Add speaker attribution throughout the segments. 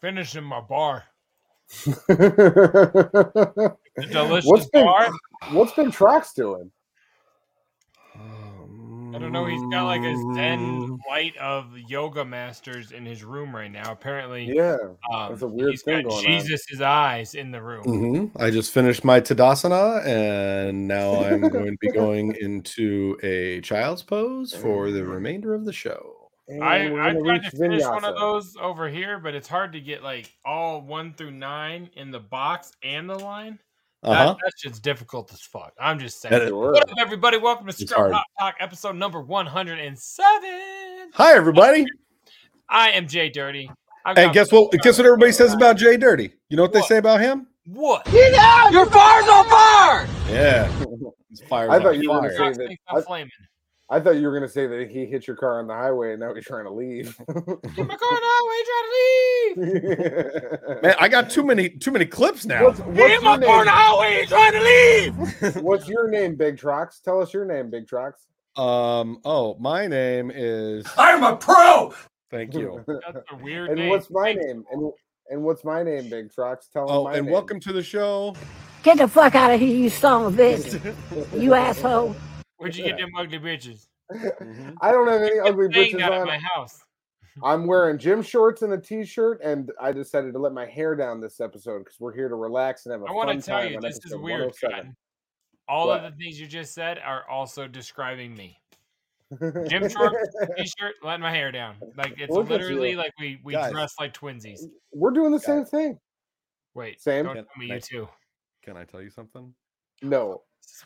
Speaker 1: finishing my bar. The delicious
Speaker 2: what's been
Speaker 1: bar.
Speaker 2: what's been Trax doing?
Speaker 1: I don't know. He's got like a Zen light of yoga masters in his room right now. Apparently,
Speaker 2: Yeah,
Speaker 1: um,
Speaker 2: that's a weird
Speaker 1: he's got
Speaker 2: thing going on. Mm-hmm.
Speaker 1: Jesus' eyes in the room.
Speaker 3: hmm I just finished my Tadasana, and now I'm going to be going into a child's pose for the remainder of the show.
Speaker 2: And
Speaker 1: I,
Speaker 2: we're
Speaker 1: I
Speaker 2: gonna
Speaker 1: tried to
Speaker 2: reach
Speaker 1: finish one
Speaker 2: Vinyasa.
Speaker 1: of those over here, but it's hard to get like all one through nine in the box and the line. That,
Speaker 2: Uh-huh.
Speaker 3: Uh huh.
Speaker 1: that shit's difficult as fuck. I'm just
Speaker 3: That
Speaker 1: saying.
Speaker 3: is-
Speaker 2: Sure.
Speaker 1: What up, everybody? Welcome to
Speaker 3: It's
Speaker 1: Scrub
Speaker 3: hard.
Speaker 1: Pop Talk, episode number 107.
Speaker 3: Hi, everybody.
Speaker 1: I am Jay Dirty. I've
Speaker 3: Hey,
Speaker 1: got-
Speaker 3: guess what? Guess what everybody says about Jay Dirty. You know what they
Speaker 1: What?
Speaker 3: say about him?
Speaker 1: What?
Speaker 3: Yeah. His fire's
Speaker 2: I thought
Speaker 3: on
Speaker 2: you were gonna
Speaker 3: fire.
Speaker 1: Fox
Speaker 2: say- that-
Speaker 1: thinks
Speaker 2: I-
Speaker 1: I'm flaming.
Speaker 2: I thought you were gonna say that he hit your car on the highway and now he's trying to leave.
Speaker 1: Get my car now. Why
Speaker 3: Man, I got too many too many clips now.
Speaker 2: what's, what's, your name?
Speaker 1: you trying to leave?
Speaker 2: what's your name, Big Trox? Tell us your name, Big Trox.
Speaker 3: Um. Oh, my name is.
Speaker 4: I'm a pro.
Speaker 3: Thank
Speaker 2: Oh,
Speaker 3: you.
Speaker 1: That's a weird
Speaker 2: and
Speaker 1: name.
Speaker 2: what's my
Speaker 1: Thanks.
Speaker 2: name? And, and what's my name, Big Trox? Tell him
Speaker 3: Oh,
Speaker 2: my
Speaker 3: and
Speaker 2: name.
Speaker 3: welcome to the show.
Speaker 5: Get the fuck out of here, you son of a bitch. You asshole.
Speaker 1: Where'd you get them ugly bitches?
Speaker 2: I don't have any ugly
Speaker 1: Thing
Speaker 2: bitches
Speaker 1: out of
Speaker 2: on.
Speaker 1: my house.
Speaker 2: I'm wearing gym shorts and a t-shirt, and I decided to let my hair down this episode because we're here to relax and have a
Speaker 1: I
Speaker 2: fun
Speaker 1: want to tell
Speaker 2: time
Speaker 1: you,
Speaker 2: on
Speaker 1: this is
Speaker 2: episode
Speaker 1: weird.
Speaker 2: 107.
Speaker 1: Cotton. All
Speaker 2: What?
Speaker 1: of the things you just said are also describing me.
Speaker 2: oh
Speaker 1: Gym shorts? T-shirt, letting my hair down. Like it's
Speaker 2: Look at
Speaker 1: literally
Speaker 2: you.
Speaker 1: like we we
Speaker 3: Guys.
Speaker 1: dress like twinsies.
Speaker 2: we're doing the
Speaker 3: Got
Speaker 2: same
Speaker 3: it.
Speaker 2: thing.
Speaker 1: Wait,
Speaker 2: Same.
Speaker 1: don't tell me you
Speaker 3: Nice.
Speaker 1: too.
Speaker 3: Can I tell you something?
Speaker 2: No.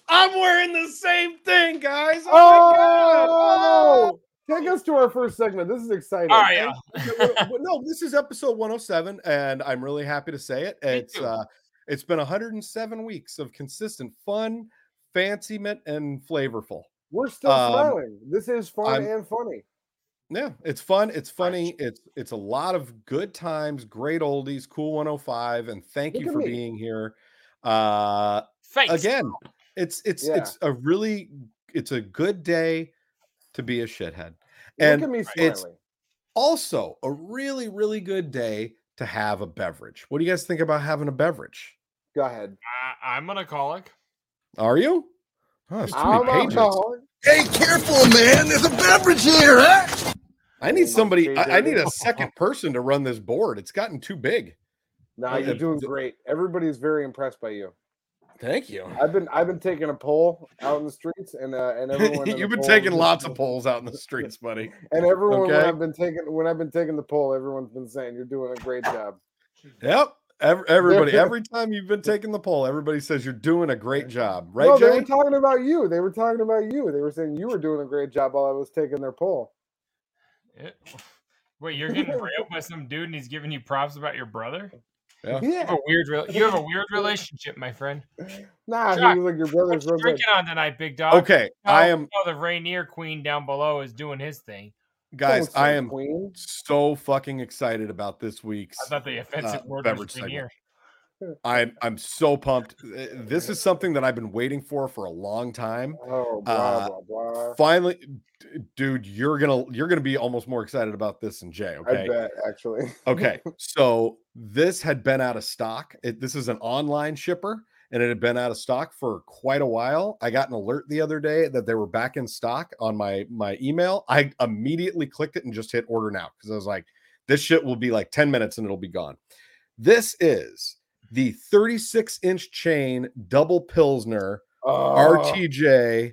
Speaker 3: I'm wearing the same thing, guys. Oh, my God.
Speaker 2: Oh, no! Take us to our first segment. This is exciting.
Speaker 1: All right, uh, y'all.
Speaker 3: Well, well, no, this is episode 107, and I'm really happy to say it. It's
Speaker 1: too.
Speaker 3: uh, it's been 107 weeks of consistent fun, fancyment, and flavorful.
Speaker 2: We're still
Speaker 3: Um,
Speaker 2: smiling. This is fun
Speaker 3: I'm-
Speaker 2: and funny.
Speaker 3: Yeah, it's fun. It's funny. It's it's a lot of good times, great oldies, cool 105, and thank
Speaker 2: Look
Speaker 3: you
Speaker 2: at
Speaker 3: for
Speaker 2: me.
Speaker 3: being here. Uh,
Speaker 1: Thanks.
Speaker 3: again, it's it's
Speaker 2: Yeah.
Speaker 3: it's a really it's a good day to be a shithead. And
Speaker 2: Look at me
Speaker 3: it's-
Speaker 2: smiling.
Speaker 3: also a really really good day to have a beverage what do you guys think about having a beverage
Speaker 2: Go ahead.
Speaker 1: I, I'm an alcoholic.
Speaker 3: are you Huh, it's too many
Speaker 2: I'm
Speaker 3: pages.
Speaker 2: alcoholic.
Speaker 6: Hey, careful, man. There's a beverage here, huh?
Speaker 3: i
Speaker 2: Oh my
Speaker 3: need somebody I, I need a
Speaker 2: goodness.
Speaker 3: second person to run this board it's gotten too big
Speaker 2: Nah, you're
Speaker 3: Okay.
Speaker 2: doing great. Everybody's very impressed by you.
Speaker 3: thank you
Speaker 2: I've been I've been taking a poll out in the streets, and uh, and everyone in the
Speaker 3: you've been
Speaker 2: poll-
Speaker 3: taking lots of polls out in the streets buddy
Speaker 2: And everyone when
Speaker 3: Okay.
Speaker 2: I've been taking when I've been taking the poll, everyone's been saying you're doing a great job.
Speaker 3: yep ev- everybody every time you've been taking the poll everybody says you're doing a great job right
Speaker 2: no, they
Speaker 3: jay
Speaker 2: were talking about you. They were talking about you. They were saying you were doing a great job while I was taking their poll.
Speaker 1: Eh, Wait, you're getting railed by some dude and he's giving you props about your brother?
Speaker 3: Yeah.
Speaker 1: You have a weird, rela- you have a weird relationship, my friend.
Speaker 2: Nah,
Speaker 1: Chuck,
Speaker 2: he was like your
Speaker 1: What
Speaker 2: brother's
Speaker 1: you
Speaker 2: real good.
Speaker 1: drinking on tonight, big dog?
Speaker 3: okay i
Speaker 1: Oh,
Speaker 3: am
Speaker 1: oh, the Rainier Queen down below is doing his thing.
Speaker 3: guys
Speaker 2: Don't
Speaker 3: i
Speaker 2: say
Speaker 3: am
Speaker 2: Queen.
Speaker 3: so fucking excited about this week's
Speaker 1: I thought the offensive
Speaker 3: Uh,
Speaker 1: word was
Speaker 3: beverage segment.
Speaker 1: Rainier.
Speaker 3: I'm I'm so pumped. Uh, This is something that I've been waiting for for a long time.
Speaker 2: Oh, blah
Speaker 3: uh,
Speaker 2: blah blah.
Speaker 3: Finally, d- dude, you're gonna you're gonna be almost more excited about this than Jay.
Speaker 2: I
Speaker 3: Okay,
Speaker 2: bet actually.
Speaker 3: okay. So this had been out of stock. It, this is an online shipper, and it had been out of stock for quite a while. I got an alert the other day that they were back in stock on my my email. I immediately clicked it and just hit order now because I was like, this shit will be like ten minutes and it'll be gone. This is the 36 inch chain double pilsner
Speaker 2: Oh,
Speaker 3: RTJ.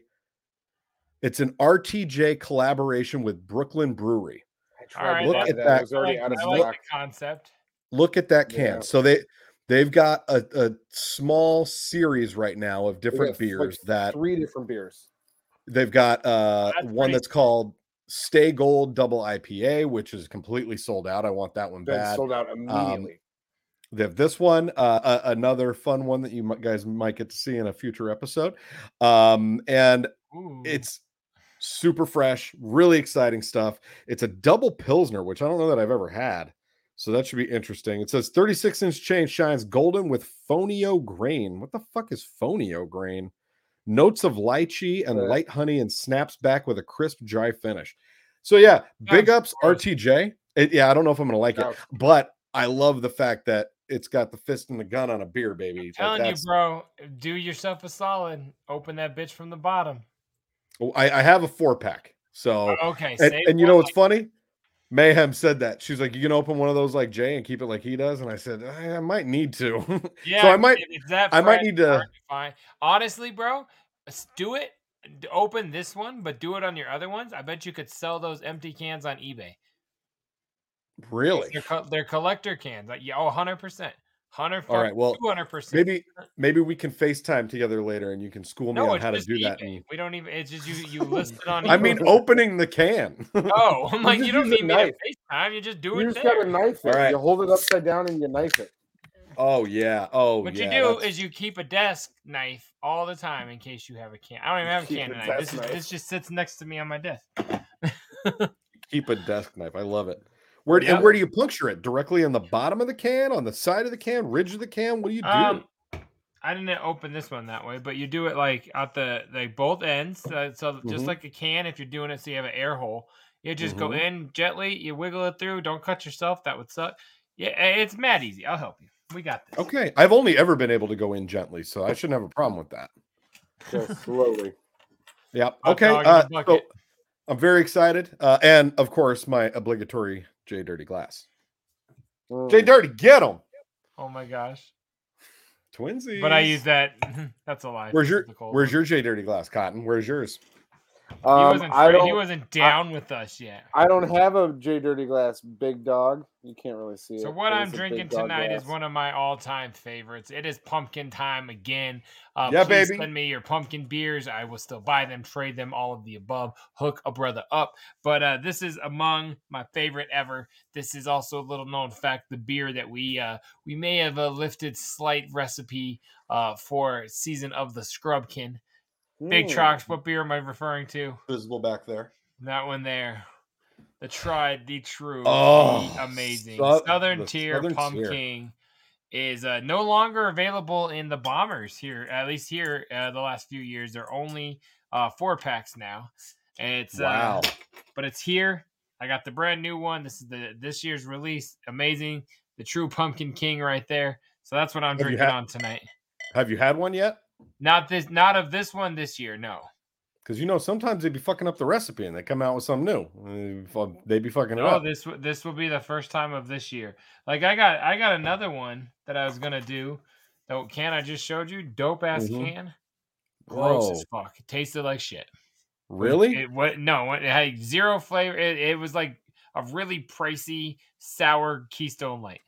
Speaker 3: It's an RTJ collaboration with Brooklyn Brewery.
Speaker 2: I tried to
Speaker 1: Alright,
Speaker 2: look
Speaker 1: that's-
Speaker 2: at that. It was
Speaker 1: I
Speaker 2: already
Speaker 1: like,
Speaker 2: out of
Speaker 1: I like
Speaker 2: stock.
Speaker 1: the concept.
Speaker 3: Look at that can.
Speaker 2: Yeah.
Speaker 3: So they They've got a, a small series right now of different
Speaker 2: They got,
Speaker 3: beers
Speaker 2: like,
Speaker 3: that
Speaker 2: three different beers.
Speaker 3: They've got uh
Speaker 1: That's
Speaker 3: one
Speaker 1: pretty-
Speaker 3: that's called Stay Gold Double IPA, which is completely sold out. I want that one
Speaker 2: That
Speaker 3: bad. Um,
Speaker 2: sold out immediately.
Speaker 3: They have this one, uh, a- another fun one that you mi- guys might get to see in a future episode. Um, and
Speaker 1: Ooh.
Speaker 3: it's super fresh, really exciting stuff. It's a double pilsner, which I don't know that I've ever had. So that should be interesting. It says 36 inch chain shines golden with fonio grain. What the fuck is fonio grain? Notes of lychee and
Speaker 2: Uh,
Speaker 3: light honey and snaps back with a crisp dry finish. So yeah, big ups
Speaker 1: gross.
Speaker 3: RTJ. It- yeah, I don't know if I'm gonna like it,
Speaker 2: Ouch.
Speaker 3: but I love the fact that it's got the fist and the gun on a beer, baby. Like,
Speaker 1: telling you,
Speaker 3: that's-
Speaker 1: bro, do yourself a solid. Open that bitch from the bottom.
Speaker 3: Oh, I, I have a four pack, so
Speaker 1: Okay,
Speaker 3: and,
Speaker 1: save
Speaker 3: and you
Speaker 1: one
Speaker 3: know
Speaker 1: like-
Speaker 3: what's funny? Mayhem said that she's like, "You can open one of those like Jay and keep it like he does." And I said, "I, I might need to."
Speaker 1: Yeah,
Speaker 3: so I
Speaker 1: if
Speaker 3: might-
Speaker 1: it's that
Speaker 3: I might
Speaker 1: fresh,
Speaker 3: need
Speaker 1: it's
Speaker 3: to-
Speaker 1: hard find. Honestly, bro, s- do it. d- Open this one, but do it on your other ones. I bet you could sell those empty cans on eBay.
Speaker 3: really?
Speaker 1: They're, co- they're collector cans. Like, yeah, oh, 100%. 100
Speaker 3: All right, well,
Speaker 1: 200%.
Speaker 3: Maybe maybe we can Facetime together later, and you can school me
Speaker 1: no,
Speaker 3: on
Speaker 1: it's
Speaker 3: how to
Speaker 1: just
Speaker 3: do that.
Speaker 1: eBay.
Speaker 3: and-
Speaker 1: We don't even, it's just you, you list it on
Speaker 3: I mean,
Speaker 1: eBay.
Speaker 3: opening the can.
Speaker 1: oh, I'm
Speaker 2: You
Speaker 1: like,
Speaker 2: just
Speaker 1: you don't
Speaker 2: use a
Speaker 1: need me
Speaker 2: knife.
Speaker 1: to FaceTime. You just do
Speaker 2: You
Speaker 1: it
Speaker 2: just got
Speaker 1: there.
Speaker 2: to knife it.
Speaker 3: All right.
Speaker 2: You hold it upside down and you knife it.
Speaker 3: oh yeah. Oh
Speaker 1: What
Speaker 3: yeah.
Speaker 1: you do
Speaker 3: that's-
Speaker 1: is you keep a desk knife all the time in case you have a can. I don't even have a
Speaker 2: Keep
Speaker 1: can
Speaker 2: a
Speaker 1: tonight. This,
Speaker 2: desk
Speaker 1: is,
Speaker 2: knife.
Speaker 1: this just sits next to me on my desk.
Speaker 3: keep a desk knife. I love it. Where
Speaker 1: Yeah.
Speaker 3: and where do you puncture it? Directly on the bottom of the can, on the side of the can, ridge of the can. What do you do?
Speaker 1: Um, I didn't open this one that way, but you do it like at the like both ends. Uh, so just
Speaker 3: Mhm.
Speaker 1: like a can, if you're doing it, so you have an air hole. You just go
Speaker 3: Mhm.
Speaker 1: in gently. You wiggle it through. Don't cut yourself. That would suck. Yeah, i- it's mad easy. I'll help you. We got this.
Speaker 3: okay, I've only ever been able to go in gently, so I shouldn't have a problem with that.
Speaker 2: Just slowly.
Speaker 3: Yep.
Speaker 1: Hot
Speaker 3: Okay.
Speaker 1: dog in a
Speaker 3: Uh, so
Speaker 1: bucket.
Speaker 3: I'm very excited, uh, and of course, my obligatory J Dirty glass.
Speaker 2: Mm.
Speaker 3: J Dirty, get them,
Speaker 1: Oh my gosh!
Speaker 3: twinsies.
Speaker 1: But I use that. That's a lie.
Speaker 3: Where's
Speaker 1: This
Speaker 3: your
Speaker 1: is the cold
Speaker 3: Where's
Speaker 1: one.
Speaker 3: your J Dirty glass, Cotton? Where's yours?
Speaker 1: He
Speaker 2: Um,
Speaker 1: wasn't.
Speaker 2: I
Speaker 1: free- he
Speaker 2: don't.
Speaker 1: wasn't down with us yet.
Speaker 2: I don't have a J Dirty Glass Big Dog. You can't really see it.
Speaker 1: So what
Speaker 2: but
Speaker 1: I'm
Speaker 2: it's a Big
Speaker 1: drinking
Speaker 2: Dog
Speaker 1: tonight is
Speaker 2: glass.
Speaker 1: one of my all-time favorites. It is pumpkin time again. Uh,
Speaker 3: Yeah,
Speaker 1: please
Speaker 3: baby.
Speaker 1: Send me your pumpkin beers. I will still buy them, trade them, all of the above. Hook a brother up. But uh, this is among my favorite ever. This is also a little known fact: the beer that we uh, we may have uh, lifted slight recipe uh, for season of the Scrubkin. Big
Speaker 2: Mm.
Speaker 1: Trox. What beer am I referring to?
Speaker 3: Visible back there.
Speaker 1: That one there. The tried, the true,
Speaker 3: Oh,
Speaker 1: the amazing.
Speaker 3: Sou-
Speaker 1: Southern
Speaker 3: the
Speaker 1: Tier
Speaker 3: Southern Tier.
Speaker 1: Pumpkin is uh, no longer available in the Bombers here, at least here uh, the last few years. They're only uh, four packs now. And it's
Speaker 3: wow.
Speaker 1: uh, but it's here. I got the brand new one. This is the this year's release. Amazing. The true pumpkin king right there. So that's what I'm
Speaker 3: Have you
Speaker 1: drinking
Speaker 3: had-
Speaker 1: on tonight.
Speaker 3: Have you had one yet?
Speaker 1: Not this not of this one this year, no.
Speaker 3: Because you know sometimes they'd be fucking up the recipe and they come out with something new. Uh, fu- They'd be fucking it
Speaker 1: No,
Speaker 3: up.
Speaker 1: Oh, this w- this will be the first time of this year. Like I got I got another one that I was gonna do. That can I just showed you? Dope ass
Speaker 3: Mhm.
Speaker 1: can. Gross
Speaker 3: Bro,
Speaker 1: as fuck. It tasted like shit.
Speaker 3: really?
Speaker 1: It what no, it had zero flavor. It, it was like a really pricey, sour Keystone light.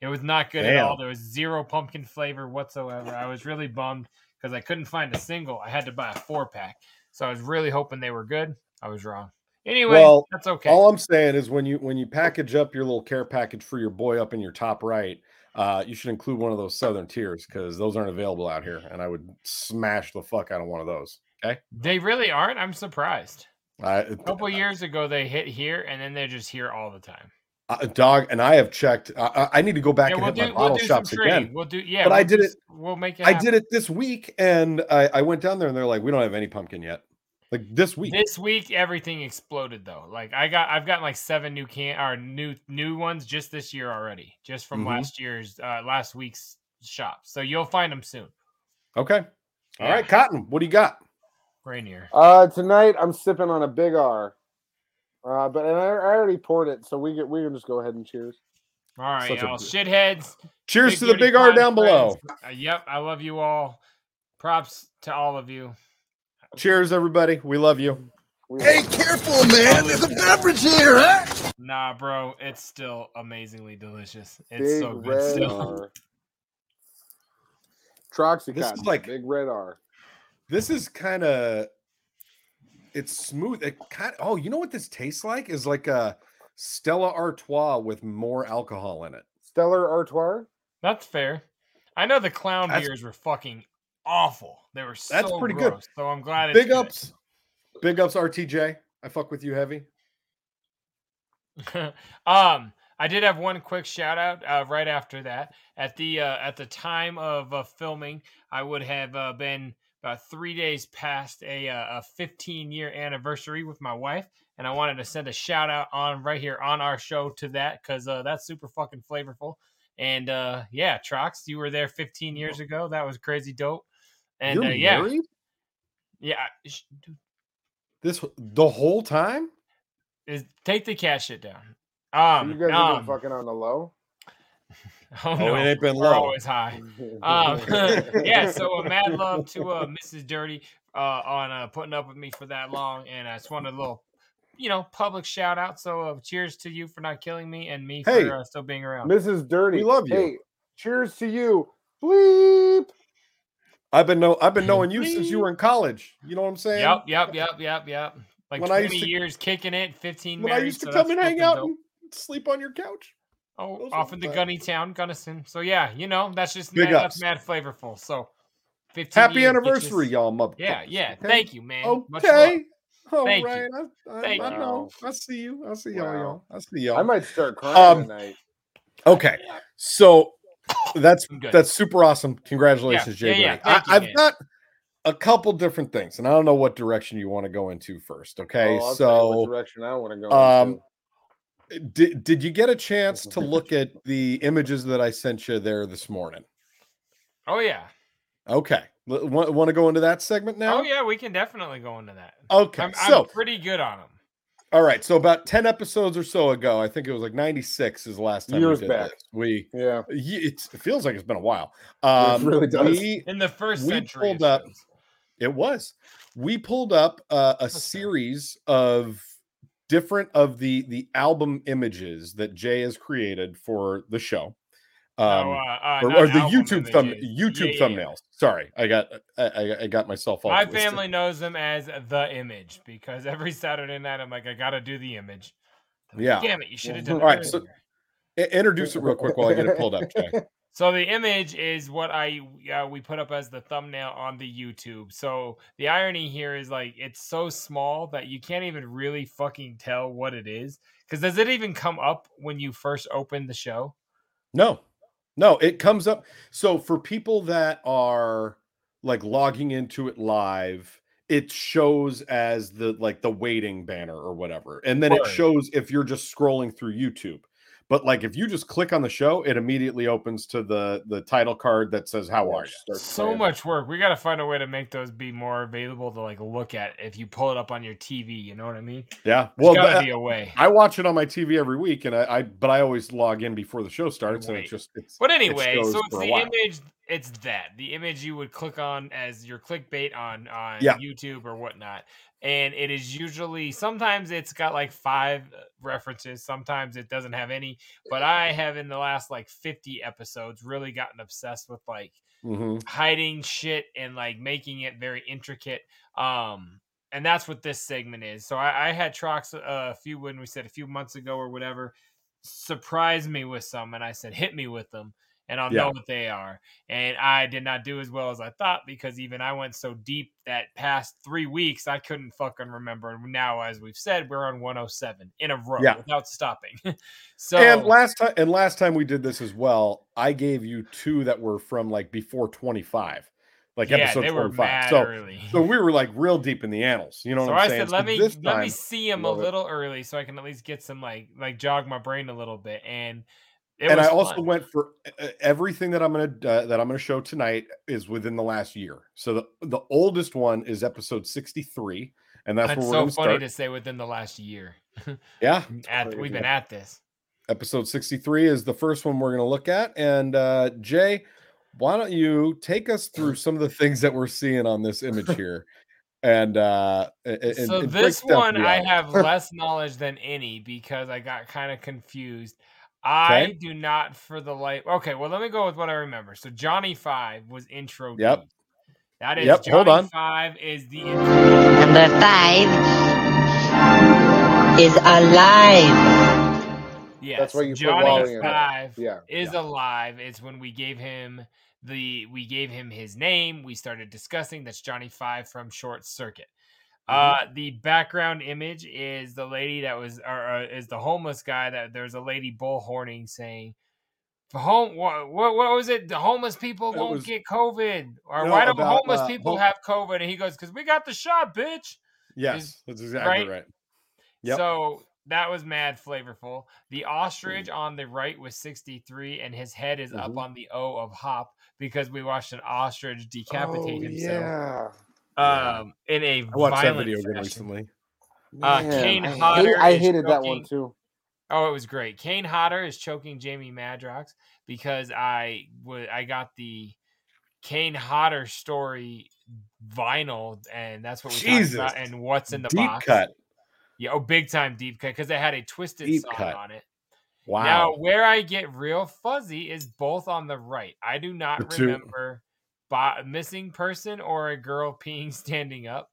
Speaker 1: It was not good at all.
Speaker 3: Damn.
Speaker 1: There was zero pumpkin flavor whatsoever. I was really bummed because I couldn't find a single. I had to buy a four pack. So I was really hoping they were good. I was wrong. Anyway,
Speaker 3: Well,
Speaker 1: that's okay.
Speaker 3: All I'm saying is when you when you package up your little care package for your boy up in your top right, uh, you should include one of those Southern tiers because those aren't available out here, and I would smash the fuck out of one of those. Okay,
Speaker 1: They really aren't. I'm surprised.
Speaker 3: I,
Speaker 1: A couple years ago, they hit here, and then they're just here all the time.
Speaker 3: I- dog, and I have checked. I- I, I need to go back
Speaker 1: Yeah,
Speaker 3: and
Speaker 1: we'll
Speaker 3: hit
Speaker 1: do,
Speaker 3: my
Speaker 1: we'll
Speaker 3: bottle
Speaker 1: do some
Speaker 3: shops
Speaker 1: trading.
Speaker 3: again.
Speaker 1: We'll do, yeah.
Speaker 3: But I
Speaker 1: we'll
Speaker 3: did
Speaker 1: do
Speaker 3: it-
Speaker 1: s- We'll make it.
Speaker 3: I did it this week, and I, I went down there, and they're like, "We don't have any pumpkin yet." Like this week.
Speaker 1: this week. Everything exploded though. Like I got, I've got like seven new can or new new ones just this year already, just from
Speaker 3: Mhm.
Speaker 1: last year's uh, last week's shop. So you'll find them soon.
Speaker 3: Okay. all right,
Speaker 1: Yeah.
Speaker 3: Cotton. What do you got?
Speaker 1: Rainier.
Speaker 2: Uh, tonight I'm sipping on a Big R. Uh, but and I, I already poured it, so we get we can just go ahead and cheers.
Speaker 1: All right,
Speaker 3: such a
Speaker 1: y'all.
Speaker 3: br-
Speaker 1: Shitheads.
Speaker 3: Cheers
Speaker 1: Big
Speaker 3: to the
Speaker 1: Dirty
Speaker 3: big R
Speaker 1: Pond
Speaker 3: down below.
Speaker 1: friends. Uh, yep, I love you all. Props to all of you.
Speaker 3: Cheers, everybody. We love you.
Speaker 2: We
Speaker 6: Hey, careful, man. There's a beverage here, huh?
Speaker 1: Nah, bro, it's still amazingly delicious. It's
Speaker 2: Big
Speaker 1: so good.
Speaker 2: Red
Speaker 1: Still.
Speaker 2: R. Troxycotton.
Speaker 3: This is like-
Speaker 2: big red R.
Speaker 3: This is kind of it's smooth. It kind oh, you know what this tastes like? Is like a Stella Artois with more alcohol in it.
Speaker 2: Stellar Artois.
Speaker 1: That's fair. I know the clown
Speaker 3: That's-
Speaker 1: beers were fucking awful. They were so
Speaker 3: That's pretty good.
Speaker 1: gross, So I'm glad it's
Speaker 3: Big
Speaker 1: good.
Speaker 3: ups, big ups, RTJ. I fuck with you heavy.
Speaker 1: um, I did have one quick shout out uh, right after that. At the uh, at the time of uh, filming, I would have uh, been about three days past a uh, a 15 year anniversary with my wife, and I wanted to send a shout out on right here on our show to that because uh, that's super fucking flavorful. And uh, yeah, Trox, you were there 15 years ago. That was crazy dope. And
Speaker 3: You're
Speaker 1: uh, yeah,
Speaker 3: married
Speaker 1: yeah. I- sh- dude,
Speaker 3: this the whole time.
Speaker 1: Is, take the cat shit down.
Speaker 2: So
Speaker 1: Um,
Speaker 2: you guys have
Speaker 1: um,
Speaker 2: been fucking on the low.
Speaker 1: oh,
Speaker 3: Oh,
Speaker 1: no,
Speaker 3: it ain't been
Speaker 1: we're
Speaker 3: low.
Speaker 1: always high. um, yeah, so uh, mad love to uh, Mrs. Dirty uh, on uh, putting up with me for that long, and I just wanted a little, you know, public shout out. So uh, cheers to you for not killing me and me
Speaker 3: Hey.
Speaker 1: for uh, still being around.
Speaker 2: Mrs. Dirty.
Speaker 3: We love you.
Speaker 2: Hey, cheers to you. Bleep.
Speaker 3: I've been know I've been knowing you since you were in college. You know what I'm saying?
Speaker 1: Yep, yep, yep, yep, yep. Like
Speaker 3: When I used
Speaker 1: twenty
Speaker 3: to-
Speaker 1: years kicking it, fifteen.
Speaker 3: When I
Speaker 1: married,
Speaker 3: used to
Speaker 1: so
Speaker 3: come
Speaker 1: that's
Speaker 3: and hang
Speaker 1: flipping
Speaker 3: out
Speaker 1: dope.
Speaker 3: and sleep on your couch.
Speaker 1: Oh,
Speaker 3: Those are
Speaker 1: off in the
Speaker 3: fun.
Speaker 1: Gunny Town, Gunnison. So yeah, you know that's just
Speaker 3: Big
Speaker 1: mad, that's
Speaker 3: ups.
Speaker 1: mad flavorful. So, 15
Speaker 3: Happy
Speaker 1: years, bitches.
Speaker 3: anniversary, y'all, motherfuckers.
Speaker 1: Yeah, yeah.
Speaker 3: okay?
Speaker 1: Thank you, man. Much love.
Speaker 3: Okay. All
Speaker 1: Thank you.
Speaker 3: right. I, I,
Speaker 1: Thank
Speaker 3: I
Speaker 2: you.
Speaker 3: know. I see you. I see y'all,
Speaker 2: Wow.
Speaker 3: y'all. I see
Speaker 2: I
Speaker 3: y'all.
Speaker 2: might start crying
Speaker 3: Um,
Speaker 2: tonight.
Speaker 3: Okay. So that's
Speaker 1: I'm good.
Speaker 3: that's super awesome. Congratulations,
Speaker 1: Yeah,
Speaker 3: Jay.
Speaker 1: yeah, yeah.
Speaker 3: Dirty. I,
Speaker 1: Thank you,
Speaker 3: I've
Speaker 1: man.
Speaker 3: got a couple different things, and I don't know what direction you want to go into first. Okay.
Speaker 2: Oh, I'll tell you what
Speaker 3: so
Speaker 2: direction I want to go.
Speaker 3: um,
Speaker 2: into.
Speaker 3: did, did you get a chance to look at the images that I sent you there this morning?
Speaker 1: Oh yeah,
Speaker 3: Okay. Want, want to go into that segment now?
Speaker 1: oh yeah. We can definitely go into that.
Speaker 3: Okay.
Speaker 1: I'm,
Speaker 3: so,
Speaker 1: I'm pretty good on them.
Speaker 3: all right. So, about 10 episodes or so ago, I think it was like 96 is the last time
Speaker 2: Years
Speaker 3: we did
Speaker 2: back.
Speaker 3: this. We,
Speaker 2: yeah.
Speaker 3: ye- it's, it feels like it's been a while. Um,
Speaker 2: really does.
Speaker 3: we-
Speaker 1: In the first
Speaker 3: We
Speaker 1: century,
Speaker 3: pulled
Speaker 1: it
Speaker 3: up-
Speaker 1: shows.
Speaker 3: it was. We pulled up uh, a
Speaker 1: fun.
Speaker 3: series of different of the the album images that Jay has created for the show. Um,
Speaker 1: No, uh, uh,
Speaker 3: or,
Speaker 1: not
Speaker 3: or the
Speaker 1: album
Speaker 3: YouTube thumb
Speaker 1: images.
Speaker 3: YouTube
Speaker 1: Yeah, yeah, yeah.
Speaker 3: thumbnails. Sorry, I got I, I, I got myself all
Speaker 1: My
Speaker 3: twisted.
Speaker 1: family knows them as the image because every Saturday night I'm like, I gotta do the image.
Speaker 3: Yeah.
Speaker 1: Damn it, you should have done.
Speaker 2: All
Speaker 1: All
Speaker 3: right,
Speaker 1: right,
Speaker 3: so- I- introduce it real quick while I get it pulled up, Jay.
Speaker 1: So the image is what I uh, we put up as the thumbnail on the YouTube. So the irony here is like it's so small that you can't even really fucking tell what it is. Because does it even come up when you first open the show?
Speaker 3: No, no, it comes up. So for people that are like logging into it live, it shows as the like the waiting banner or whatever, and then it
Speaker 1: Word.
Speaker 3: shows if you're just scrolling through YouTube. But like if you just click on the show, it immediately opens to the the title card that says "How are you."
Speaker 1: so much work. We got to find a way to make those be more available to like look at if you pull it up on your TV. You know what I mean?
Speaker 3: Yeah, well,
Speaker 1: Well, There's got to
Speaker 3: that-
Speaker 1: be a way.
Speaker 3: I watch it on my TV every week, and I, I but I always log in before the show starts, and
Speaker 1: Wait.
Speaker 3: it just it's
Speaker 1: But
Speaker 3: it
Speaker 1: anyway,
Speaker 3: shows
Speaker 1: so it's
Speaker 3: for a
Speaker 1: the
Speaker 3: while.
Speaker 1: image. It's that the image you would click on as your clickbait on on
Speaker 3: Yeah.
Speaker 1: YouTube or whatnot, and it is usually sometimes it's got like five uh, references, sometimes it doesn't have any. But I have in the last like fifty episodes really gotten obsessed with like
Speaker 3: Mhm.
Speaker 1: hiding shit and like making it very intricate. Um, and that's what this segment is. So I, I had Trox uh, a few when we said a few months ago or whatever surprise me with some, and I said hit me with them, and I'll
Speaker 3: Yeah.
Speaker 1: know what they are. And I did not do as well as I thought because even I went so deep that past three weeks I couldn't fucking remember. And now, as we've said, we're on 107 in a row
Speaker 3: Yeah.
Speaker 1: without stopping. so
Speaker 3: and last time and last time we did this as well, I gave you two that were from like before 25, like
Speaker 1: yeah,
Speaker 3: episode
Speaker 1: they were
Speaker 3: 25.
Speaker 1: mad
Speaker 3: So
Speaker 1: early.
Speaker 3: so we were like real deep in the annals. You know
Speaker 1: so
Speaker 3: what I'm
Speaker 1: I
Speaker 3: saying?
Speaker 1: said,
Speaker 3: So
Speaker 1: let me
Speaker 3: this
Speaker 1: let me
Speaker 3: time-
Speaker 1: see him a
Speaker 3: love it.
Speaker 1: little early so I can at least get some like like jog my brain a little bit. And it
Speaker 3: and
Speaker 1: was
Speaker 3: I also
Speaker 1: fun.
Speaker 3: went for uh, everything that I'm gonna uh, that I'm gonna show tonight is within the last year. So the the oldest one is episode 63, and that's,
Speaker 1: That's
Speaker 3: where we're
Speaker 1: so
Speaker 3: gonna
Speaker 1: funny
Speaker 3: start.
Speaker 1: to say within the last year.
Speaker 3: yeah,
Speaker 1: At, we've been at this.
Speaker 3: episode 63 is the first one we're going to look at and uh jay why don't you take us through some of the things that we're seeing on this image here and uh a- a- and,
Speaker 1: so
Speaker 3: and break
Speaker 1: this
Speaker 3: down
Speaker 1: one
Speaker 3: the
Speaker 1: I
Speaker 3: album.
Speaker 1: have less knowledge than any because I got kind of confused. I
Speaker 3: Okay.
Speaker 1: do not for the life. Okay, well, let me go with what I remember. So Johnny Five was intro. D.
Speaker 3: Yep.
Speaker 1: That is
Speaker 3: Yep,
Speaker 1: Johnny
Speaker 3: hold on.
Speaker 1: Five is the intro.
Speaker 7: Number five is alive.
Speaker 1: Yes,
Speaker 2: That's why you put
Speaker 1: Johnny
Speaker 2: Wally in there.
Speaker 1: Five
Speaker 2: Yeah.
Speaker 1: is alive. It's when we gave him the we gave him his name. We started discussing that's Johnny Five from Short Circuit.
Speaker 3: Mm-hmm.
Speaker 1: Uh, the background image is the lady that was, or uh, is the homeless guy that there's a lady bullhorning saying, "The home, what, what, what was it? The homeless people
Speaker 3: It
Speaker 1: won't
Speaker 3: was-
Speaker 1: get COVID, or
Speaker 3: No,
Speaker 1: why don't
Speaker 3: about,
Speaker 1: homeless
Speaker 3: uh,
Speaker 1: people
Speaker 3: hom-
Speaker 1: have COVID?" And he goes, "Cause we got the shot, bitch."
Speaker 3: Yes, that's exactly
Speaker 1: right?
Speaker 3: right. Yep.
Speaker 1: So that was mad flavorful. The ostrich
Speaker 3: Mm.
Speaker 1: on the right was 63, and his head is up
Speaker 3: Mhm.
Speaker 1: on the O of hop because we watched an ostrich decapitate
Speaker 2: oh,
Speaker 1: himself Uh,
Speaker 2: Yeah.
Speaker 1: um, in a
Speaker 3: I watched that
Speaker 1: violent
Speaker 3: video again
Speaker 1: fashion.
Speaker 3: recently.
Speaker 1: Uh,
Speaker 2: Man,
Speaker 1: Kane
Speaker 2: I, hate-
Speaker 1: Hodder
Speaker 2: I
Speaker 1: is
Speaker 2: hated that one
Speaker 1: choking-
Speaker 2: too.
Speaker 1: Oh, it was great. Kane Hodder is choking Jamie Madrox because I would I got the Kane Hodder story vinyl, and that's what we talked
Speaker 3: Jesus.
Speaker 1: about. And what's in the
Speaker 3: Deep
Speaker 1: box?
Speaker 3: cut.
Speaker 1: Yeah, oh, big time deep cut because it had a twisted
Speaker 3: Deep
Speaker 1: song
Speaker 3: cut.
Speaker 1: on it.
Speaker 3: Wow.
Speaker 1: Now, where I get real fuzzy is both on the right. I do
Speaker 3: The
Speaker 1: not
Speaker 3: two-
Speaker 1: remember bo- missing person or a girl peeing standing up.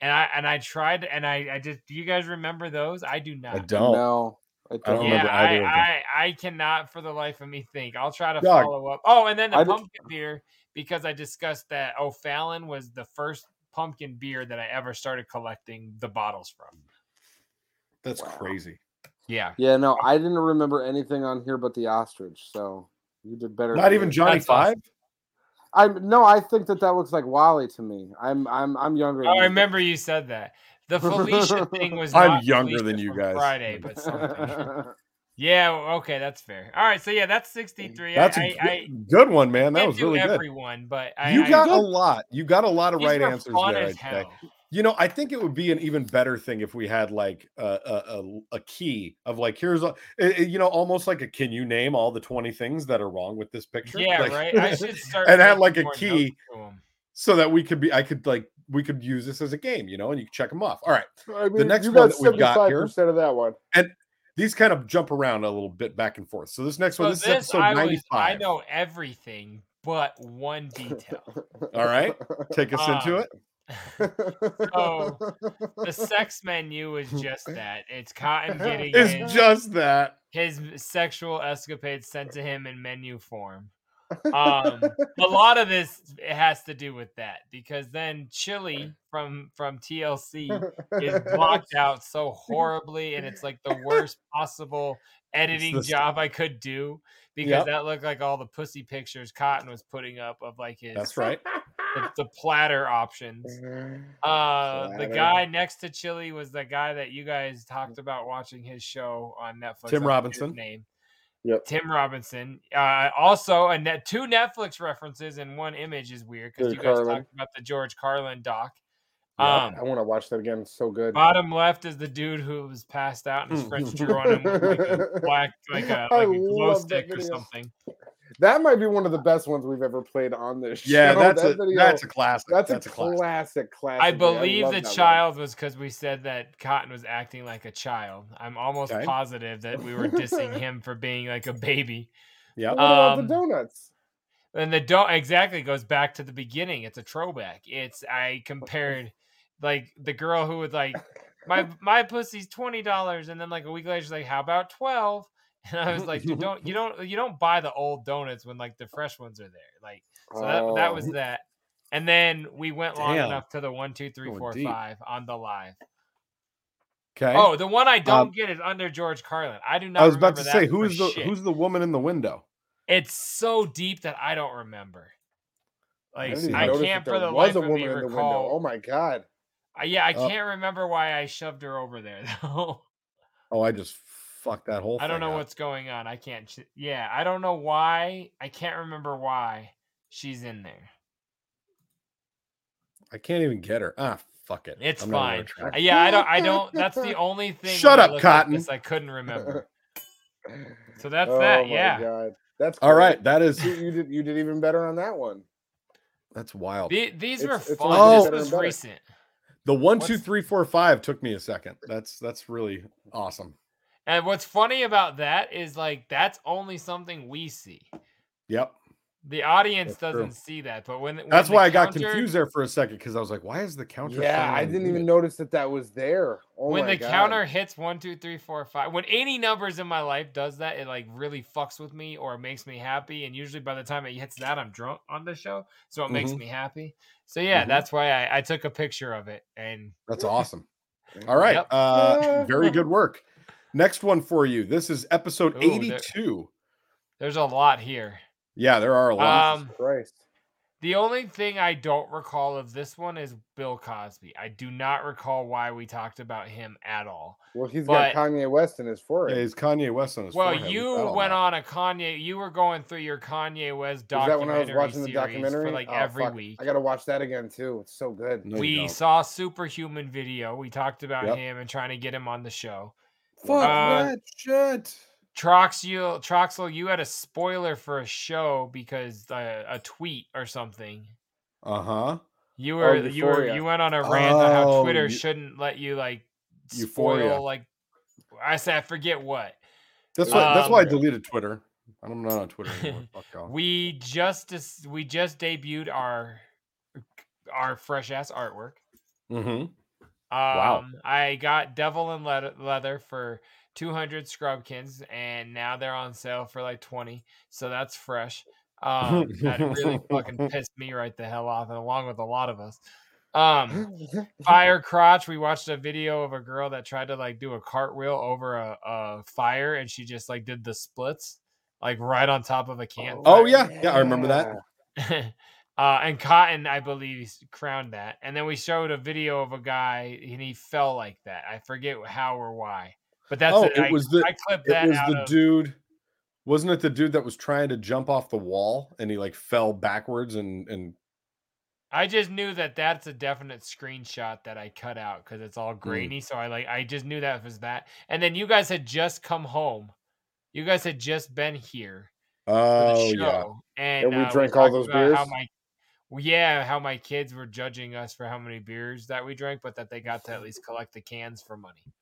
Speaker 1: And I and I tried and I I just do you guys remember those? I do not.
Speaker 3: I don't.
Speaker 2: No,
Speaker 3: Oh. I don't
Speaker 1: yeah,
Speaker 3: remember either of them.
Speaker 1: I, I I cannot for the life of me think. I'll try to
Speaker 3: Dog.
Speaker 1: follow up. Oh, and then the
Speaker 2: I did-
Speaker 1: pumpkin beer because I discussed that O'Fallon was the first pumpkin beer that I ever started collecting the bottles from.
Speaker 3: That's
Speaker 2: Wow.
Speaker 3: crazy.
Speaker 1: Yeah.
Speaker 2: Yeah, no, I didn't remember anything on here but the ostrich. So you did better.
Speaker 3: Not
Speaker 2: than
Speaker 3: even
Speaker 2: me.
Speaker 3: Johnny
Speaker 1: That's awesome.
Speaker 3: Five.
Speaker 2: I'm no, I think that that looks like Wally to me. I'm I'm I'm younger.
Speaker 1: Oh,
Speaker 2: you.
Speaker 1: I remember you said that. The Felicia thing was
Speaker 3: I'm
Speaker 1: not
Speaker 3: younger
Speaker 1: Felicia
Speaker 3: than you
Speaker 1: from
Speaker 3: guys.
Speaker 1: Friday, but something. yeah, well, okay, that's fair. All right, so yeah, that's 63.
Speaker 3: That's
Speaker 1: I,
Speaker 3: a
Speaker 1: I,
Speaker 3: good,
Speaker 1: I
Speaker 3: good one, man. That
Speaker 1: can't
Speaker 3: was
Speaker 1: do
Speaker 3: really good.
Speaker 1: everyone, but I
Speaker 3: you
Speaker 1: I-
Speaker 3: got a lot. You got a lot of
Speaker 1: these
Speaker 3: right
Speaker 1: were
Speaker 3: answers
Speaker 1: fun
Speaker 3: there.
Speaker 1: as
Speaker 3: I'd say.
Speaker 1: hell.
Speaker 3: You know, I think it would be an even better thing if we had like a a, a, a key of like here's a i- i- you know almost like a can you name all the twenty things that are wrong with this picture?
Speaker 1: Yeah,
Speaker 3: Like-
Speaker 1: right. I should start
Speaker 3: and had
Speaker 1: making
Speaker 3: like a
Speaker 1: more notes
Speaker 3: key
Speaker 1: to 'em.
Speaker 3: so that we could be I could like we could use this as a game, you know, and you can check them off. All right,
Speaker 2: I mean,
Speaker 3: next
Speaker 2: you
Speaker 3: one
Speaker 2: got
Speaker 3: that we've got here-
Speaker 2: percent of that one.
Speaker 3: these kind of jump around a little bit back and forth. So this next
Speaker 1: So
Speaker 3: one, this, is
Speaker 1: this
Speaker 3: episode
Speaker 1: I
Speaker 3: ninety
Speaker 1: was I
Speaker 3: five.
Speaker 1: know everything but one detail.
Speaker 3: All right, take us into
Speaker 1: Um,
Speaker 3: it.
Speaker 1: so, the sex menu is just that. It's Cotton getting his,
Speaker 3: It's just that.
Speaker 1: his sexual escapades sent to him in menu form. Um, a lot of this it has to do with that because then Chili from from TLC is blocked out so horribly, and it's like the worst possible editing
Speaker 3: this-
Speaker 1: job I could do because
Speaker 3: Yep.
Speaker 1: that looked like all the pussy pictures Cotton was putting up of like his
Speaker 3: That's right.
Speaker 1: the, the platter options. Uh, the
Speaker 2: Platter.
Speaker 1: guy next to Chili was the guy that you guys
Speaker 2: Mm.
Speaker 1: talked about watching his show on Netflix.
Speaker 3: Tim
Speaker 1: I forget his
Speaker 3: Robinson.
Speaker 1: name.
Speaker 2: Yep.
Speaker 1: Tim Robinson. Uh, also, a net two Netflix references in one image is weird because
Speaker 2: Good
Speaker 1: you guys
Speaker 2: Carlin.
Speaker 1: talked about the George Carlin doc.
Speaker 2: Yeah,
Speaker 1: Um,
Speaker 2: I want to watch that again. It's so good.
Speaker 1: bottom left is the dude who was passed out and his friends drew on him with like a black, like a,
Speaker 2: Hmm. I
Speaker 1: like a glow
Speaker 2: love that
Speaker 1: stick or
Speaker 2: video.
Speaker 1: something.
Speaker 2: That might be one of the best ones we've ever played on this show.
Speaker 3: Yeah, that's
Speaker 2: that
Speaker 3: a
Speaker 2: video-
Speaker 3: that's a classic.
Speaker 2: that's, a
Speaker 3: classic.
Speaker 2: classic, classic.
Speaker 1: I
Speaker 2: video.
Speaker 1: believe
Speaker 2: love
Speaker 1: the
Speaker 2: that one.
Speaker 1: child was because we said that Cotton was acting like a child. I'm almost
Speaker 3: Okay.
Speaker 1: positive that we were dissing him for being like a baby.
Speaker 3: Yeah.
Speaker 2: What about
Speaker 1: Um,
Speaker 2: the donuts?
Speaker 1: And the don't exactly goes back to the beginning. It's a throwback. It's I compared like the girl who would like my my pussy's twenty dollars, and then like a week later she's like, "How about 12? And I was like, "You don't you don't you don't buy the old donuts when like the fresh ones are there." Like so that that was
Speaker 2: Oh.
Speaker 1: that. And then we went long
Speaker 3: Damn.
Speaker 1: enough to the one, two, three,
Speaker 3: Going
Speaker 1: four, five
Speaker 3: deep.
Speaker 1: on the live.
Speaker 3: Okay.
Speaker 1: Oh, the one I don't
Speaker 3: Um,
Speaker 1: get is under George Carlin. I do not.
Speaker 3: I was about to
Speaker 1: remember that
Speaker 3: say, who
Speaker 1: for
Speaker 3: is the
Speaker 1: shit.
Speaker 3: who's the woman in the window?
Speaker 1: It's so deep that I don't remember.
Speaker 3: I
Speaker 1: Like
Speaker 3: didn't
Speaker 1: I,
Speaker 3: notice
Speaker 1: can't
Speaker 2: that
Speaker 1: for
Speaker 2: there
Speaker 1: the
Speaker 2: was
Speaker 1: life
Speaker 2: a
Speaker 1: of me
Speaker 2: woman in the window. Oh
Speaker 1: recall.
Speaker 2: my god!
Speaker 1: I- yeah, I
Speaker 3: Oh.
Speaker 1: can't remember why I shoved her over there though.
Speaker 3: Oh, I just fucked that whole.
Speaker 1: I don't
Speaker 3: thing
Speaker 1: know
Speaker 3: up.
Speaker 1: what's going on. I can't. ch- Yeah, I don't know why. I can't remember why she's in there.
Speaker 3: I can't even get her. Ah, fuck it.
Speaker 1: It's
Speaker 3: I'm not even
Speaker 1: fine.
Speaker 3: gonna try.
Speaker 1: Uh, Yeah, I don't. I don't. That's the only thing. when
Speaker 3: Shut
Speaker 1: I
Speaker 3: up,
Speaker 1: looked at
Speaker 3: Cotton.
Speaker 1: This I couldn't remember. So that's
Speaker 2: oh
Speaker 1: that.
Speaker 2: my
Speaker 1: Yeah.
Speaker 2: god, that's
Speaker 3: All
Speaker 2: great.
Speaker 3: right, that is
Speaker 2: You, you did you did even better on that one.
Speaker 3: that's wild.
Speaker 1: The- these were
Speaker 2: It's- it's
Speaker 1: fun.
Speaker 3: only
Speaker 1: this
Speaker 2: better and
Speaker 1: was
Speaker 2: better.
Speaker 1: recent.
Speaker 3: The one,
Speaker 1: what's-
Speaker 3: two, three, four, five took me a second. That's that's really awesome.
Speaker 1: And what's funny about that is like that's only something we see.
Speaker 3: Yep.
Speaker 1: The audience
Speaker 3: That's true.
Speaker 1: doesn't see that, but when, when
Speaker 3: That's
Speaker 1: the
Speaker 3: why I got
Speaker 1: counter-
Speaker 3: confused there for a second because I was like, why is the counter?
Speaker 2: Yeah,
Speaker 3: showing
Speaker 2: I
Speaker 3: on
Speaker 2: didn't
Speaker 3: the
Speaker 2: even
Speaker 3: unit?
Speaker 2: notice that that was there. Oh
Speaker 1: when
Speaker 2: my
Speaker 1: the
Speaker 2: God.
Speaker 1: counter hits one, two, three, four, five, when any numbers in my life does that, it like really fucks with me or it makes me happy. And usually by the time it hits that, I'm drunk on the show, so it makes
Speaker 3: Mhm.
Speaker 1: me happy. So yeah,
Speaker 3: Mhm.
Speaker 1: that's why I, I took a picture of it. And
Speaker 3: That's awesome. All right.
Speaker 1: Yep.
Speaker 3: Uh, very good work. Next one for you. This is episode
Speaker 1: Ooh, there-
Speaker 3: 82.
Speaker 1: there's a lot here.
Speaker 3: Yeah, there are a lot.
Speaker 1: Um,
Speaker 2: Christ.
Speaker 1: The only thing I don't recall of this one is Bill Cosby. I do not recall why we talked about him at all.
Speaker 2: Well, he's
Speaker 1: but-
Speaker 2: got Kanye West in his
Speaker 3: Yeah,
Speaker 2: forehead.
Speaker 3: is Kanye West on his
Speaker 1: Well,
Speaker 3: forehead. We
Speaker 1: you
Speaker 3: got all
Speaker 1: went
Speaker 3: that.
Speaker 1: on a Kanye. You were going through your Kanye West
Speaker 2: Is that when
Speaker 1: documentary
Speaker 2: I was watching the
Speaker 1: series
Speaker 2: documentary?
Speaker 1: for like
Speaker 2: Oh,
Speaker 1: every
Speaker 2: fuck.
Speaker 1: week.
Speaker 2: I gotta watch that again too. It's so good.
Speaker 3: No, you
Speaker 1: we
Speaker 3: don't.
Speaker 1: saw Superhuman video. We talked about
Speaker 3: Yep.
Speaker 1: him and trying to get him on the show.
Speaker 3: Fuck
Speaker 1: Uh,
Speaker 3: that shit.
Speaker 1: Trox, you, Troxel, you had a spoiler for a show because uh, a tweet or something.
Speaker 3: Uh huh.
Speaker 1: You were you were
Speaker 2: Oh, Euphoria.
Speaker 1: you went on a rant on how
Speaker 3: Oh,
Speaker 1: Twitter
Speaker 3: eu-
Speaker 1: shouldn't let you like spoil
Speaker 3: Euphoria.
Speaker 1: like I said I forget what.
Speaker 3: That's why. that's why I
Speaker 1: Um,
Speaker 3: deleted Twitter. I'm not on Twitter anymore. Fuck
Speaker 2: Oh.
Speaker 3: y'all.
Speaker 1: We just dis- we just debuted our our fresh ass artwork.
Speaker 3: Mhm.
Speaker 1: Um, I got Devil in leather, leather for 200 scrubkins, and now they're on sale for like 20. So that's fresh. Um, that really fucking pissed me right the hell off, and along with a lot of us. Um, fire crotch. We watched a video of a girl that tried to like do a cartwheel over a, a fire, and she just like did the splits, like right on top of a can.
Speaker 3: Oh yeah, yeah. I remember that.
Speaker 1: uh, and Cotton, I believe, s- crowned that. And then we showed a video of a guy, and he fell like that. I forget how or why, but that's
Speaker 3: Oh,
Speaker 1: it.
Speaker 3: it
Speaker 1: I,
Speaker 3: was the-
Speaker 1: I clipped that
Speaker 3: It was
Speaker 1: out
Speaker 3: the
Speaker 1: of-
Speaker 3: dude. Wasn't it the dude that was trying to jump off the wall and he like fell backwards and and
Speaker 1: I just knew that that's a definite screenshot that I cut out because it's
Speaker 3: Mm.
Speaker 1: all grainy. So I like I just knew that was that. And then you guys had just come home. You guys had just been here. for the
Speaker 3: oh yeah.
Speaker 1: show, And,
Speaker 2: And we
Speaker 1: uh,
Speaker 2: drank
Speaker 1: talked
Speaker 2: all those
Speaker 1: about How
Speaker 2: beers?
Speaker 1: my, well, yeah, how my kids were judging us for how many beers that we drank, but that they got to at least collect the cans for money.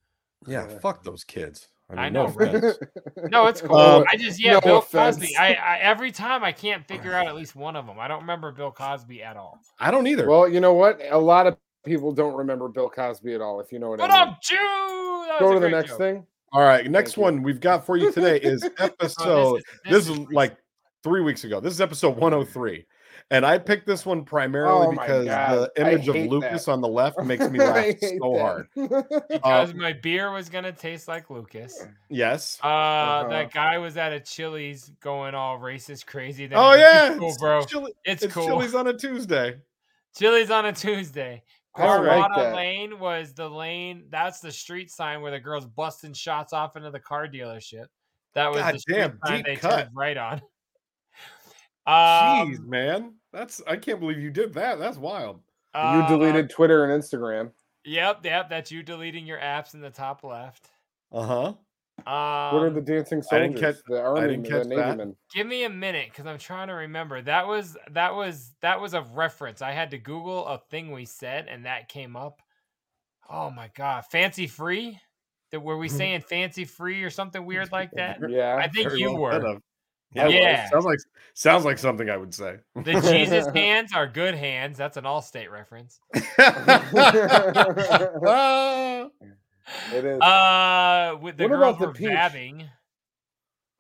Speaker 3: Yeah,
Speaker 2: Yeah.
Speaker 3: fuck those kids. I, mean,
Speaker 1: I
Speaker 3: no
Speaker 1: know,
Speaker 3: offense.
Speaker 1: No, it's cool.
Speaker 3: Um,
Speaker 1: I just yeah,
Speaker 2: no
Speaker 1: Bill Cosby.
Speaker 2: offense.
Speaker 1: I, I every time I can't figure out at least one of them. I don't remember Bill Cosby at all.
Speaker 3: I don't either.
Speaker 2: Well, you know what? A lot of people don't remember Bill Cosby at all. If you know what
Speaker 1: But
Speaker 2: I mean.
Speaker 1: I'm Jew. That was
Speaker 2: Go
Speaker 1: a
Speaker 2: to the
Speaker 1: great
Speaker 2: next
Speaker 1: joke.
Speaker 2: thing.
Speaker 3: All right, next
Speaker 2: you.
Speaker 3: one we've got for you today is
Speaker 1: Oh,
Speaker 3: episode.
Speaker 1: is-
Speaker 3: this, is
Speaker 1: recent.
Speaker 3: like three weeks ago. This is episode 103, and I picked this one primarily
Speaker 2: Oh my
Speaker 3: because
Speaker 2: God,
Speaker 3: the
Speaker 2: I
Speaker 3: image of
Speaker 2: hate
Speaker 3: Lucas
Speaker 2: that.
Speaker 3: on the left makes me
Speaker 2: I
Speaker 3: laugh
Speaker 2: hate
Speaker 3: so
Speaker 2: that.
Speaker 3: hard. Uh,
Speaker 2: uh
Speaker 1: because my beer was gonna taste like Lucas.
Speaker 3: Yes.
Speaker 1: Uh,
Speaker 2: Uh-huh.
Speaker 1: that guy was at a Chili's going all racist crazy. Then
Speaker 3: Oh
Speaker 1: he's like,
Speaker 3: yeah,
Speaker 1: it's cool,
Speaker 3: it's
Speaker 1: bro.
Speaker 3: Chili-
Speaker 1: It's,
Speaker 3: it's
Speaker 1: cool.
Speaker 3: Chili's
Speaker 1: Chili's...
Speaker 3: on a Tuesday.
Speaker 1: on a Tuesday.
Speaker 2: I don't like
Speaker 1: Parada
Speaker 2: that.
Speaker 1: Lane was the lane. That's the street sign where the girls busting shots off into the car dealership. That was
Speaker 3: God
Speaker 1: the street
Speaker 3: damn,
Speaker 1: sign
Speaker 3: deep
Speaker 1: they
Speaker 3: cut.
Speaker 1: turned right on.
Speaker 3: Jeez,
Speaker 1: Um,
Speaker 3: man, that's I can't believe you did that. That's wild.
Speaker 1: uh,
Speaker 2: you deleted Twitter and Instagram.
Speaker 1: Yep, yep. That's you deleting your apps in the top left.
Speaker 3: Uh huh.
Speaker 2: What are
Speaker 1: Um,
Speaker 2: the dancing
Speaker 3: I
Speaker 2: soldiers?
Speaker 3: didn't catch-
Speaker 2: the army,
Speaker 3: didn't
Speaker 2: the
Speaker 3: catch
Speaker 2: navy
Speaker 3: that.
Speaker 2: men.
Speaker 1: give me a minute because i'm trying to remember that was that was that was a reference i had to google a thing we said and that came up oh my god fancy free that were
Speaker 2: Mm-hmm.
Speaker 1: we saying fancy free or something weird like that
Speaker 2: Yeah.
Speaker 1: i think you were
Speaker 3: Yeah, well,
Speaker 1: Yeah.
Speaker 3: sounds like sounds like something I would say.
Speaker 1: the jesus hands are good hands that's an all-state reference
Speaker 2: It is.
Speaker 1: uh with the
Speaker 2: What
Speaker 1: girls
Speaker 2: about the
Speaker 1: were
Speaker 2: peach?
Speaker 1: vabbing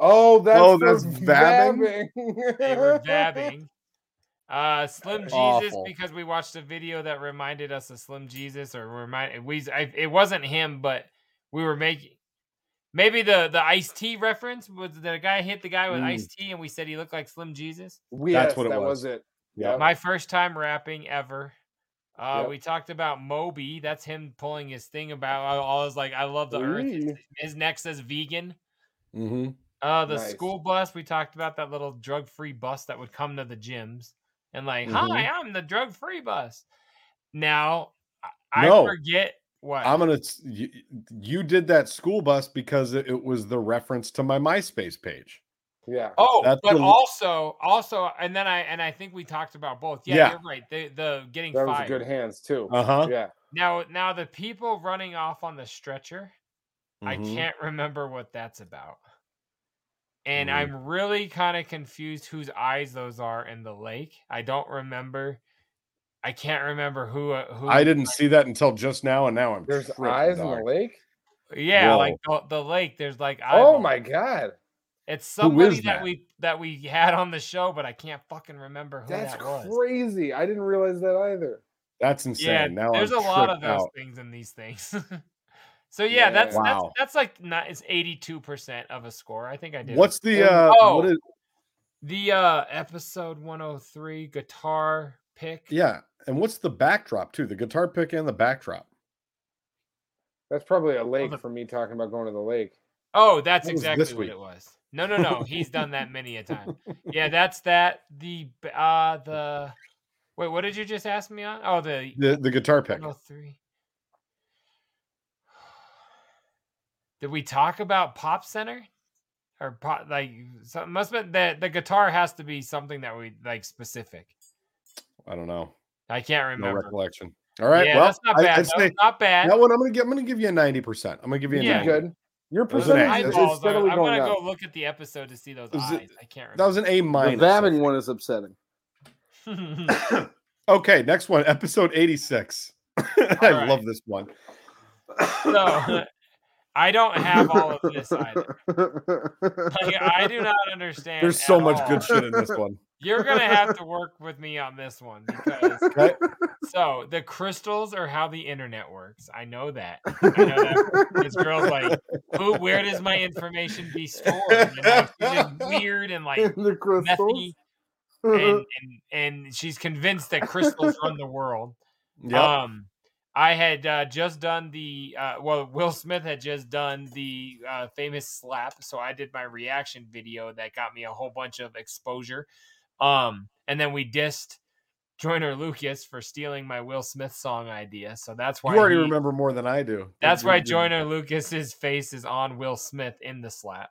Speaker 2: oh, that's
Speaker 3: Oh,
Speaker 2: for
Speaker 3: that's vabbing?
Speaker 2: vabbing.
Speaker 1: they were vabbing uh slim jesus
Speaker 3: Awful.
Speaker 1: because we watched a video that reminded us of slim jesus or remind we I, it wasn't him but we were making maybe the the iced tea reference was the guy hit the guy with
Speaker 3: Mm.
Speaker 1: iced tea and we said he looked like slim jesus
Speaker 2: Yes,
Speaker 3: what it
Speaker 2: that
Speaker 3: was.
Speaker 2: was it.
Speaker 3: yeah.
Speaker 1: my first time rapping ever uh
Speaker 2: Yep.
Speaker 1: we talked about moby that's him pulling his thing about i, I was like i love the earth His-
Speaker 3: Mm.
Speaker 2: Wee.
Speaker 1: his neck says vegan
Speaker 3: Mm-hmm.
Speaker 1: uh, the
Speaker 2: Nice.
Speaker 1: school bus. We talked about that little drug-free bus that would come to the gyms and like, "Hi,
Speaker 3: Mm-hmm.
Speaker 1: I'm the drug-free bus." Now, I,
Speaker 3: No.
Speaker 1: I forget what.
Speaker 3: I'm gonna. s- You, you did that school bus because it, it was the reference to my MySpace page.
Speaker 2: Yeah.
Speaker 1: oh,
Speaker 3: that's
Speaker 1: but
Speaker 3: the-
Speaker 1: also, also, and then I and I think we talked about both. Yeah,
Speaker 3: Yeah.
Speaker 1: you're right. The the getting
Speaker 2: That was
Speaker 1: fired.
Speaker 2: good hands too.
Speaker 3: Uh huh.
Speaker 2: Yeah.
Speaker 1: Now, now the people running off on the stretcher. I
Speaker 3: Mhm.
Speaker 1: can't remember what that's about. And
Speaker 3: Mm.
Speaker 1: I'm really kind of confused whose eyes those are in the lake. I don't remember. I can't remember who uh, who
Speaker 3: I didn't see that until just now, and now I'm
Speaker 2: There's
Speaker 3: tripping,
Speaker 2: eyes in
Speaker 3: dog.
Speaker 2: the lake.
Speaker 1: Yeah,
Speaker 3: Whoa.
Speaker 1: like the, the lake. There's like
Speaker 2: Oh
Speaker 1: eyeballs.
Speaker 2: my god,
Speaker 1: Oh, It's
Speaker 3: Who is
Speaker 1: somebody that?
Speaker 3: that?
Speaker 1: we that we had on the show, but I can't fucking remember who
Speaker 2: that's
Speaker 1: that was.
Speaker 2: crazy. I didn't realize that either.
Speaker 3: That's insane.
Speaker 1: Yeah,
Speaker 3: now
Speaker 1: there's
Speaker 3: I'm
Speaker 1: a lot of
Speaker 3: tripped
Speaker 1: those
Speaker 3: out.
Speaker 1: things in these things. so yeah, that's,
Speaker 2: Yeah.
Speaker 3: Wow.
Speaker 1: that's that's like not it's eighty two percent of a score. I think I did. it.
Speaker 3: What's the
Speaker 2: And-
Speaker 3: uh? What
Speaker 1: oh.
Speaker 3: is,
Speaker 1: the uh episode one hundred three guitar pick?
Speaker 3: yeah, and what's the backdrop too? The guitar pick and the backdrop.
Speaker 2: That's probably a lake
Speaker 1: the-
Speaker 2: for me talking about going to the lake.
Speaker 1: Oh, that's
Speaker 3: That was
Speaker 1: exactly
Speaker 3: this
Speaker 1: what it
Speaker 3: week.
Speaker 1: was. No, no, no. He's done that many a time. Yeah, that's that. The b- uh the wait, what did you just ask me on? Oh, the
Speaker 3: The the guitar pick.
Speaker 1: 103. Did we talk about Pop Center? Or pop, like so must be that the guitar has to be something that we like specific.
Speaker 3: I don't know.
Speaker 1: I can't
Speaker 3: No
Speaker 1: remember.
Speaker 3: recollection. All right.
Speaker 1: yeah,
Speaker 3: well,
Speaker 1: that's not
Speaker 3: I-
Speaker 1: bad.
Speaker 3: I'd
Speaker 1: though.
Speaker 3: say
Speaker 1: not bad.
Speaker 3: that one. I'm gonna give. I'm gonna give you a ninety percent. I'm gonna give you a
Speaker 1: Yeah.
Speaker 3: ninety.
Speaker 2: Good. Your
Speaker 3: Those are the
Speaker 2: percentage is
Speaker 1: Eyeballs are,
Speaker 2: steadily
Speaker 1: I'm
Speaker 2: going
Speaker 1: gonna
Speaker 2: up.
Speaker 1: go look at the episode to see those
Speaker 3: Was it-
Speaker 1: eyes. I can't
Speaker 3: That was
Speaker 1: remember.
Speaker 3: an A minus. I
Speaker 2: Vabbing
Speaker 3: think.
Speaker 2: one is upsetting.
Speaker 3: Okay, next one, episode 86. I
Speaker 1: All
Speaker 3: love this one.
Speaker 1: so I don't have all of this either. Like, I do not understand.
Speaker 3: There's so
Speaker 1: at
Speaker 3: much
Speaker 1: all.
Speaker 3: good shit in this one.
Speaker 1: You're gonna have to work with me on this one because
Speaker 3: Right?
Speaker 1: so the crystals are how the internet works. I know that. I know that. This girl's like, who? Where does my information be stored? And like, she's just weird and like
Speaker 2: the
Speaker 1: methy, and, and and she's convinced that crystals run the world.
Speaker 3: Yep.
Speaker 1: Um, I had uh, just done the uh, well, Will Smith had just done the uh, famous slap, so I did my reaction video that got me a whole bunch of exposure. Um, and then we dissed Joyner Lucas for stealing my Will Smith song idea, so that's why
Speaker 3: you already
Speaker 1: he-
Speaker 3: remember more than I do.
Speaker 1: That's
Speaker 3: You're-
Speaker 1: why
Speaker 3: you're-
Speaker 1: Joyner Lucas's face is on Will Smith in the slap.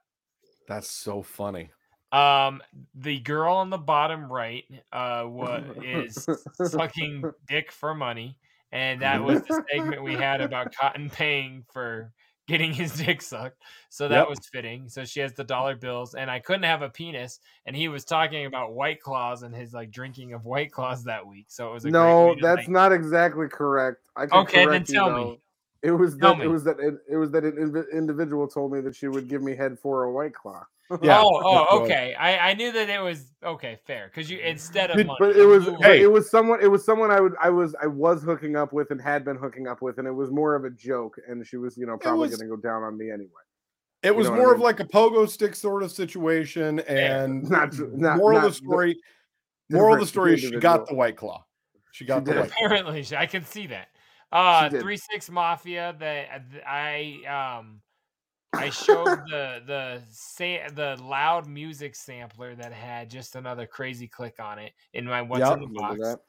Speaker 3: That's so funny.
Speaker 1: Um, the girl on the bottom right, uh, what is sucking dick for money, and that was the segment we had about Cotton paying for getting his dick sucked. So that
Speaker 3: Yep.
Speaker 1: was fitting. So she has the dollar bills, and I couldn't have a penis, and he was talking about White Claws and his like drinking of White Claws that week. So it was a great
Speaker 2: No,
Speaker 1: way to,
Speaker 2: that's
Speaker 1: like-
Speaker 2: not exactly correct. I can
Speaker 1: Okay, then
Speaker 2: correct you,
Speaker 1: tell me.
Speaker 2: though. It was
Speaker 1: Tell
Speaker 2: that
Speaker 1: me.
Speaker 2: it was that it, it was that an inv- individual told me that she would give me head for a white claw.
Speaker 3: Yeah. that's
Speaker 1: Oh, oh,
Speaker 3: right.
Speaker 1: okay. I, I knew that it was okay, fair, because you instead of
Speaker 3: Did-
Speaker 1: money,
Speaker 2: But it was
Speaker 1: Oh, you-
Speaker 2: but
Speaker 3: Hey.
Speaker 2: it was someone it was someone I would I was I was hooking up with and had been hooking up with and it was more of a joke and she was you know probably
Speaker 3: was-
Speaker 2: going to go down on me anyway.
Speaker 3: It was
Speaker 2: know what I
Speaker 3: more of
Speaker 2: mean?
Speaker 3: like a pogo stick sort of situation.
Speaker 1: Yeah.
Speaker 3: And
Speaker 2: Not- not-
Speaker 3: moral of
Speaker 2: not
Speaker 3: the
Speaker 2: the-
Speaker 3: story, moral of the
Speaker 2: different
Speaker 3: story is she got
Speaker 2: individual.
Speaker 3: the white claw. She got the
Speaker 2: did.
Speaker 3: white claw.
Speaker 1: apparently she- i can see that uh
Speaker 2: did.
Speaker 1: three six mafia that uh, i um i showed the the say the loud music sampler that had just another crazy click on it in my what's
Speaker 3: Yep.
Speaker 1: in the box
Speaker 2: Remember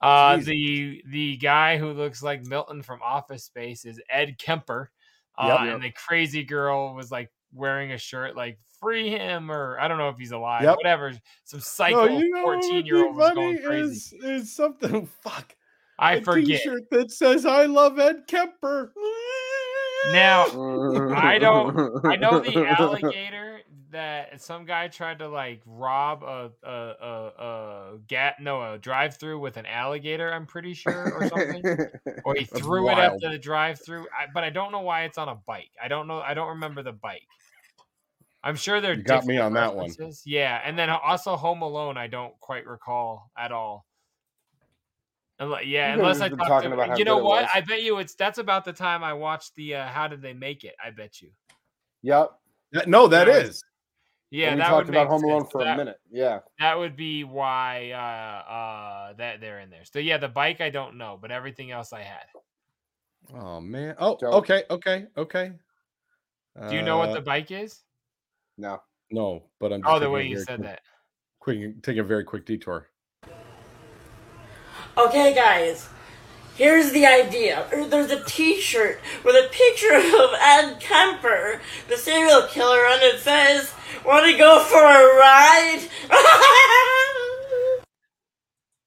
Speaker 2: that?
Speaker 1: uh
Speaker 3: Jesus.
Speaker 1: the the guy who looks like milton from office space is ed kemper uh
Speaker 3: Yep.
Speaker 1: and the crazy girl was like wearing a shirt like free him or i don't know if he's alive
Speaker 3: Yep.
Speaker 1: whatever some
Speaker 3: No,
Speaker 1: psycho
Speaker 3: you know what would
Speaker 1: 14
Speaker 3: be
Speaker 1: year old was going
Speaker 3: funny
Speaker 1: crazy
Speaker 3: Is, is something. Fuck.
Speaker 1: i
Speaker 3: a
Speaker 1: forget
Speaker 3: t-shirt that says I love Ed Kemper.
Speaker 1: now I don't- I know the alligator that some guy tried to like rob a a a, a gat no a drive through with an alligator. I'm pretty sure or something. Or he
Speaker 3: That's
Speaker 1: threw it at
Speaker 3: wild.
Speaker 1: the drive through. But I don't know why it's on a bike. I don't know. I don't remember the bike. I'm sure they're
Speaker 3: You got me on that one.
Speaker 1: Yeah, and then also Home Alone. I don't quite recall at all. Unle- yeah,
Speaker 2: You guys
Speaker 1: unless
Speaker 2: have
Speaker 1: I
Speaker 2: been
Speaker 1: talked
Speaker 2: talking
Speaker 1: to
Speaker 2: about how
Speaker 1: you know
Speaker 2: good it
Speaker 1: what
Speaker 2: was.
Speaker 1: I bet you it's that's about the time I watched the uh, How Did They Make It? I bet you.
Speaker 2: Yep.
Speaker 3: That- no, that
Speaker 1: Yeah.
Speaker 3: is.
Speaker 1: Yeah,
Speaker 2: and we
Speaker 1: that
Speaker 2: talked
Speaker 1: would
Speaker 2: about
Speaker 1: make
Speaker 2: Home Alone
Speaker 1: sense.
Speaker 2: for
Speaker 1: that,
Speaker 2: a minute. Yeah.
Speaker 1: That would be why uh, uh, that they're in there. So yeah, the bike I don't know, but everything else I had.
Speaker 3: Oh man. Oh,
Speaker 2: Don't.
Speaker 3: okay, okay, okay.
Speaker 1: Do you know what
Speaker 3: Uh,
Speaker 1: the bike is?
Speaker 2: No.
Speaker 3: No, but I'm.
Speaker 1: Oh,
Speaker 3: taking
Speaker 1: the
Speaker 3: a
Speaker 1: way you
Speaker 3: very
Speaker 1: said
Speaker 3: quick-
Speaker 1: that.
Speaker 3: Quick, take a very quick detour.
Speaker 8: Okay, guys, here's the idea. Er, There's a T-shirt with a picture of Ed Kemper, the serial killer, and it says, "Want to go for a ride?"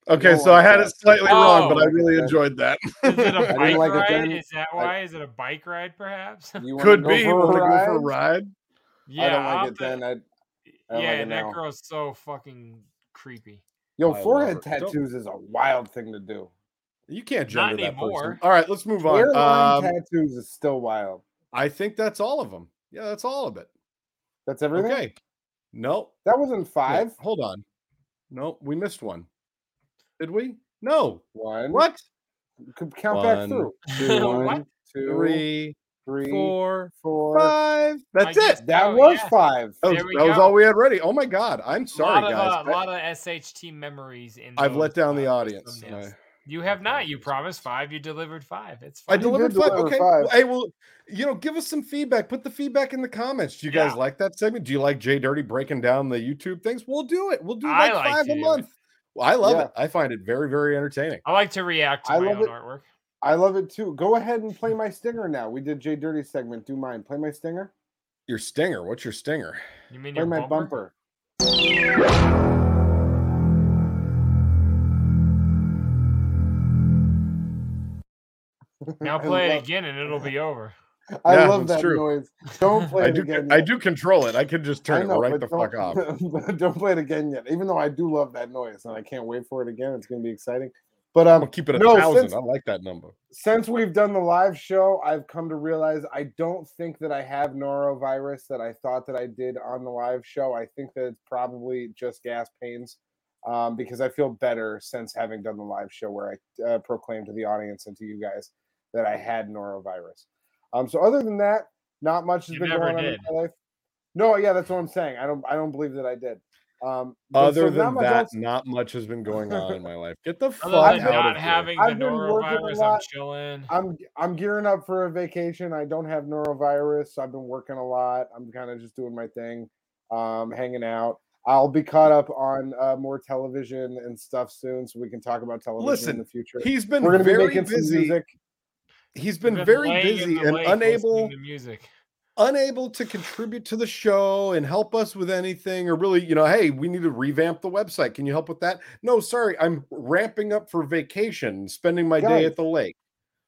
Speaker 3: Okay, so I had it slightly wrong, but I really enjoyed that.
Speaker 1: Oh. Is it a
Speaker 3: didn't
Speaker 1: bike
Speaker 3: like it
Speaker 1: ride?
Speaker 3: then.
Speaker 1: Is that why? Is it a bike ride, perhaps?
Speaker 2: You
Speaker 3: Could be. Want to go for a ride?
Speaker 1: Yeah,
Speaker 2: I don't
Speaker 1: I'll
Speaker 2: like it
Speaker 1: have to-
Speaker 2: then. I, I don't
Speaker 1: yeah,
Speaker 2: like it
Speaker 1: that
Speaker 2: now.
Speaker 1: girl's so fucking creepy.
Speaker 2: Yo,
Speaker 3: I
Speaker 2: forehead
Speaker 3: love it. Don't-
Speaker 2: tattoos is a wild thing to do.
Speaker 3: You can't
Speaker 1: Not
Speaker 3: gender that person.
Speaker 1: anymore.
Speaker 3: All right, let's move on.
Speaker 2: Hairline
Speaker 3: Um,
Speaker 2: tattoos is still wild.
Speaker 3: I think that's all of them. Yeah, that's all of it.
Speaker 2: That's everything.
Speaker 3: Okay. Nope.
Speaker 2: That wasn't
Speaker 3: Wait,
Speaker 2: five.
Speaker 3: hold on. No, we missed one. Did we? No.
Speaker 2: One.
Speaker 3: What?
Speaker 2: You Could count back
Speaker 3: One,
Speaker 2: through.
Speaker 1: two,
Speaker 2: One, two,
Speaker 3: Three,
Speaker 2: three,
Speaker 1: Four.
Speaker 2: four.
Speaker 3: five. That's
Speaker 1: I guess-
Speaker 3: it.
Speaker 2: That
Speaker 1: Oh,
Speaker 2: was
Speaker 1: yeah.
Speaker 2: five.
Speaker 3: That was,
Speaker 1: There we
Speaker 3: that was
Speaker 1: go.
Speaker 3: all we had ready. Oh my god. I'm sorry,
Speaker 1: a lot
Speaker 3: guys.
Speaker 1: Of, uh, a lot of SHT memories in.
Speaker 3: I've
Speaker 1: those,
Speaker 3: let down the
Speaker 1: uh,
Speaker 3: audience.
Speaker 1: thumbnails.
Speaker 3: I-
Speaker 1: You have not. You promised five. You delivered five. It's
Speaker 3: I
Speaker 1: fine.
Speaker 3: delivered
Speaker 2: did
Speaker 3: five.
Speaker 2: deliver
Speaker 3: okay.
Speaker 2: five.
Speaker 3: Well, Hey, well, you know, give us some feedback. Put the feedback in the comments. Do you guys
Speaker 1: Yeah.
Speaker 3: like that segment? Do you like Jay Dirty breaking down the YouTube things? We'll do it. We'll do
Speaker 1: I
Speaker 3: like,
Speaker 1: like
Speaker 3: five
Speaker 1: to
Speaker 3: a
Speaker 1: do it.
Speaker 3: month. Well, I love
Speaker 2: Yeah.
Speaker 3: it. I find it very, very entertaining.
Speaker 1: I like to react to
Speaker 2: I
Speaker 1: my
Speaker 2: love
Speaker 1: own
Speaker 2: it.
Speaker 1: artwork.
Speaker 2: I love it too. Go ahead and play my stinger now. We did Jay Dirty segment. Do mine. Play my stinger.
Speaker 3: Your stinger. What's your stinger?
Speaker 1: You mean
Speaker 2: Play
Speaker 1: your
Speaker 2: my
Speaker 1: bumper?
Speaker 2: bumper.
Speaker 1: Now
Speaker 2: I
Speaker 1: play it
Speaker 2: love-
Speaker 1: again and it'll be over.
Speaker 2: I
Speaker 3: Yeah,
Speaker 2: love
Speaker 3: that's
Speaker 2: that
Speaker 3: true.
Speaker 2: noise. Don't play
Speaker 3: I
Speaker 2: it
Speaker 3: do.
Speaker 2: again.
Speaker 3: I
Speaker 2: yet.
Speaker 3: do control it. I can just
Speaker 2: I
Speaker 3: turn
Speaker 2: know,
Speaker 3: it right
Speaker 2: but
Speaker 3: the fuck off.
Speaker 2: don't- but don't play it again yet. Even though I do love that noise, and I can't wait for it again. It's going to be exciting. But
Speaker 3: I'm
Speaker 2: um,
Speaker 3: gonna keep it a
Speaker 2: no,
Speaker 3: thousand.
Speaker 2: since-
Speaker 3: I like that number.
Speaker 2: since we've done the live show, I've come to realize I don't think that I have norovirus that I thought that I did on the live show. I think that it's probably just gas pains um, because I feel better since having done the live show where I uh, proclaimed to the audience and to you guys that I had norovirus. Um, so other than that, not much has
Speaker 1: You
Speaker 2: been
Speaker 1: never
Speaker 2: going on in
Speaker 1: did.
Speaker 2: my life. No, yeah, that's what I'm saying. I don't, I don't believe that I did. Um, but so
Speaker 3: Other
Speaker 2: not
Speaker 3: than
Speaker 2: much
Speaker 3: that,
Speaker 2: else-
Speaker 3: not much has been going on in my life. Get the fuck
Speaker 1: Other
Speaker 3: out
Speaker 1: than
Speaker 2: been-
Speaker 3: of
Speaker 1: not
Speaker 3: here.
Speaker 1: having
Speaker 2: I've
Speaker 1: the
Speaker 2: been working a
Speaker 1: norovirus, I'm
Speaker 2: lot.
Speaker 1: chilling.
Speaker 2: I'm I'm gearing up for a vacation. I don't have norovirus. I've been working a lot. I'm kind of just doing my thing, um, hanging out. I'll be caught up on uh, more television and stuff soon, so we can talk about television
Speaker 3: Listen,
Speaker 2: in the future.
Speaker 3: He's been
Speaker 2: We're gonna be
Speaker 3: very
Speaker 2: making some
Speaker 3: busy.
Speaker 2: music.
Speaker 3: He's
Speaker 1: You've
Speaker 3: been very
Speaker 1: laying in
Speaker 3: busy
Speaker 1: the
Speaker 3: and
Speaker 1: lake
Speaker 3: unable
Speaker 1: listening to music.
Speaker 3: unable to contribute to the show and help us with anything or really you know hey we need to revamp the website can you help with that no sorry i'm ramping up for vacation spending my day
Speaker 2: Guys.
Speaker 3: at the lake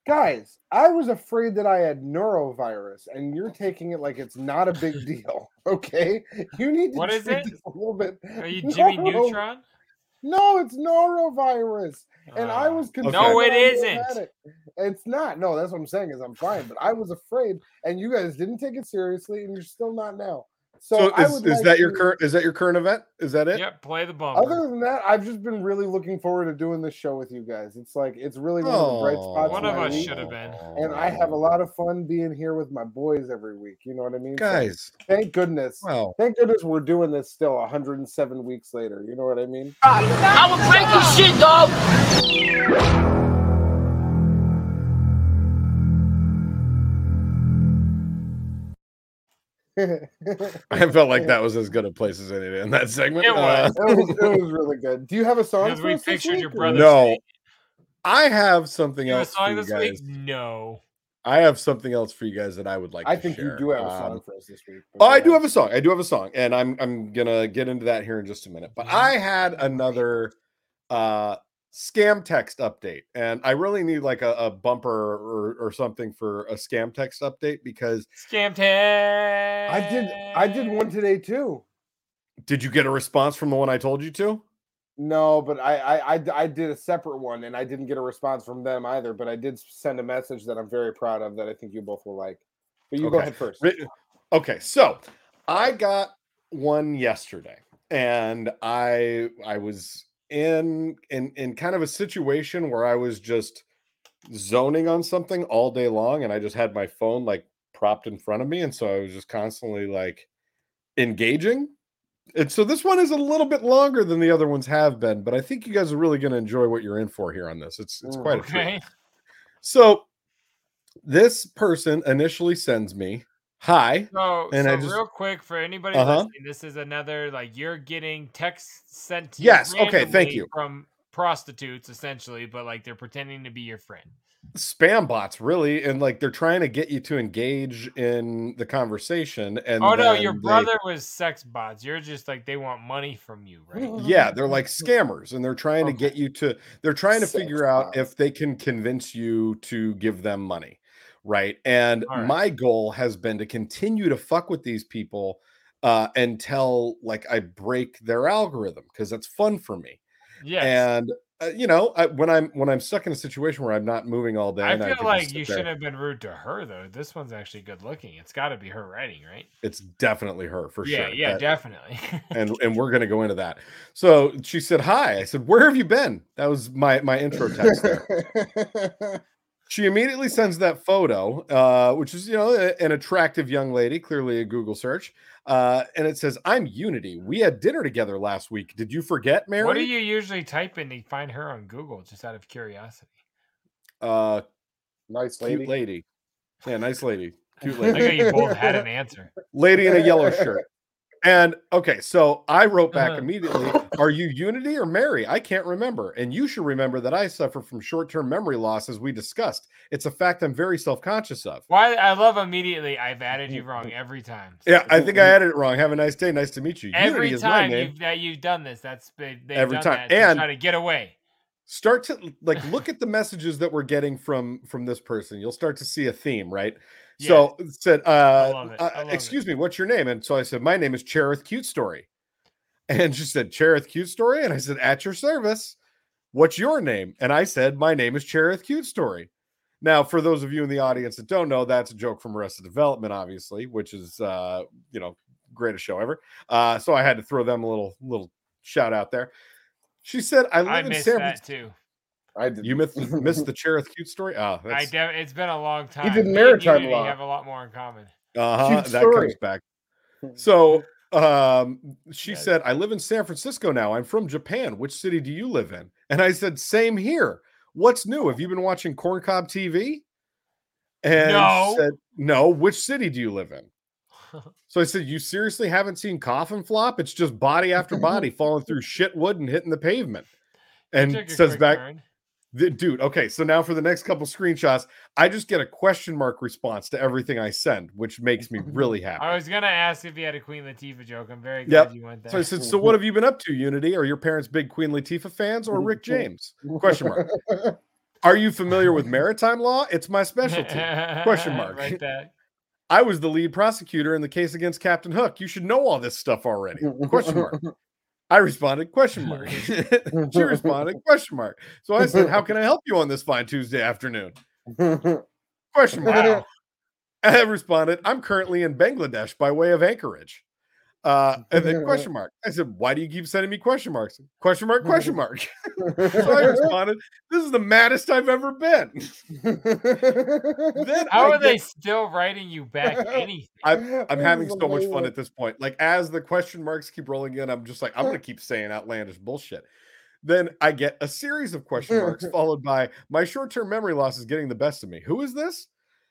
Speaker 2: Guys, I was afraid that I had neurovirus, and you're taking it like it's not a big deal. Okay, you need to
Speaker 1: What is
Speaker 2: treat
Speaker 1: it?
Speaker 2: this a little bit.
Speaker 1: Are you Jimmy
Speaker 2: Neuro-
Speaker 1: Neutron?
Speaker 2: No, it's norovirus. and I
Speaker 1: Uh,
Speaker 2: was
Speaker 3: Okay.
Speaker 2: confused.
Speaker 3: No,
Speaker 1: it
Speaker 2: when I
Speaker 1: isn't.
Speaker 2: had it. It's not. No, that's what I'm saying is I'm fine, but I was afraid, and you guys didn't take it seriously, and you're still not now. So,
Speaker 3: so,
Speaker 2: I
Speaker 3: is,
Speaker 2: would
Speaker 3: is
Speaker 2: like
Speaker 3: that your
Speaker 2: to-
Speaker 3: current is that your current event is that it
Speaker 1: Uh, Yep, play the bumper.
Speaker 2: Other than that, I've just been really looking forward to doing this show with you guys. It's like it's really one of the bright spots.
Speaker 1: One
Speaker 2: in
Speaker 1: of
Speaker 2: my
Speaker 1: us
Speaker 2: week,
Speaker 1: should have been.
Speaker 2: And I have a lot of fun being here with my boys every week. You know what I mean? So
Speaker 3: guys
Speaker 2: thank goodness.
Speaker 3: wow
Speaker 2: Thank goodness we're doing this still 107 weeks later. You know what I mean?
Speaker 3: i felt like that was as good a place as any to end that segment Uh,
Speaker 1: It was.
Speaker 2: it was it was really good. Do you have a song?
Speaker 1: Because
Speaker 2: for
Speaker 1: we
Speaker 2: us this
Speaker 1: pictured your
Speaker 2: week, or-
Speaker 1: brother.
Speaker 3: no i have something
Speaker 1: You have a
Speaker 3: else for
Speaker 1: song
Speaker 3: you
Speaker 1: this
Speaker 3: guys
Speaker 1: week? No.
Speaker 3: i have something else for you guys that i would like
Speaker 2: I
Speaker 3: to
Speaker 2: think
Speaker 3: share.
Speaker 2: you do have
Speaker 3: Um,
Speaker 2: a song for us this week.
Speaker 3: Oh, I do have a song. I do have a song, and I'm I'm gonna get into that here in just a minute.
Speaker 2: Mm-hmm.
Speaker 3: But I had another uh scam text update, and I really need like a, a bumper or, or something for a scam text update because
Speaker 1: Scam tag.
Speaker 2: I did. I did
Speaker 3: Eh.
Speaker 2: one today too.
Speaker 3: did you get a response from the one I told you to?
Speaker 2: No, but I, I I d- I did a separate one, and I didn't get a response from them either. But I did s- send a message that I'm very proud of that I think you both will like. But you go
Speaker 3: Okay.
Speaker 2: ahead first.
Speaker 3: Ri- Okay, so I got one yesterday, and I I was in in in kind of a situation where I was just zoning on something all day long, and I just had my phone like propped in front of me, and so I was just constantly like engaging. And so this one is a little bit longer than the other ones have been, but I think you guys are really going to enjoy what you're in for here on this. It's it's
Speaker 2: Mm,
Speaker 3: quite a treat.
Speaker 1: Oh, Okay.
Speaker 3: So this person initially sends me, "Hi,
Speaker 1: So,
Speaker 3: And
Speaker 1: so
Speaker 3: I just-
Speaker 1: real quick for anybody
Speaker 3: Uh-huh.
Speaker 1: listening, this is another like you're getting text sent. To
Speaker 3: Yes, okay, thank
Speaker 1: randomly
Speaker 3: you.
Speaker 1: From prostitutes, essentially, but like they're pretending to be your friend.
Speaker 3: spam bots really and like they're trying to get you to engage in the conversation and
Speaker 1: oh no,
Speaker 3: then
Speaker 1: your
Speaker 3: they-
Speaker 1: brother was sex bots. You're just like they want money from you, right?
Speaker 3: yeah they're like scammers and they're trying to get you to they're trying to figure out if they can convince you to give them money right and
Speaker 9: All right.
Speaker 3: my goal has been to continue to fuck with these people uh until like i break their algorithm because that's fun for me
Speaker 1: Yes.
Speaker 3: and uh, you know I, when i'm when i'm stuck in a situation where i'm not moving all day
Speaker 1: I
Speaker 3: and
Speaker 1: feel
Speaker 3: can just
Speaker 1: like
Speaker 3: sit
Speaker 1: you
Speaker 3: there-
Speaker 1: should have been rude to her though. This one's actually good looking. It's got to be her writing, right?
Speaker 3: it's definitely her for
Speaker 1: yeah,
Speaker 3: sure
Speaker 1: yeah,
Speaker 3: That-
Speaker 1: definitely.
Speaker 3: and and we're gonna go into that. So she said, "Hi." I said, "Where have you been?" That was my my intro text. There. she immediately sends that photo, uh, which is you know a- an attractive young lady, clearly a Google search, uh, and it says, "I'm Unity. We had dinner together last week. Did you forget, Mary?"
Speaker 1: What do you usually type in to find her on Google? Just out of curiosity.
Speaker 3: Uh,
Speaker 2: nice
Speaker 3: lady. lady. Yeah, nice lady. Cute
Speaker 1: I
Speaker 3: lady.
Speaker 1: think you both had an answer.
Speaker 3: lady in a yellow shirt. And okay, so I wrote back
Speaker 1: Uh-huh.
Speaker 3: immediately, Are you Unity or Mary? I can't remember. And you should remember that I suffer from short term memory loss, as we discussed. It's a fact I'm very self conscious of.
Speaker 1: Why? I love immediately. I've added you wrong every time.
Speaker 3: Yeah, I think I added it wrong. Have a nice day. Nice to meet you.
Speaker 1: Every
Speaker 3: Unity is my
Speaker 1: time
Speaker 3: name.
Speaker 1: you've, that you've done this, that's been they've
Speaker 3: Every
Speaker 1: done
Speaker 3: time.
Speaker 1: that to
Speaker 3: And-
Speaker 1: try to get away.
Speaker 3: Start to like look at the messages that we're getting from from this person. You'll start to see a theme, right? So it said, uh,
Speaker 1: love it. I
Speaker 3: uh
Speaker 1: love it.
Speaker 3: excuse me, what's your name? And so I said, My name is Cherith Cute Story. And she said, Cherith Cute Story. And I said, At your service. What's your name? And I said, My name is Cherith Cute Story. Now, for those of you in the audience that don't know, that's a joke from Arrested Development, obviously, which is uh, you know, greatest show ever. Uh, so I had to throw them a little little shout out there. She said, I live
Speaker 1: I
Speaker 3: in
Speaker 1: missed
Speaker 3: San Francisco.
Speaker 1: that too.
Speaker 2: I did.
Speaker 3: You missed, missed the Cherith Cute Story. Ah,
Speaker 1: I
Speaker 3: that's
Speaker 1: de- it's been a long time.
Speaker 2: did
Speaker 1: Me and
Speaker 2: maritime
Speaker 1: Unity
Speaker 2: law.
Speaker 1: Have a lot more in common.
Speaker 3: Uh-huh,
Speaker 2: Cute
Speaker 3: that
Speaker 2: story.
Speaker 3: comes back. So um she said, I live in San Francisco now. I'm from Japan. Which city do you live in? And I said, Same here. What's new? Have you been watching Corncob TV? And she
Speaker 1: No.
Speaker 3: said, No, which city do you live in? So I said, You seriously haven't seen Coffin Flop? It's just body after body falling through shit wood and hitting the pavement. And
Speaker 1: Took a
Speaker 3: says
Speaker 1: quick
Speaker 3: back,
Speaker 1: turn.
Speaker 3: the, dude, okay. So now for the next couple screenshots, I just get a question mark response to everything I send, which makes me really happy.
Speaker 1: I was gonna ask if you had a Queen Latifah joke. I'm very glad
Speaker 3: Yep.
Speaker 1: you went there.
Speaker 3: So I said, so what have you been up to, Unity? Are your parents big Queen Latifah fans or Rick James? Question mark. Are you familiar with maritime law? It's my specialty. Question mark.
Speaker 1: Write that.
Speaker 3: I was the lead prosecutor in the case against Captain Hook. You should know all this stuff already. Question mark. I responded, question mark. she responded, question mark. So I said, How can I help you on this fine Tuesday afternoon? Question mark.
Speaker 1: Wow.
Speaker 3: I responded, I'm currently in Bangladesh by way of Anchorage. Uh, and then question mark. I said, Why do you keep sending me question marks? Question mark, question mark. so I responded, This is the maddest I've ever been. then
Speaker 1: How
Speaker 3: I
Speaker 1: are they
Speaker 3: get-
Speaker 1: still writing you back anything?
Speaker 3: I'm, I'm
Speaker 1: This
Speaker 3: having
Speaker 1: is
Speaker 3: so much fun
Speaker 1: amazing.
Speaker 3: at this point. Like as the question marks keep rolling in, I'm just like, I'm gonna keep saying outlandish bullshit. Then I get a series of question marks followed by my short-term memory loss is getting the best of me. Who is this?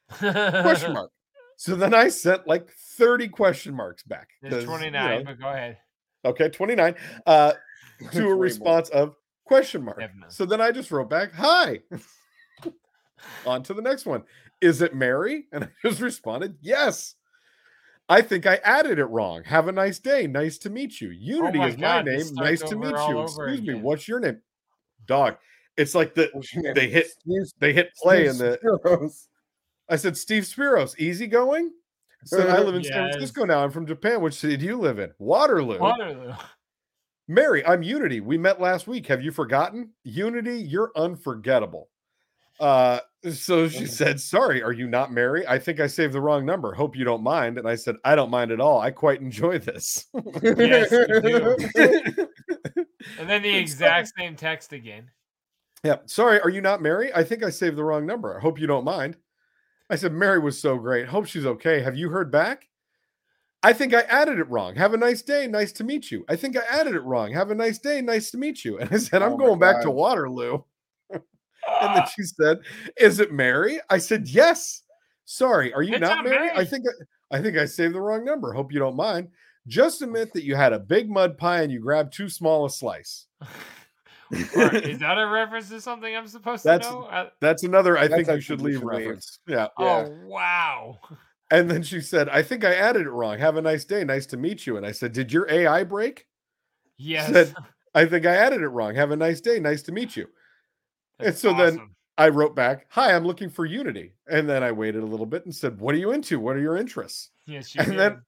Speaker 3: Question
Speaker 1: Uh-huh.
Speaker 3: mark. So then I sent like 30 question marks back.
Speaker 1: There's
Speaker 3: 'cause, you
Speaker 1: 29,
Speaker 3: know,
Speaker 1: but go ahead.
Speaker 3: okay, 29. Uh
Speaker 1: Way
Speaker 3: to a
Speaker 1: more.
Speaker 3: response of question mark.
Speaker 1: Definitely.
Speaker 3: So then I just wrote back, hi. On to the next one. Is it Mary? And I just responded, yes. I think I added it wrong. Have a nice day. Nice to meet you. Unity
Speaker 1: Oh my
Speaker 3: is
Speaker 1: God,
Speaker 3: my
Speaker 1: this
Speaker 3: name.
Speaker 1: starts
Speaker 3: Nice to
Speaker 1: over
Speaker 3: meet
Speaker 1: all
Speaker 3: you.
Speaker 1: over
Speaker 3: Excuse me. What's your name? Dog. It's like the
Speaker 2: name?
Speaker 3: they hit
Speaker 2: Excuse-
Speaker 3: they hit play in
Speaker 2: Steve
Speaker 3: the
Speaker 2: Spiros.
Speaker 3: I said Steve Spiros, easy going. So I live in San
Speaker 1: Yes.
Speaker 3: Francisco now. I'm from Japan. Which city do you live in? Waterloo.
Speaker 1: Waterloo.
Speaker 3: Mary, I'm Unity. We met last week. Have you forgotten? Unity, you're unforgettable. Uh, so she said, Sorry, are you not Mary? I think I saved the wrong number. Hope you don't mind. And I said, I don't mind at all. I quite enjoy this.
Speaker 1: Yes, you do. and then the exact same text again.
Speaker 3: yeah. Sorry, are you not Mary? I think I saved the wrong number. I hope you don't mind. I said, Mary was so great. Hope she's okay. Have you heard back? I think I added it wrong. Have a nice day. Nice to meet you. I think I added it wrong. Have a nice day. Nice to meet you. And I said, I'm
Speaker 2: Oh my
Speaker 3: going back to
Speaker 2: God. Ah.
Speaker 3: Waterloo. and then she said, "Is it Mary?" I said, "Yes." Sorry, are you
Speaker 1: It's
Speaker 3: not
Speaker 1: not
Speaker 3: Mary? I
Speaker 1: Mary.
Speaker 3: think I, I think I saved the wrong number. Hope you don't
Speaker 2: Oh.
Speaker 3: mind. Just admit that you had a big mud pie and you grabbed too small a slice.
Speaker 1: Or is that a reference to something I'm supposed
Speaker 3: That's
Speaker 1: to know? I-
Speaker 3: that's another. I
Speaker 2: That's
Speaker 3: think you
Speaker 2: actually
Speaker 3: should
Speaker 2: you
Speaker 3: leave
Speaker 2: should leave.
Speaker 3: reference. Yeah.
Speaker 1: oh wow.
Speaker 3: And then she said, "I think I added it wrong. Have a nice day. Nice to meet you." And I said, "Did your AI break?" She
Speaker 1: Yes.
Speaker 3: Said, I think I added it wrong. Have a nice day. Nice to meet you. and
Speaker 1: That's
Speaker 3: so then
Speaker 1: awesome.
Speaker 3: I wrote back, "Hi, I'm looking for Unity." And then I waited a little bit and said, "What are you into? What are your interests?"
Speaker 1: Yes, you
Speaker 3: And
Speaker 1: did.
Speaker 3: then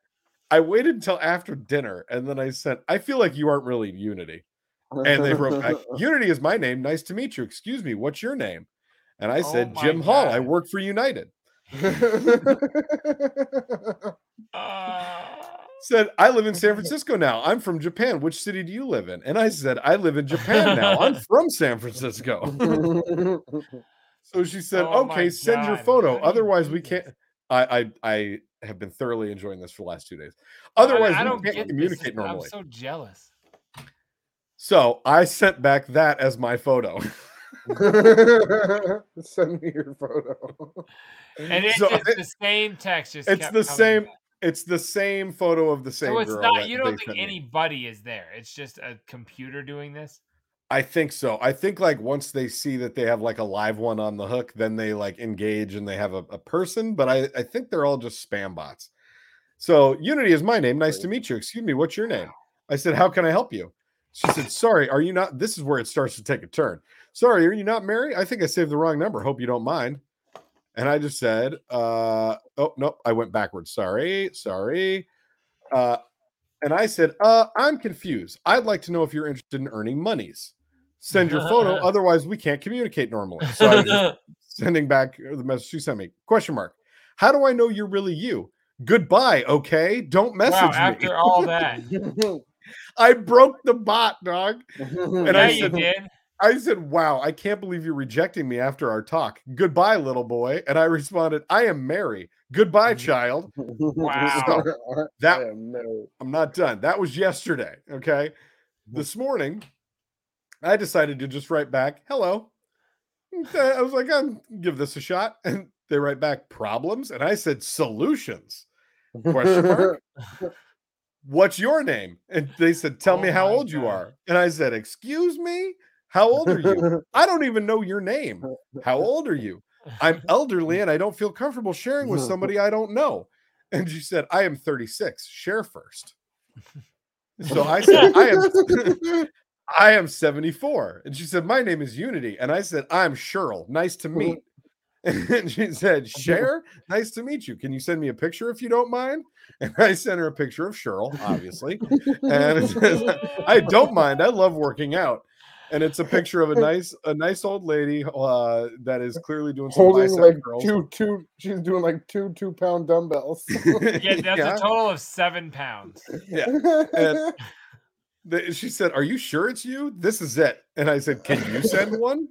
Speaker 3: I waited until after dinner, and then I said, "I feel like you aren't really Unity." And they wrote back, "Unity is my name. Nice to meet you. Excuse me, what's your name?" And I
Speaker 1: Oh
Speaker 3: said,
Speaker 1: my
Speaker 3: "Jim Hall. I
Speaker 1: God.
Speaker 3: work for United."
Speaker 1: Uh,
Speaker 3: said, I live in San Francisco now. I'm from Japan. Which city do you live in? And I said, I live in Japan now. I'm from San Francisco. So she said,
Speaker 1: Oh my
Speaker 3: Okay, send your
Speaker 1: God.
Speaker 3: photo.
Speaker 1: How do you
Speaker 3: Otherwise,
Speaker 1: do
Speaker 3: we
Speaker 1: this?
Speaker 3: can't. I, I I have been thoroughly enjoying this for the last two days. Otherwise,
Speaker 1: I, I don't
Speaker 3: we
Speaker 1: get
Speaker 3: can't
Speaker 1: this.
Speaker 3: communicate
Speaker 1: I'm
Speaker 3: normally. So-,
Speaker 1: so jealous.
Speaker 3: I sent back that as my photo.
Speaker 2: Send me your photo.
Speaker 1: And
Speaker 3: Mm,
Speaker 1: it's
Speaker 3: So
Speaker 1: just
Speaker 3: it-
Speaker 1: the same text. Just
Speaker 3: it's
Speaker 1: kept
Speaker 3: the
Speaker 1: coming
Speaker 3: same.
Speaker 1: back.
Speaker 3: It's the same photo of the same
Speaker 1: So it's
Speaker 3: girl.
Speaker 1: not.
Speaker 3: that
Speaker 1: You
Speaker 3: they
Speaker 1: don't think
Speaker 3: sent me.
Speaker 1: anybody is there. It's just a computer doing this.
Speaker 3: I think so. I think like once they see that they have like a live one on the hook, then they like engage and they have a, a person. But I, I think they're all just spam bots. So Unity is my name. Nice to meet you. Excuse me, what's your name? I said, How can I help you? She said, Sorry, are you not? This is where it starts to take a turn. Sorry, are you not Mary? I think I saved the wrong number. Hope you don't mind. And I just said, uh, oh nope, I went backwards. Sorry, sorry. Uh, and I said, uh, I'm confused. I'd like to know if you're interested in earning monies. Send your photo, otherwise we can't communicate normally. So I was sending back the message she sent me. Question mark. How do I know you're really you? Goodbye. Okay, don't message
Speaker 1: wow,
Speaker 3: me.
Speaker 1: after all that,
Speaker 3: I broke the bot, dog. And
Speaker 1: yeah,
Speaker 3: I
Speaker 1: you
Speaker 3: said,
Speaker 1: did.
Speaker 3: I said, wow, I can't believe you're rejecting me after our talk. Goodbye, little boy. And I responded, I am Mary. Goodbye,
Speaker 1: Mm-hmm.
Speaker 3: child.
Speaker 1: Wow.
Speaker 3: That-
Speaker 2: I am married.
Speaker 3: I'm not done. That was yesterday. Okay.
Speaker 1: Mm-hmm.
Speaker 3: This morning, I decided to just write back, hello. I was like, I'll give this a shot. And they write back problems. And I said, solutions. Question mark. What's your name? And they said, Tell me
Speaker 1: Oh
Speaker 3: how
Speaker 1: my
Speaker 3: old you
Speaker 1: God.
Speaker 3: are. And I said, Excuse me? How old are you? I don't even know your name. How old are you? I'm elderly and I don't feel comfortable sharing with somebody I don't know. And she said, I am 36. Share first. So I said, I am I am 74. And she said, My name is Unity. And I said, I'm Cheryl. Nice to meet. And she said, Share, nice to meet you. Can you send me a picture if you don't mind? And I sent her a picture of Cheryl, obviously. and it says, I don't mind. I love working out. And it's a picture of a nice, a nice old lady uh, that is clearly doing some
Speaker 2: Holding
Speaker 3: bicep
Speaker 2: like
Speaker 3: curls.
Speaker 2: two, two. She's doing like two two pound dumbbells.
Speaker 1: Yeah, that's
Speaker 3: Yeah.
Speaker 1: a total of seven pounds.
Speaker 3: Yeah. And- The- she said, "Are you sure it's you? This is it." And I said, "Can you send one?"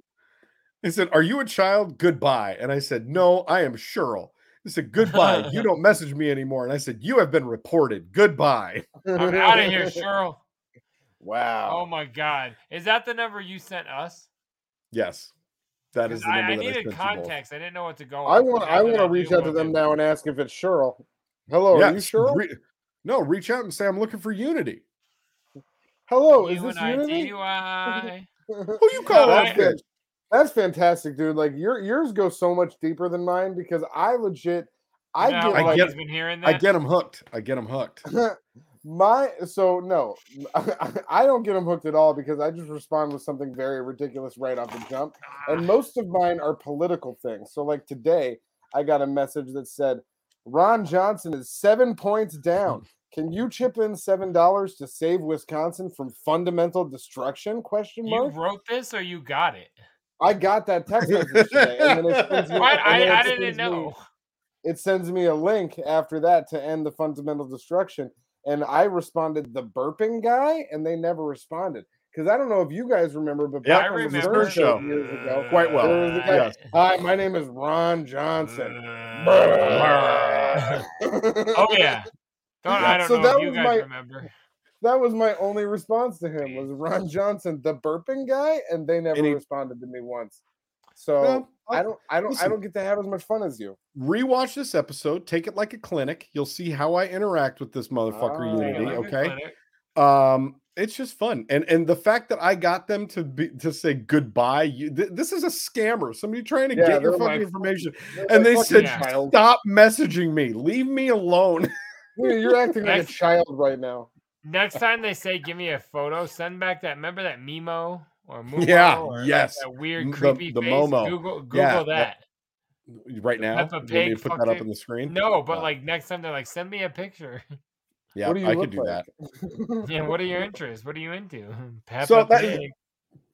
Speaker 3: He said, "Are you a child? Goodbye." And I said, "No, I am Cheryl." He said, "Goodbye. You don't message me anymore." And I said, "You have been reported. Goodbye."
Speaker 1: I'm out of here, Cheryl.
Speaker 2: Wow.
Speaker 1: Oh my god, is that the number you sent us?
Speaker 3: Yes, that is
Speaker 1: 'Cause
Speaker 3: the number
Speaker 1: I, I
Speaker 3: that
Speaker 1: needed
Speaker 3: sent you both.
Speaker 1: context. I didn't know what to go.
Speaker 2: I
Speaker 1: with,
Speaker 2: want.
Speaker 1: but now
Speaker 2: I
Speaker 1: that
Speaker 2: want to
Speaker 1: do
Speaker 2: reach out to
Speaker 1: want
Speaker 2: them now and ask if it's Cheryl. Hello, Oh, are you
Speaker 3: Yes,
Speaker 2: Cheryl?
Speaker 3: re- no, reach out and say I'm looking for Unity.
Speaker 2: Hello, is this Unity?
Speaker 1: UNITY.
Speaker 3: Who you call
Speaker 1: No,
Speaker 3: that
Speaker 1: I-
Speaker 3: bitch?
Speaker 2: That's fantastic, dude. Like your yours go so much deeper than mine because I legit I
Speaker 1: You know
Speaker 2: get
Speaker 1: how
Speaker 2: like
Speaker 3: get-
Speaker 1: he's been hearing that.
Speaker 3: I get him hooked. I get him hooked.
Speaker 2: my so no I don't get them hooked at all because I just respond with something very ridiculous right off the jump. And most of mine are political things. So like today I got a message that said Ron Johnson is 7 points down. Can you chip in $7 to save Wisconsin from fundamental destruction? Question
Speaker 1: you
Speaker 2: mark.
Speaker 1: wrote this or you got it?
Speaker 2: I got that text message today. And then it sends me-
Speaker 1: What?
Speaker 2: and then
Speaker 1: I, I
Speaker 2: it
Speaker 1: didn't
Speaker 2: sends me-
Speaker 1: know.
Speaker 2: it sends me a link after that to end the fundamental destruction. And I responded the burping guy, and they never responded. Because I don't know if you guys remember, but
Speaker 3: Yeah,
Speaker 2: back
Speaker 1: I
Speaker 2: on the Stern
Speaker 1: remember
Speaker 3: show.
Speaker 2: years ago,
Speaker 3: Quite well,
Speaker 2: there was a guy,
Speaker 3: yes.
Speaker 2: Hi, my name is Ron Johnson.
Speaker 3: Mm.
Speaker 1: oh yeah. Don't, I don't
Speaker 2: So
Speaker 1: know
Speaker 2: that
Speaker 1: if you
Speaker 2: was
Speaker 1: guys
Speaker 2: my-
Speaker 1: remember.
Speaker 2: That was my only response to him was Ron Johnson, the burping guy, and they never
Speaker 3: And he-
Speaker 2: responded to me once. So
Speaker 3: Well,
Speaker 2: Oh, I don't, I don't, I
Speaker 3: listen.
Speaker 2: don't get to have as much fun as you.
Speaker 3: Rewatch this episode. Take it like a clinic. You'll see how I interact with this motherfucker
Speaker 2: Ah.
Speaker 3: Unity.
Speaker 1: Take a look at
Speaker 3: Okay.
Speaker 1: clinic.
Speaker 3: Um, it's just fun and and the fact that i got them to be to say goodbye you, th- this is a scammer somebody trying to
Speaker 2: Yeah,
Speaker 3: get your
Speaker 2: they're
Speaker 3: fucking
Speaker 2: like-
Speaker 3: information
Speaker 2: they're
Speaker 3: and
Speaker 2: like
Speaker 3: they said
Speaker 2: fucking child.
Speaker 3: stop messaging me leave me alone
Speaker 2: Dude, you're acting like a
Speaker 1: Next-
Speaker 2: child right now.
Speaker 1: Next time they say, "Give me a photo," send back that. Remember that Mimo or Momo
Speaker 3: Yeah,
Speaker 1: or
Speaker 3: yes.
Speaker 1: that
Speaker 3: M-
Speaker 1: weird
Speaker 3: the-
Speaker 1: creepy
Speaker 3: the
Speaker 1: face.
Speaker 3: Momo.
Speaker 1: Google Google
Speaker 3: Yeah,
Speaker 1: that.
Speaker 3: that- right now
Speaker 1: Peppa
Speaker 3: you want me to
Speaker 1: Pig
Speaker 3: put that up
Speaker 1: fucking-
Speaker 3: on the screen
Speaker 1: No, but
Speaker 3: Uh,
Speaker 1: like next time they're like, "Send me a picture."
Speaker 3: yeah
Speaker 2: What do you
Speaker 3: i
Speaker 2: look
Speaker 3: could do
Speaker 2: like?
Speaker 3: that
Speaker 1: yeah, what are your interests? What are you into? Peppa
Speaker 3: So that-
Speaker 1: Pig.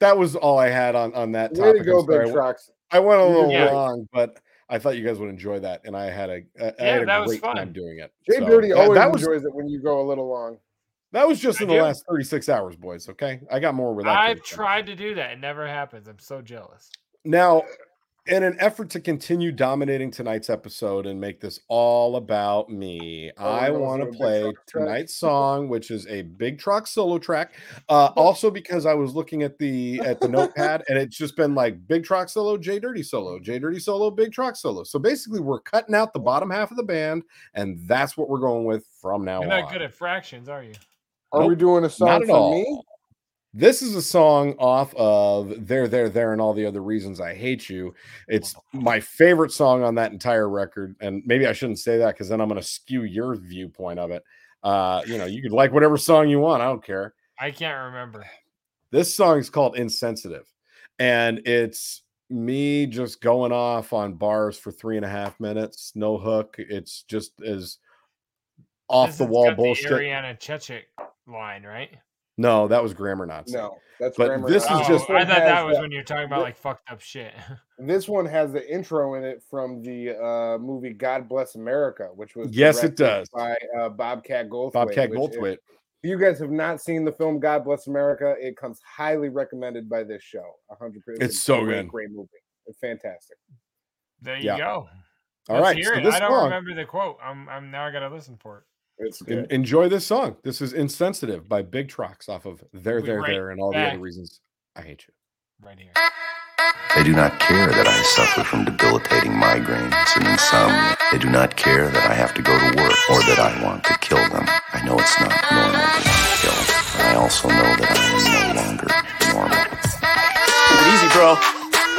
Speaker 3: that was all i had on on that
Speaker 2: Way
Speaker 3: topic
Speaker 2: to go,
Speaker 3: I'm sorry.
Speaker 2: Big
Speaker 3: I-
Speaker 2: Trucks.
Speaker 3: I went a little
Speaker 1: Mm, Yeah.
Speaker 3: long, but I thought you guys would enjoy that, and I had a I- I
Speaker 1: Yeah,
Speaker 3: had a
Speaker 1: that was
Speaker 3: great time
Speaker 1: fun.
Speaker 3: doing it.
Speaker 2: Jay
Speaker 3: So,
Speaker 2: Dirty
Speaker 3: that-
Speaker 2: always
Speaker 3: that was
Speaker 2: enjoys it when you go a little long.
Speaker 3: that was just
Speaker 1: I
Speaker 3: in the
Speaker 1: do.
Speaker 3: last thirty six hours, boys. Okay, I got more where that.
Speaker 1: I've
Speaker 3: came from.
Speaker 1: tried to do that. It never happens. I'm so jealous.
Speaker 3: now. In an effort to continue dominating tonight's episode and make this all about me,
Speaker 2: Oh,
Speaker 3: I
Speaker 2: we're gonna
Speaker 3: want
Speaker 2: do a
Speaker 3: to
Speaker 2: Big
Speaker 3: play
Speaker 2: Truck track.
Speaker 3: tonight's song, which is a big truck solo track. Uh, also, because I was looking at the at the notepad and it's just been like big truck solo, J Dirty solo, J Dirty solo, big truck solo. So basically, we're cutting out the bottom half of the band, and that's what we're going with from now
Speaker 1: You're
Speaker 3: on.
Speaker 1: not good at fractions, are you?
Speaker 2: Are we
Speaker 3: Nope,
Speaker 2: doing a song
Speaker 3: not at
Speaker 2: for
Speaker 3: all.
Speaker 2: me?
Speaker 3: This is a song off of There, There, There, and All the Other Reasons I Hate You. It's my favorite song on that entire record. And maybe I shouldn't say that because then I'm going to skew your viewpoint of it. Uh, you know, you could like whatever song you want. I don't care.
Speaker 1: I can't remember.
Speaker 3: This song is called Insensitive. And it's me just going off on bars for three and a half minutes, no hook. It's just as off
Speaker 1: This
Speaker 3: the
Speaker 1: has
Speaker 3: wall
Speaker 1: got
Speaker 3: bullshit.
Speaker 1: The Ariana Chechik line, right?
Speaker 3: no, that was grammar nonsense.
Speaker 2: No, that's
Speaker 3: But
Speaker 2: grammar.
Speaker 3: this is
Speaker 2: now.
Speaker 1: Oh,
Speaker 3: just-
Speaker 1: I thought
Speaker 2: Has
Speaker 1: that was
Speaker 2: the-
Speaker 1: when you were talking about
Speaker 2: the-
Speaker 1: like fucked up shit.
Speaker 2: This one has the intro in it from the uh, movie God Bless America, which was
Speaker 3: Yes, it does.
Speaker 2: directed by uh, Bobcat Goldthwait.
Speaker 3: Bobcat
Speaker 2: which if-
Speaker 3: Goldthwait.
Speaker 2: If you guys have not seen the film God Bless America, it comes highly recommended by this show. 100%. a
Speaker 3: It's so
Speaker 2: great,
Speaker 3: good.
Speaker 2: Great movie. It's fantastic.
Speaker 1: There you
Speaker 3: Yeah.
Speaker 1: go.
Speaker 3: All right. So
Speaker 1: Hear it.
Speaker 3: this
Speaker 1: I don't
Speaker 3: song,
Speaker 1: remember the quote. I'm, I'm now I gotta listen for it.
Speaker 2: It's
Speaker 3: en-
Speaker 2: good.
Speaker 3: enjoy this song. This is Insensitive by Big Trucks off of There,
Speaker 1: We'll be
Speaker 3: There,
Speaker 1: right
Speaker 3: There, and All the
Speaker 1: back.
Speaker 3: Other Reasons I Hate You.
Speaker 1: Right here.
Speaker 9: They do not care that I suffer from debilitating migraines and insomnia. They do not care that I have to go to work or that I want to kill them. I know it's not normal to want to kill, but I also know that I am no longer normal.
Speaker 10: Easy, bro.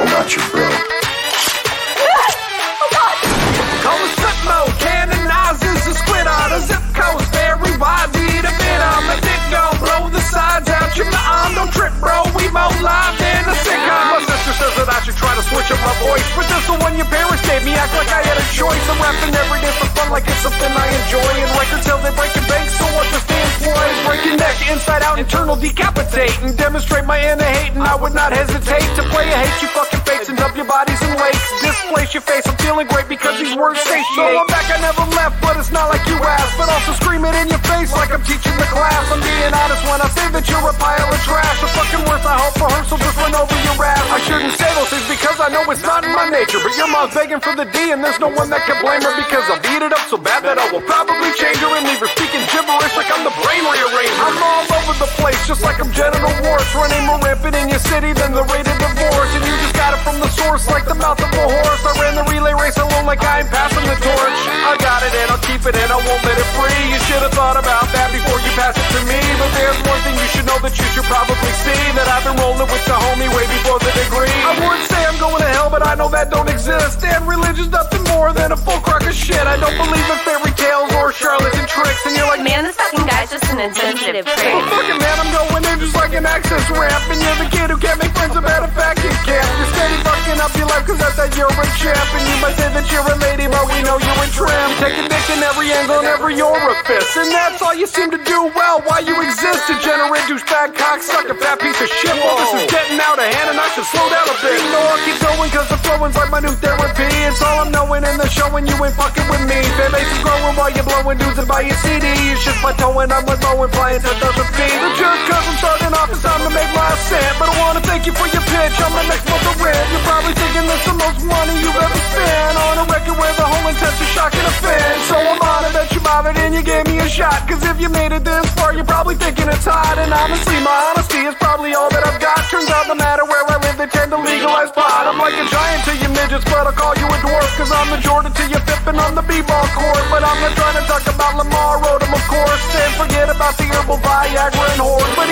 Speaker 9: I'm not your bro.
Speaker 6: Cold strip mode, cannon eyes, this is squid on a zip code, very wide, need a bit on my dick, go blow the sides out, you my arm, don't trip, bro, we more live than a sitcom. My sister says that I should try to switch up my voice, but this the one your parents gave me, act like I had a choice, I'm rapping every day for fun like it's something I enjoy, and records till they break your bank, so what the stand for is break your neck, inside out, internal decapitating, demonstrate my inner hate, and I would not hesitate to play a hate you fucking fakes and dub your bodies in lakes, displace your face, I'm feeling great because these words say so I'm back, I never left, but it's not like you asked. But also scream it in your face like I'm teaching the class. I'm being honest when I say that you're a pile of trash. The fucking words I hope rehearsal just run over your ass. I shouldn't say those things because I know it's not in my nature. But your mom's begging for the D, and there's no one that can blame her because I've beat it up so bad that I will probably change her and leave her speaking gibberish like I'm the brain rearranger. I'm all over the place, just like I'm genital warts. Running more rampant in your city than the rate of divorce. And you just got it from the source like the mouth of a horse. I ran the relay race alone like I am passing the torch. I got it and I'll keep it and I won't let it free. You should have thought about that before you pass it to me. But there's one thing you should know that you should probably see that I've been rolling with the homie way before the degree. I would say I'm going to hell, but I know that don't exist. And religion's nothing more than a full crock of shit. I don't believe in fairy tales or charlatan tricks. And you're like,
Speaker 11: Man, this fucking guy's just an insensitive
Speaker 6: Well,
Speaker 11: prick.
Speaker 6: fuck it, man, I'm going in just like an access ramp. And you're the kid who can't make friends, a matter of fact, you can't. You're steady fucking up your life, cause I thought you're a champ. And you might say that you're a lady, but we know you're a tramp. Take a dick in every angle and every orifice. And that's all you seem to do well. Why you exist, degenerate douchebag, cocksucker, fat piece of shit. Well, this is getting out of hand, and I should slow down a bit. You know, I'll keep going, cause the flowing's like my new therapy. It's all I'm knowing, and they're showing you ain't fucking with me. Fan base is growing while you're blowing dudes and buy your CD. You should plateauing, I'm with Moen, flying 10,000 feet. The judge cause I'm starting off, it's time to make my ascent. But I wanna thank you for your pitch, I'm the next month of rent. You're probably thinking that's the most money you've ever spent on a record where the whole intent is shock and offense. So I'm honored that you bothered and you gave me a shot. Cause if you made it this far, you're probably thinking it's hot. And honestly, my honesty is probably all that I've got. Turns out no matter where I live, they tend to legalize pot. I'm like a giant to you midgets, but I'll call you a dwarf. Cause I'm the Jordan to you pippin' on the b-ball court. But I'm not trying to talk about Lamar Odom, of course. And forget about the herbal Viagra and whores. But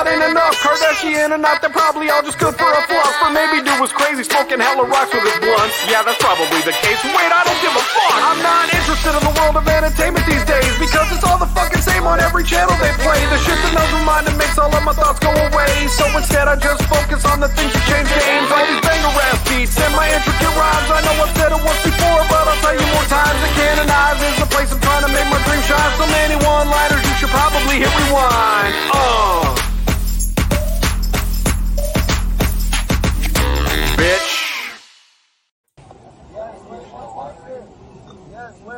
Speaker 6: enough Kardashian and not, they're probably all just good for a fluff. Or maybe dude was crazy, smoking hella rocks with his blunts. Yeah, that's probably the case. Wait, I don't give a fuck. I'm not interested in the world of entertainment these days because it's all the fucking same on every channel they play. The shit that numbs my mind and makes all of my thoughts go away. So instead, I just focus on the things that change games, like these banger ass beats and my intricate rhymes. I know I've said it once before, but I'll tell you more times. It canonized is the place I'm trying to make my dream shine. So many one-liners, you should probably hit rewind. Uh. Bitch.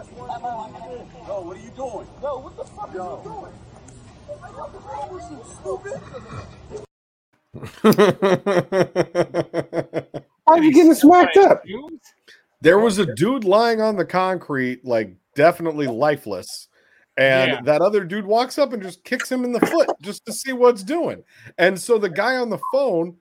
Speaker 12: Yo, what are you doing? Yo, what the fuck are you doing?
Speaker 2: Why are you getting smacked up?
Speaker 3: There was a dude lying on the concrete, like definitely lifeless. And
Speaker 2: Yeah.
Speaker 3: that other dude walks up and just kicks him in the foot just to see what's doing. And so the guy on the phone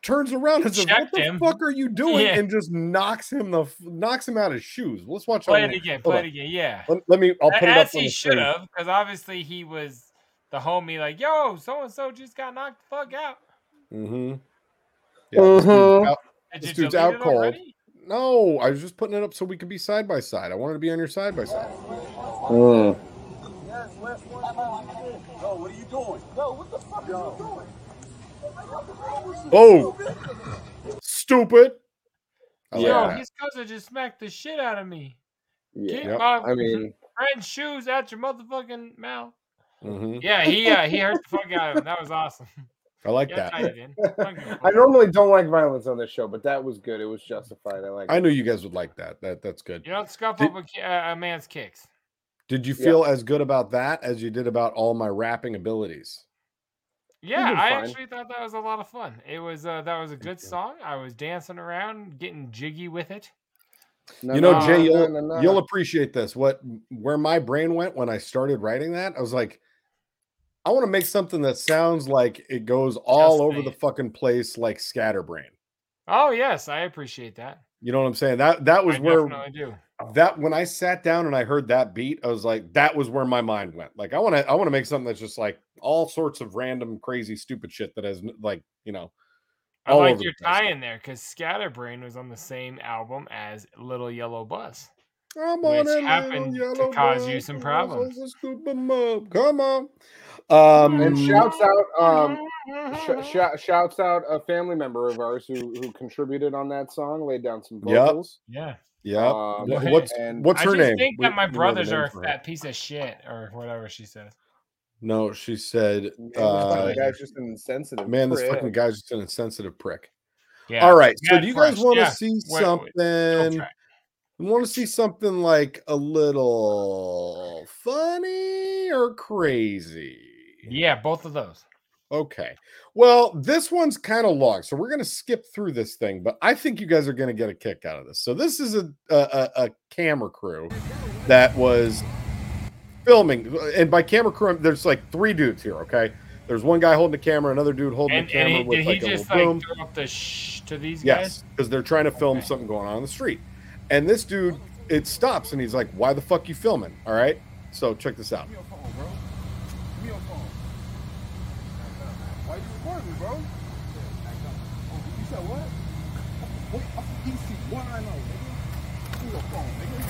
Speaker 3: turns around and says, What
Speaker 1: Checked
Speaker 3: the
Speaker 1: him.
Speaker 3: fuck are you doing?
Speaker 1: Yeah.
Speaker 3: And just knocks him the f- knocks him out of his shoes. Let's watch
Speaker 1: Play
Speaker 3: how
Speaker 1: it
Speaker 3: many-
Speaker 1: again,
Speaker 3: hold
Speaker 1: play
Speaker 3: on.
Speaker 1: it again, yeah.
Speaker 3: Let, let me I'll put it up
Speaker 1: As
Speaker 3: on
Speaker 1: he
Speaker 3: the
Speaker 1: should
Speaker 3: screen.
Speaker 1: have, because obviously he was the homie. Like, yo, so and so just got knocked the fuck out.
Speaker 3: Mm-hmm. Yeah, this dude's
Speaker 2: Mhm.
Speaker 3: out-
Speaker 1: Did
Speaker 3: this
Speaker 1: you
Speaker 3: dude's
Speaker 1: delete
Speaker 3: out
Speaker 1: it
Speaker 3: cold.
Speaker 1: already?
Speaker 3: No, I was just putting it up so we could be side by side. I wanted to be on your side by side.
Speaker 12: Yo, what are you doing? Yo, what the fuck are you doing?
Speaker 3: Oh, stupid. I
Speaker 1: yo,
Speaker 3: like that.
Speaker 1: his cousin just smacked the shit out of me. Get
Speaker 3: Yep,
Speaker 1: my
Speaker 3: I mean-
Speaker 1: friend's shoes out your motherfucking mouth.
Speaker 3: Mhm.
Speaker 1: Yeah, he uh, he hurt the fuck out of him. That was awesome.
Speaker 3: I like
Speaker 1: Yeah,
Speaker 3: that.
Speaker 1: tight end.
Speaker 2: I normally don't like violence on this show, but that was good. It was justified. I like.
Speaker 3: I knew you guys would like that. That that's good.
Speaker 1: You don't scuff up a, ki- uh, a man's kicks.
Speaker 3: Did you
Speaker 1: Yeah.
Speaker 3: feel as good about that as you did about all my rapping abilities?
Speaker 1: Yeah,
Speaker 3: did
Speaker 1: I
Speaker 3: fine.
Speaker 1: actually thought that was a lot of fun. It was uh, that was a good song. I was dancing around, getting jiggy with it.
Speaker 3: you know,
Speaker 1: no,
Speaker 3: Jay,
Speaker 1: no,
Speaker 3: you'll,
Speaker 1: no, no.
Speaker 2: Uh.
Speaker 3: you'll appreciate this. What where my brain went when I started writing that, I was like, I want to make something that sounds like it goes all over the fucking place, like scatterbrain.
Speaker 1: Oh yes, I appreciate that.
Speaker 3: You know what I'm saying? That that was
Speaker 1: I
Speaker 3: where
Speaker 1: definitely do.
Speaker 3: that when I sat down and I heard that beat, I was like, that was where my mind went. Like, I want to, I want to make something that's just like all sorts of random, crazy, stupid shit that has n- like, you know,
Speaker 1: I
Speaker 3: all
Speaker 1: like
Speaker 3: over
Speaker 1: your
Speaker 3: the place.
Speaker 1: tie in there because Scatterbrain was on the same album as Little Yellow Bus.
Speaker 3: Come
Speaker 1: which
Speaker 3: on in, little
Speaker 1: happened
Speaker 3: yellow
Speaker 1: to cause you
Speaker 3: bus,
Speaker 1: some
Speaker 3: let's
Speaker 1: problems.
Speaker 3: go scoop 'em up. Come on. Um,
Speaker 2: and shouts out, um, sh- sh- shouts out a family member of ours who who contributed on that song, laid down some
Speaker 3: Yep.
Speaker 2: vocals.
Speaker 1: Yeah.
Speaker 3: Yeah.
Speaker 2: Um,
Speaker 3: Wha- what's
Speaker 2: and-
Speaker 3: what's
Speaker 1: I
Speaker 3: her
Speaker 1: just
Speaker 3: name?
Speaker 1: think
Speaker 3: We-
Speaker 1: that my
Speaker 3: we know the
Speaker 1: brothers
Speaker 3: name
Speaker 1: are a
Speaker 3: for her.
Speaker 1: fat piece of shit or whatever she says.
Speaker 3: No, she said,
Speaker 2: this
Speaker 3: uh,
Speaker 2: fucking guy's just an insensitive.
Speaker 3: man, this fucking
Speaker 2: prick.
Speaker 3: guy's just an insensitive prick.
Speaker 1: Yeah.
Speaker 3: All right. So
Speaker 1: Yeah,
Speaker 3: do you guys
Speaker 1: first,
Speaker 3: want to
Speaker 1: yeah.
Speaker 3: see
Speaker 1: Wait, wait,
Speaker 3: something? Want to see something like a little funny or crazy?
Speaker 1: Yeah, both of those.
Speaker 3: Okay. Well, this one's kind of long, so we're going to skip through this thing, but I think you guys are going to get a kick out of this. So this is a a, a a camera crew that was filming, and by camera crew, there's like three dudes here. Okay, there's one guy holding the camera, another dude holding
Speaker 1: And,
Speaker 3: the
Speaker 1: and
Speaker 3: camera
Speaker 1: he,
Speaker 3: with
Speaker 1: did
Speaker 3: like
Speaker 1: he
Speaker 3: a
Speaker 1: just
Speaker 3: little
Speaker 1: like
Speaker 3: boom.
Speaker 1: throw up the shh to these
Speaker 3: Yes,
Speaker 1: guys?
Speaker 3: because they're trying to film something going on in the street. And this dude, it stops and he's like, Why the fuck you filming? All right. So check this out.
Speaker 12: Why you recording me, bro? Oh, you said what? What? I'm from DC. What I know, nigga?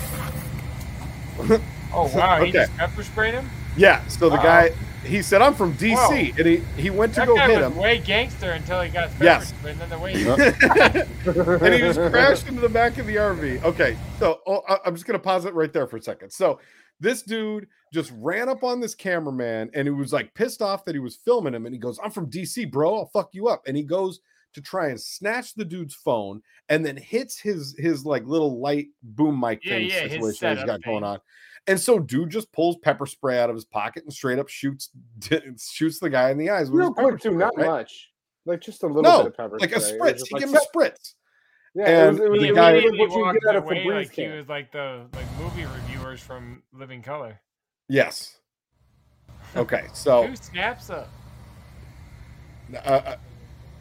Speaker 12: Give me your phone,
Speaker 1: Oh wow, he just pepper sprayed him?
Speaker 3: Yeah. So the
Speaker 1: Uh-oh.
Speaker 3: guy, he said, I'm from DC.
Speaker 1: Whoa.
Speaker 3: And he, he went to
Speaker 1: That
Speaker 3: go
Speaker 1: guy
Speaker 3: hit
Speaker 1: was
Speaker 3: him.
Speaker 1: way gangster until he got pepper
Speaker 3: Yes.
Speaker 1: sprayed, and then the way he
Speaker 3: and he just crashed into the back of the RV. Okay, so oh, I- I'm just gonna pause it right there for a second. So this dude just ran up on this cameraman and he was like pissed off that he was filming him. And he goes, "I'm from DC, bro. I'll fuck you up." And he goes to try and snatch the dude's phone and then hits his his like little light boom mic
Speaker 1: Yeah,
Speaker 3: thing
Speaker 1: yeah, his
Speaker 3: situation that he's
Speaker 1: setup
Speaker 3: got going
Speaker 1: thing.
Speaker 3: on. And so dude just pulls pepper spray out of his pocket and straight up shoots shoots the guy in the eyes. with
Speaker 2: real
Speaker 3: his pepper
Speaker 2: quick too,
Speaker 3: spray,
Speaker 2: not
Speaker 3: right?
Speaker 2: much, like just a little
Speaker 3: No,
Speaker 2: bit of pepper.
Speaker 3: like a
Speaker 2: spray. It
Speaker 3: spritz.
Speaker 2: was just
Speaker 3: You
Speaker 2: like-
Speaker 3: give him spritz.
Speaker 2: Yeah, it was-
Speaker 3: And
Speaker 2: it was-
Speaker 3: the
Speaker 2: it
Speaker 3: guy-
Speaker 2: was
Speaker 1: immediately
Speaker 2: what you
Speaker 1: walked
Speaker 2: get out of
Speaker 1: away
Speaker 2: Febreze
Speaker 1: like he
Speaker 2: can.
Speaker 1: was like the like movie reviewers from Living Color.
Speaker 3: Yes. Okay, so
Speaker 1: Who snaps up?
Speaker 3: uh, uh, I'm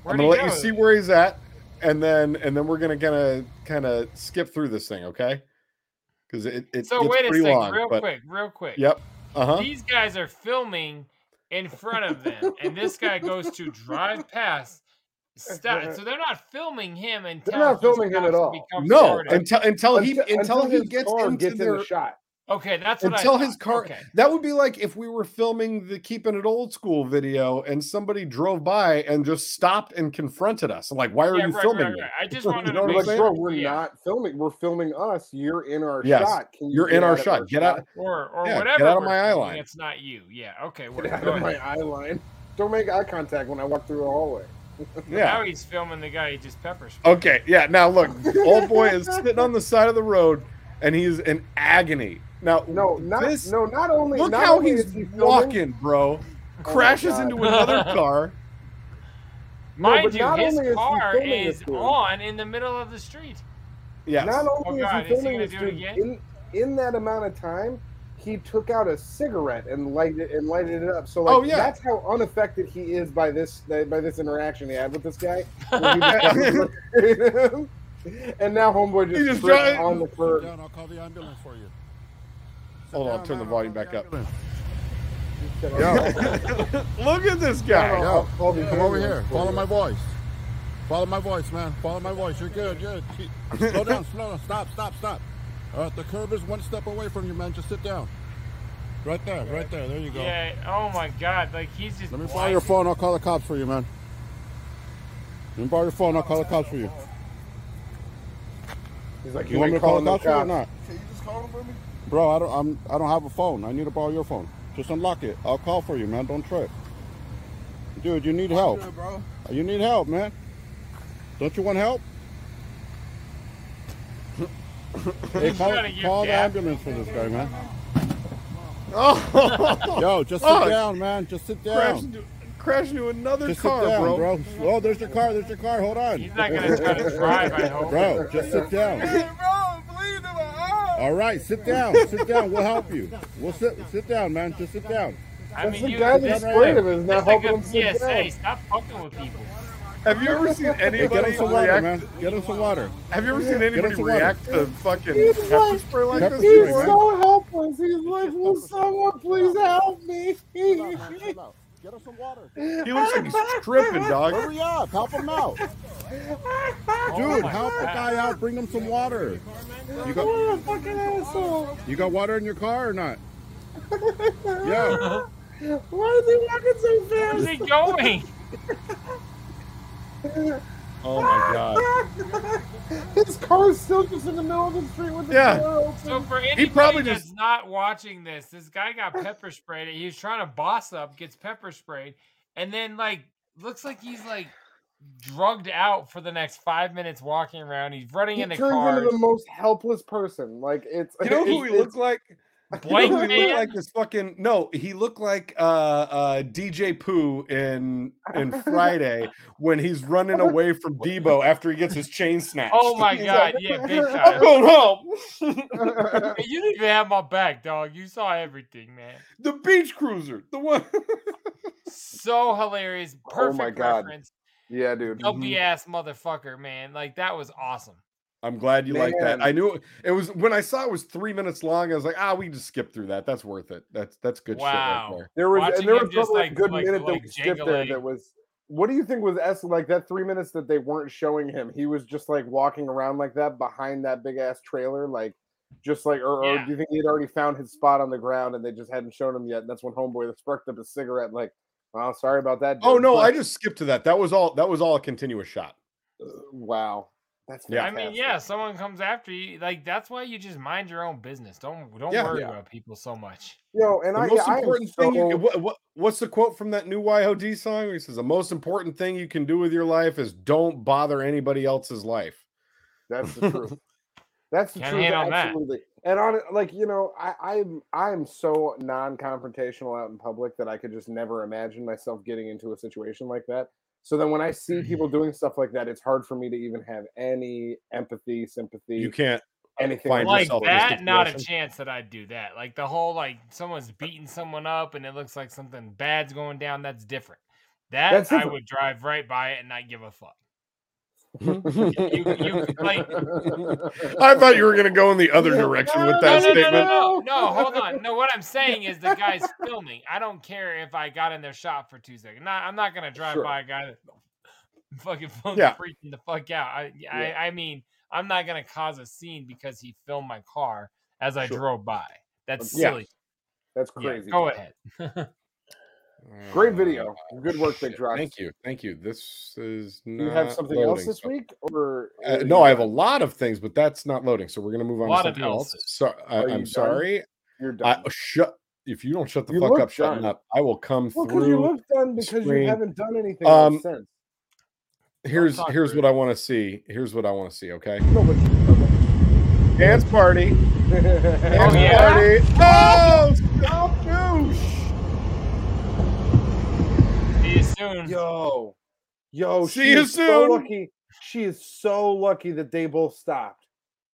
Speaker 1: Where'd
Speaker 3: gonna
Speaker 1: he
Speaker 3: let you
Speaker 1: go?
Speaker 3: see where he's at, and then and then we're gonna gonna kind of skip through this thing, okay? Because it, it
Speaker 1: So
Speaker 3: it's
Speaker 1: wait a
Speaker 3: pretty
Speaker 1: second,
Speaker 3: long,
Speaker 1: real
Speaker 3: but-
Speaker 1: quick, real quick.
Speaker 3: Yep. Uh huh.
Speaker 1: These guys are filming in front of them, and this guy goes to drive past. Stop. So they're not filming him until
Speaker 2: They're not
Speaker 1: he
Speaker 2: filming him
Speaker 1: stops
Speaker 2: at
Speaker 1: and
Speaker 2: all.
Speaker 1: becomes
Speaker 3: No,
Speaker 1: part of it.
Speaker 3: until until he until, he
Speaker 2: his
Speaker 3: gets
Speaker 2: car
Speaker 3: into
Speaker 2: gets in the
Speaker 3: their,
Speaker 2: shot.
Speaker 1: Okay, that's what
Speaker 3: Until
Speaker 1: I
Speaker 3: his
Speaker 1: thought.
Speaker 3: car.
Speaker 1: Okay.
Speaker 3: That would be like if we were filming the keeping it old school video and somebody drove by and just stopped and confronted us. I'm like, why are
Speaker 1: Yeah,
Speaker 3: you
Speaker 1: right, right,
Speaker 3: filming
Speaker 1: right.
Speaker 3: me?
Speaker 1: I just wanted
Speaker 3: You
Speaker 1: to
Speaker 3: know what I'm
Speaker 1: make
Speaker 3: saying?
Speaker 2: Bro, we're not filming. We're filming us. You're in our
Speaker 3: Yes.
Speaker 2: shot. Can
Speaker 3: You're
Speaker 2: get
Speaker 3: in our
Speaker 2: out of
Speaker 3: shot. Get out-
Speaker 1: Or or
Speaker 3: Yeah, get
Speaker 1: whatever.
Speaker 3: out of
Speaker 1: we're
Speaker 3: my eye
Speaker 1: filming,
Speaker 3: line.
Speaker 1: It's not you. Yeah. Okay.
Speaker 2: Get
Speaker 1: Word.
Speaker 2: out
Speaker 1: Go
Speaker 2: of my
Speaker 1: ahead.
Speaker 2: eye line. Don't make eye contact when I walk through a hallway.
Speaker 3: Yeah.
Speaker 1: Now he's filming the guy he just pepper sprayed.
Speaker 3: Okay, yeah. Now look, old boy is sitting on the side of the road and he's in agony. Now,
Speaker 2: No, not
Speaker 3: This-
Speaker 2: no. Not only
Speaker 3: look
Speaker 2: not
Speaker 3: how
Speaker 2: only
Speaker 3: he's
Speaker 2: is he filming- Oh
Speaker 3: walking, bro.
Speaker 2: my
Speaker 3: Crashes
Speaker 2: God.
Speaker 3: into another car.
Speaker 2: No,
Speaker 1: Mind
Speaker 2: but
Speaker 1: you,
Speaker 2: not
Speaker 1: his
Speaker 2: only is he
Speaker 1: car
Speaker 2: filming
Speaker 1: is
Speaker 2: this dude.
Speaker 1: on in the middle of the street.
Speaker 3: Yeah.
Speaker 2: Not only
Speaker 1: Oh, God, is
Speaker 2: is
Speaker 1: he
Speaker 2: he filming
Speaker 1: gonna
Speaker 2: this
Speaker 1: do it
Speaker 2: dude in,
Speaker 1: again?
Speaker 2: in that amount of time, he took out a cigarette and lighted it and lighted it up. So like
Speaker 3: Oh, yeah.
Speaker 2: that's how unaffected he is by this by this interaction he had with this guy. where he just looked at him. and now homeboy just,
Speaker 3: He just
Speaker 2: tripped
Speaker 3: tried-
Speaker 2: on the curb.
Speaker 12: I'll call the ambulance for you.
Speaker 3: Hold on, turn the volume back up.
Speaker 2: "Oh,
Speaker 12: Yo.
Speaker 3: Look at this guy.
Speaker 12: Yo,
Speaker 2: Call the
Speaker 12: come over
Speaker 2: ambulance
Speaker 12: here.
Speaker 2: for
Speaker 12: Follow
Speaker 2: you.
Speaker 12: my voice. Follow my voice, man. Follow my voice. You're good. You're good. Slow down. Slow down. Stop. Stop. Stop. All right, the curb is one step away from you, man. Just sit down. Right there. Right there. There you go.
Speaker 1: Yeah. Oh my God. Like he's just.
Speaker 12: Let me borrow your
Speaker 1: blinded.
Speaker 12: phone. I'll call the cops for you, man. Let me borrow your phone. I'll call the cops for you.
Speaker 2: He's like,
Speaker 12: You want me to call the cops for you or not?
Speaker 2: Can you just call him for me?
Speaker 12: Bro, I don't, I'm, I don't have a phone. I need to borrow your phone. Just unlock it. I'll call for you, man. Don't trip. Dude, you need help.
Speaker 2: bro.
Speaker 12: You need help, man. Don't you want help? hey, call,
Speaker 1: gotta give
Speaker 12: call the
Speaker 1: gas.
Speaker 12: ambulance for this guy, man.
Speaker 3: Oh,
Speaker 12: Yo, just sit
Speaker 3: Fuck.
Speaker 12: down, man. Just sit
Speaker 3: Crashed
Speaker 12: down.
Speaker 3: into, crashed into another
Speaker 12: Just
Speaker 3: car,
Speaker 12: sit down,
Speaker 3: bro.
Speaker 12: bro. Oh, there's your car. There's your car. Hold on.
Speaker 1: He's not gonna try to drive. I hope.
Speaker 12: Bro, just sit down. All right, sit down. sit down. We'll help you. We'll sit. Sit down, man. Just sit down.
Speaker 1: I
Speaker 2: That's
Speaker 1: mean,
Speaker 2: the
Speaker 1: you.
Speaker 2: guy
Speaker 1: this
Speaker 2: that sprayed
Speaker 1: guy-
Speaker 2: him is not
Speaker 1: That's like
Speaker 2: helping
Speaker 1: a
Speaker 2: him sit
Speaker 1: PSA.
Speaker 2: down.
Speaker 1: Stop fucking with people.
Speaker 3: Have you ever seen
Speaker 12: Hey, get him
Speaker 3: anybody
Speaker 12: some water,
Speaker 3: react?
Speaker 12: man. Get him some water.
Speaker 3: Have you ever seen
Speaker 12: him
Speaker 3: anybody
Speaker 12: some water.
Speaker 3: react to fucking
Speaker 2: He's
Speaker 3: pepper
Speaker 2: like-
Speaker 3: spray like
Speaker 12: Pepper
Speaker 3: this?
Speaker 12: spray,
Speaker 2: He's
Speaker 3: before, man?
Speaker 2: so helpless. He's like, will someone please help me?
Speaker 12: Chill out. Get him some water.
Speaker 3: He looks like he's tripping, dog.
Speaker 12: Hurry up. Help him out. Dude,
Speaker 1: Oh my
Speaker 12: help the
Speaker 1: God.
Speaker 12: guy out. Bring him some water. You got
Speaker 2: What a fucking asshole.
Speaker 12: you got water in your car or not? Yo.
Speaker 2: Why is he walking so
Speaker 1: Where's
Speaker 2: fast?
Speaker 1: he going?
Speaker 3: Oh my god.
Speaker 2: His car is still just in the middle of the street with the
Speaker 3: Yeah.
Speaker 2: door open.
Speaker 1: So for anybody
Speaker 3: probably
Speaker 1: that's
Speaker 3: just-
Speaker 1: not watching this, this guy got pepper sprayed. He was trying to boss up, gets pepper sprayed, and then like looks like he's like drugged out for the next five minutes walking around. He's running
Speaker 2: he
Speaker 1: into
Speaker 2: turns
Speaker 1: cars.
Speaker 2: into the most helpless person. Like it's
Speaker 3: You know who
Speaker 2: it's-
Speaker 3: he looked like?
Speaker 1: Blank
Speaker 3: you know who he
Speaker 1: man?
Speaker 3: looked like this fucking no, he looked like uh uh DJ Pooh in in Friday when he's running away from Debo after he gets his chain snatched.
Speaker 1: Oh my
Speaker 3: He's
Speaker 1: god,
Speaker 3: like,
Speaker 1: yeah, big
Speaker 3: I'm
Speaker 1: time.
Speaker 3: going home.
Speaker 1: Hey, You didn't even have my back, dog. You saw everything, man.
Speaker 3: The beach cruiser, the one
Speaker 1: So hilarious.
Speaker 2: Oh
Speaker 1: Perfect
Speaker 2: my God.
Speaker 1: reference.
Speaker 2: yeah,
Speaker 3: Mm-hmm.
Speaker 2: dude.
Speaker 1: Dopey ass motherfucker, man. Like that was awesome.
Speaker 3: I'm glad you like that.
Speaker 2: Man.
Speaker 3: I knew it, it was when I saw it was three minutes long, I was like, ah, we can just skip through that. That's worth it. That's that's good
Speaker 1: Wow.
Speaker 3: shit right
Speaker 2: There was
Speaker 1: Watching
Speaker 2: and there
Speaker 1: him
Speaker 2: was
Speaker 1: just,
Speaker 2: probably a
Speaker 1: like-
Speaker 2: good
Speaker 1: like-
Speaker 2: minute
Speaker 1: like
Speaker 2: that skipped there
Speaker 1: jangling.
Speaker 2: that was. What do you think was es- like that three minutes that they weren't showing him? He was just like walking around like that behind that big ass trailer, like just like or, or
Speaker 1: Yeah.
Speaker 2: do you think he had already found his spot on the ground and they just hadn't shown him yet? And that's when homeboy sparked up his cigarette, like, wow, sorry about that.
Speaker 3: there. Oh
Speaker 2: dude,"
Speaker 3: no, I
Speaker 2: but-
Speaker 3: just skipped to that. That was all that was all a continuous shot.
Speaker 2: wow, that's
Speaker 3: Yeah.
Speaker 1: I mean,
Speaker 2: fantastic.
Speaker 1: yeah, someone comes after you. Like that's why you just mind your own business. Don't don't
Speaker 3: Yeah.
Speaker 1: worry
Speaker 2: Yeah.
Speaker 1: about people so much.
Speaker 2: Yo, and
Speaker 3: The
Speaker 2: I,
Speaker 3: most
Speaker 2: yeah, I am
Speaker 3: important thing,
Speaker 2: so-
Speaker 3: you, what, what, what's the quote from that new YOD song? Where he says, "The most important thing you can do with your life is don't bother anybody else's life."
Speaker 2: That's the truth. That's the
Speaker 1: Can't
Speaker 2: truth.
Speaker 1: hate on that.
Speaker 2: Absolutely. And on it, like you know, I, I'm I'm so non-confrontational out in public that I could just never imagine myself getting into a situation like that. So then, when I see
Speaker 1: Mm-hmm.
Speaker 2: people doing stuff like that, it's hard for me to even have any empathy, sympathy,
Speaker 3: You can't.
Speaker 2: anything.
Speaker 3: find
Speaker 1: Like
Speaker 3: yourself in this
Speaker 1: that, not a
Speaker 3: situation.
Speaker 1: chance that I'd do that. Like the whole like someone's beating someone up and it looks like something bad's going down. That's different. That
Speaker 2: That's
Speaker 1: I
Speaker 2: different.
Speaker 1: would drive right by it and not give a fuck. you, you complain.
Speaker 3: I thought you were going to go in the other direction with that
Speaker 1: no, no,
Speaker 3: statement.
Speaker 1: No, no, no, no, hold on. No, what I'm saying is the guy's filming. I don't care if I got in their shop for two seconds. Not, I'm not gonna drive
Speaker 3: Sure.
Speaker 1: by a guy that fucking filmed
Speaker 3: Yeah.
Speaker 1: freaking the fuck out. I, I, I mean, I'm not gonna cause a scene because he filmed my car as I
Speaker 2: Sure.
Speaker 1: drove by. That's
Speaker 2: Yeah.
Speaker 1: silly.
Speaker 2: That's
Speaker 1: Yeah,
Speaker 2: crazy.
Speaker 1: go ahead.
Speaker 2: Great video. Good work, Big Drop.
Speaker 3: Ah, Thank you. Thank you. This is
Speaker 2: Do you have
Speaker 3: not
Speaker 2: something else
Speaker 3: loading.
Speaker 2: this week, or
Speaker 3: Uh, no, I have a lot of things, but that's not loading. So we're going to move on to
Speaker 2: Lot of
Speaker 3: something else.
Speaker 2: else's.
Speaker 3: So, I,
Speaker 2: Are you
Speaker 3: I'm
Speaker 2: done?
Speaker 3: sorry.
Speaker 2: You're done.
Speaker 3: I, shut. If you don't shut the
Speaker 2: You
Speaker 3: fuck
Speaker 2: look
Speaker 3: up, shut
Speaker 2: done.
Speaker 3: up. I will come
Speaker 2: Well, because
Speaker 3: through.
Speaker 2: you look done because
Speaker 3: screen.
Speaker 2: you haven't done anything
Speaker 3: Um,
Speaker 2: else since.
Speaker 3: here's
Speaker 2: talk,
Speaker 3: here's
Speaker 2: Rudy.
Speaker 3: what I want to see. Here's what I want to see. Okay.
Speaker 2: No, but
Speaker 3: dance party.
Speaker 2: dance
Speaker 3: yeah? party. Oh,
Speaker 2: stop
Speaker 1: See you soon.
Speaker 2: Yo, yo.
Speaker 3: See
Speaker 2: she
Speaker 3: you
Speaker 2: is So
Speaker 3: soon.
Speaker 2: lucky. She is so lucky that they both stopped.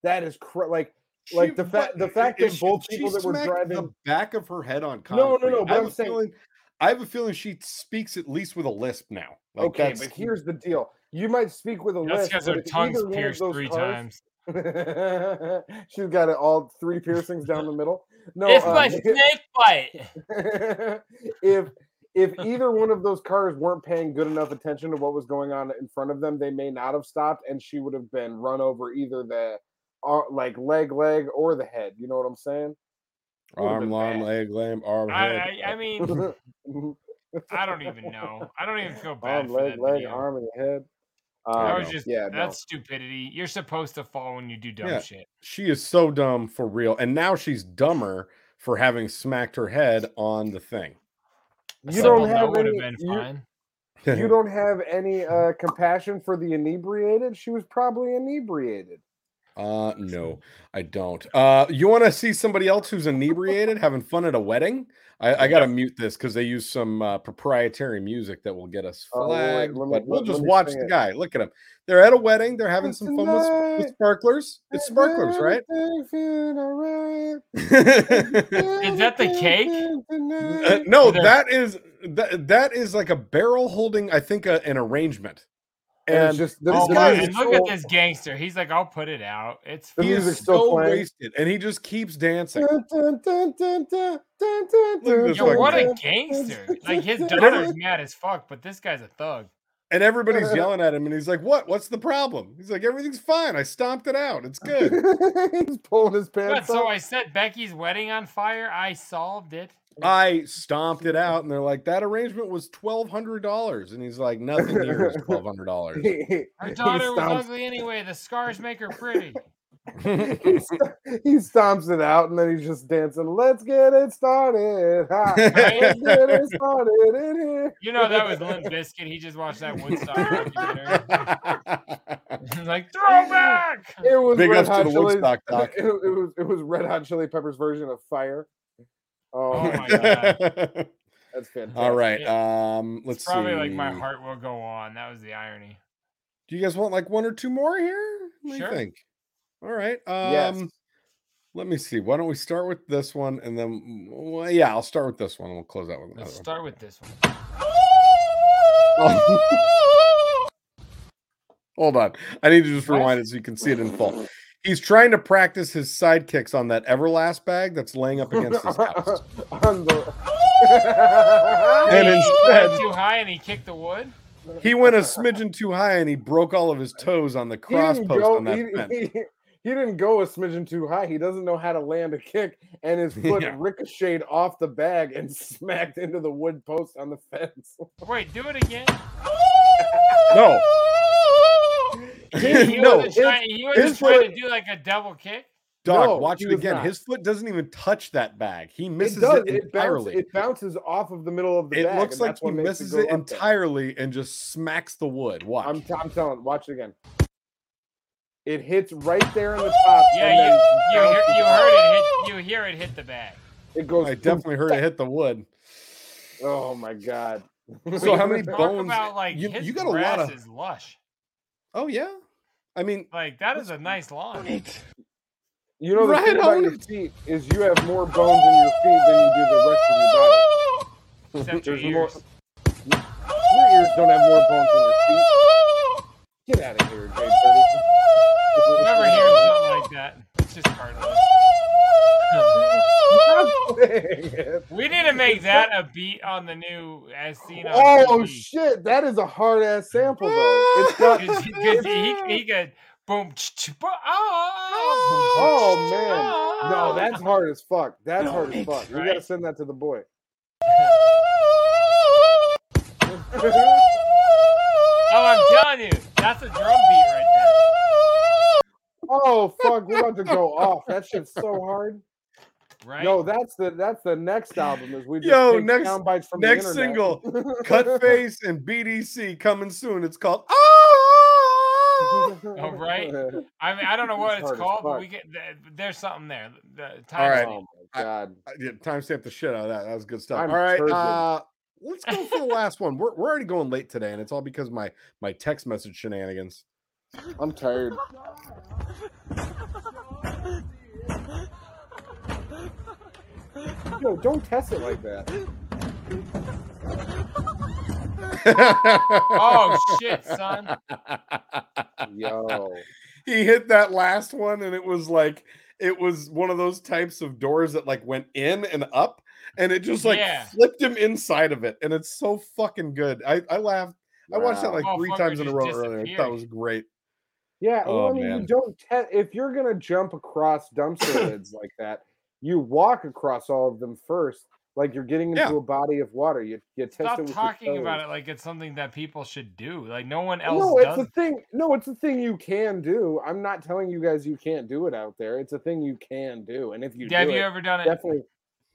Speaker 2: That is cr- like, like the fact the fact that
Speaker 3: If she-
Speaker 2: both
Speaker 3: she
Speaker 2: people that were
Speaker 3: smacked
Speaker 2: driving.
Speaker 3: the back of her head on
Speaker 2: No, no, no,
Speaker 3: concrete.
Speaker 2: but
Speaker 3: I have
Speaker 2: I'm
Speaker 3: a
Speaker 2: saying-
Speaker 3: feeling, I have a feeling she speaks at least with a lisp now. Like,
Speaker 2: okay,
Speaker 3: that's-
Speaker 2: but here's the deal: you might speak with a
Speaker 1: That's
Speaker 2: lisp.
Speaker 1: because
Speaker 2: but
Speaker 1: their
Speaker 2: if
Speaker 1: tongues
Speaker 2: either one of
Speaker 1: pierced
Speaker 2: those
Speaker 1: three
Speaker 2: cars-
Speaker 1: times.
Speaker 2: She's got it all three piercings down the middle. No,
Speaker 1: it's
Speaker 2: um,
Speaker 1: my snake bite.
Speaker 2: if if either one of those cars weren't paying good enough attention to what was going on in front of them, they may not have stopped, and she would have been run over either the uh, like leg, leg, or the head. You know what I'm saying? would've
Speaker 3: arm,
Speaker 2: been
Speaker 3: long, leg, lamb, arm,
Speaker 1: I,
Speaker 3: head.
Speaker 1: I, I mean, I don't even know. I don't even feel bad
Speaker 2: arm,
Speaker 1: for
Speaker 2: leg,
Speaker 1: that
Speaker 2: leg,
Speaker 1: video.
Speaker 2: arm, and head.
Speaker 1: that
Speaker 2: Um,
Speaker 1: was just
Speaker 2: yeah, no.
Speaker 1: that's stupidity. You're supposed to fall when you do dumb
Speaker 3: Yeah.
Speaker 1: shit.
Speaker 3: She is so dumb for real, and now she's dumber for having smacked her head on the thing.
Speaker 2: You don't have
Speaker 1: would have
Speaker 2: any-
Speaker 1: been
Speaker 2: you-
Speaker 1: fine.
Speaker 2: you don't have any uh, compassion for the inebriated. She was probably inebriated.
Speaker 3: Uh no, I don't. Uh you want to see somebody else who's inebriated having fun at a wedding? I, I gotta mute this because they use some uh, proprietary music that will get us
Speaker 2: Oh, wait, wait,
Speaker 3: flagged.
Speaker 2: let me-
Speaker 3: but we'll
Speaker 2: let-
Speaker 3: just
Speaker 2: let me
Speaker 3: watch
Speaker 2: sing
Speaker 3: the
Speaker 2: it.
Speaker 3: guy. Look at him. They're at a wedding. They're having some fun with, sp- with sparklers. It's sparklers, right?
Speaker 1: Is that the cake?
Speaker 3: Uh, no,
Speaker 1: They're-
Speaker 3: that is that, that is like a barrel holding. I think a, an arrangement.
Speaker 2: And it's
Speaker 3: And
Speaker 2: just-
Speaker 3: this
Speaker 2: Oh,
Speaker 3: guy
Speaker 2: man,
Speaker 3: is
Speaker 1: And look at
Speaker 3: so-
Speaker 1: this gangster. He's like, I'll put it out. It's
Speaker 2: The
Speaker 1: fine."
Speaker 3: he is
Speaker 2: music's still
Speaker 3: so
Speaker 2: playing.
Speaker 3: wasted, and he just keeps dancing.
Speaker 2: Dun, dun, dun, dun, dun, dun, dun,
Speaker 3: Look at
Speaker 2: dun,
Speaker 3: this
Speaker 1: Yo,
Speaker 2: dun,
Speaker 1: what a
Speaker 2: dun.
Speaker 1: gangster! Like his
Speaker 2: Whatever.
Speaker 1: daughter's mad as fuck, but this guy's a thug.
Speaker 3: And everybody's yelling at him, and he's like, "What? What's the problem?" He's like, "Everything's fine. I stomped it out. It's good.
Speaker 2: He's pulling his
Speaker 1: But
Speaker 2: pants
Speaker 1: so
Speaker 2: up.
Speaker 1: I set Becky's wedding on fire. I solved it.
Speaker 3: I stomped it out." And they're like, "That arrangement was twelve hundred dollars," and he's like, "Nothing here is twelve hundred dollars."
Speaker 2: He- he-
Speaker 1: Her
Speaker 2: he
Speaker 1: daughter was
Speaker 2: stomps-
Speaker 1: ugly anyway. The scars make her pretty. Oh
Speaker 2: he sto- he stomps it out and then he's just dancing. Let's get it started. Ha. Let's get it started in here.
Speaker 1: You know that was Limp Biscuit. He just watched that Woodstock documentary. like throwback.
Speaker 2: It was
Speaker 3: Big
Speaker 2: Red
Speaker 3: ups to
Speaker 2: Hot
Speaker 3: the
Speaker 2: Chili's.
Speaker 3: Woodstock doc.
Speaker 2: It, it was it was Red Hot Chili Peppers version of Fire. Oh,
Speaker 1: Oh
Speaker 2: my
Speaker 1: my god.
Speaker 2: that's fantastic.
Speaker 3: All right.
Speaker 1: Yeah.
Speaker 3: Um, let's
Speaker 1: It's probably like my
Speaker 3: see.
Speaker 1: heart will go on. That was the irony.
Speaker 3: Do you guys want like one or two more here? What
Speaker 1: Sure.
Speaker 3: do you think? All right. Um,
Speaker 2: Yes.
Speaker 3: Let me see. Why don't we start with this one, and then mm, well, yeah, I'll start with this one. and We'll close out with another
Speaker 1: Let's
Speaker 3: one.
Speaker 1: start with this one.
Speaker 3: Hold on. I need to just rewind it so you can see it in full. He's trying to practice his sidekicks on that Everlast bag that's laying up against his house.
Speaker 2: On the-
Speaker 3: And
Speaker 1: He went
Speaker 3: instead,
Speaker 1: too high and he kicked the wood.
Speaker 3: he went a smidgen too high and he broke all of his toes on the
Speaker 2: He
Speaker 3: cross
Speaker 2: didn't
Speaker 3: post
Speaker 2: go.
Speaker 3: on that
Speaker 2: he-
Speaker 3: fence.
Speaker 2: he- he didn't go a smidgen too high. He doesn't know how to land a kick, and his foot
Speaker 3: Yeah.
Speaker 2: ricocheted off the bag and smacked into the wood post on the fence.
Speaker 1: Wait, do it again.
Speaker 3: No,
Speaker 1: He
Speaker 3: No,
Speaker 1: wasn't trying, he wasn't
Speaker 3: his
Speaker 1: trying
Speaker 3: foot-
Speaker 1: to do like a double kick.
Speaker 3: dog,
Speaker 2: No,
Speaker 3: watch
Speaker 2: he
Speaker 3: it
Speaker 2: was
Speaker 3: again.
Speaker 2: not.
Speaker 3: His foot doesn't even touch that bag. He
Speaker 2: It
Speaker 3: misses it,
Speaker 2: does. It, bounce,
Speaker 3: entirely. It,
Speaker 2: it bounces off of the middle of the bag.
Speaker 3: looks
Speaker 2: and
Speaker 3: like
Speaker 2: that's
Speaker 3: he
Speaker 2: what makes
Speaker 3: misses
Speaker 2: go
Speaker 3: it
Speaker 2: up there.
Speaker 3: entirely and just smacks the wood. Watch.
Speaker 2: I'm, t- I'm telling. Watch it again. It hits right there in the top.
Speaker 3: Oh,
Speaker 1: Yeah,
Speaker 2: and then
Speaker 1: you you, hear,
Speaker 2: bounces
Speaker 1: you
Speaker 2: off.
Speaker 1: heard it hit. You hear it hit the bag.
Speaker 2: It goes.
Speaker 3: I definitely heard it hit the wood.
Speaker 2: Oh my god.
Speaker 3: So how many
Speaker 1: Talk
Speaker 3: bones?
Speaker 1: about like
Speaker 3: you,
Speaker 1: his
Speaker 3: you got a
Speaker 1: grass
Speaker 3: lot of.
Speaker 1: is lush.
Speaker 3: Oh yeah, I mean,
Speaker 1: Like that is a nice lawn.
Speaker 2: You know the
Speaker 3: Right
Speaker 2: thing about
Speaker 3: on
Speaker 2: your feet is you have more bones in your feet than you do the rest of your body.
Speaker 1: Except your
Speaker 2: There's more-
Speaker 1: ears.
Speaker 2: Your ears don't have more bones than your feet. Get out of here, Jay
Speaker 1: Whoever
Speaker 2: Dirty.
Speaker 1: hears something like that, it's just part of it. we need to make that a beat on the new as seen on
Speaker 2: Oh
Speaker 1: TV.
Speaker 2: shit, that is a hard ass sample though. It's got,
Speaker 1: Cause he, 'cause he, he could boom. ch- ch- bo- ah,
Speaker 2: oh man, no, that's hard as fuck. That's hard as fuck. We gotta send that to the boy.
Speaker 1: Oh, I'm telling you, that's a drum beat right there.
Speaker 2: Oh fuck, we're about to go off. That shit's so hard.
Speaker 1: Right?
Speaker 2: Yo, that's the that's the next album is we just
Speaker 3: Yo,
Speaker 2: take
Speaker 3: next
Speaker 2: sound bites from the
Speaker 3: next
Speaker 2: internet.
Speaker 3: single, Cutface and BDC coming soon. It's called Oh.
Speaker 1: Oh, right. I mean, I don't know what it's,
Speaker 3: hard as
Speaker 1: called, but
Speaker 3: fuck.
Speaker 1: we get th- there's something there. The
Speaker 3: All right.
Speaker 1: time
Speaker 2: God.
Speaker 3: I, yeah, timestamp the shit out of that. That was good stuff.
Speaker 2: I'm
Speaker 3: all right.
Speaker 2: turgid.
Speaker 3: Uh, let's go for the last one. We're, we're already going late today, and it's all because my my text message shenanigans.
Speaker 2: I'm tired. Yo, don't test it like that.
Speaker 1: oh shit, son.
Speaker 2: Yo.
Speaker 3: He hit that last one, and it was like it was one of those types of doors that like went in and up, and it just like
Speaker 1: Yeah.
Speaker 3: flipped him inside of it, and it's so fucking good. I I laughed. I watched that
Speaker 2: Wow.
Speaker 3: like three
Speaker 2: Motherfucker
Speaker 3: times in a
Speaker 2: just
Speaker 3: row earlier. I thought
Speaker 2: disappeared.
Speaker 3: it was great.
Speaker 2: Yeah, well,
Speaker 3: Oh,
Speaker 2: I mean,
Speaker 3: man.
Speaker 2: you don't te- if you're gonna jump across dumpster lids like that, you walk across all of them first, like you're getting into
Speaker 1: Yeah.
Speaker 2: a body of water. You you test it
Speaker 1: Stop
Speaker 2: with
Speaker 1: talking
Speaker 2: your
Speaker 1: about
Speaker 2: toes.
Speaker 1: it like it's something that people should do. Like no one else
Speaker 2: No, it's
Speaker 1: does.
Speaker 2: a thing. No, it's a thing you can do. I'm not telling you guys you can't do it out there. It's a thing you can do, and if you
Speaker 1: Yeah, have
Speaker 2: do
Speaker 1: you
Speaker 2: it,
Speaker 1: ever done it?
Speaker 2: Definitely,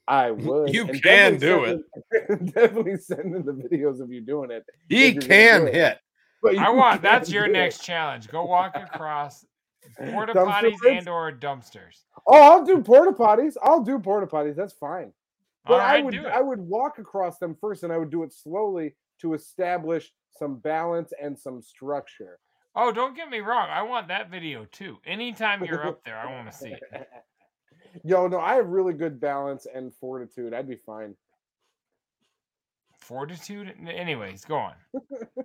Speaker 2: I would.
Speaker 3: You
Speaker 2: and
Speaker 3: can
Speaker 2: definitely
Speaker 3: do
Speaker 2: send in- definitely send in the videos of you doing it.
Speaker 3: He
Speaker 2: if you're gonna do
Speaker 3: can
Speaker 2: it.
Speaker 3: hit.
Speaker 2: But
Speaker 1: I
Speaker 2: you
Speaker 1: want.
Speaker 2: can
Speaker 1: That's your
Speaker 2: do it.
Speaker 1: next challenge. Go walk across porta
Speaker 2: Dumpster
Speaker 1: potties
Speaker 2: lids?
Speaker 1: and or dumpsters.
Speaker 2: Oh, I'll do porta potties. I'll do porta potties. That's fine. But
Speaker 1: All
Speaker 2: I
Speaker 1: right,
Speaker 2: would
Speaker 1: do it.
Speaker 2: I would walk across them first, and I would do it slowly to establish some balance and some structure.
Speaker 1: Oh, don't get me wrong. I want that video too. Anytime you're up there, I want to see it.
Speaker 2: Yo, no, I have really good balance and fortitude. I'd be fine.
Speaker 1: Fortitude. Anyways, go on.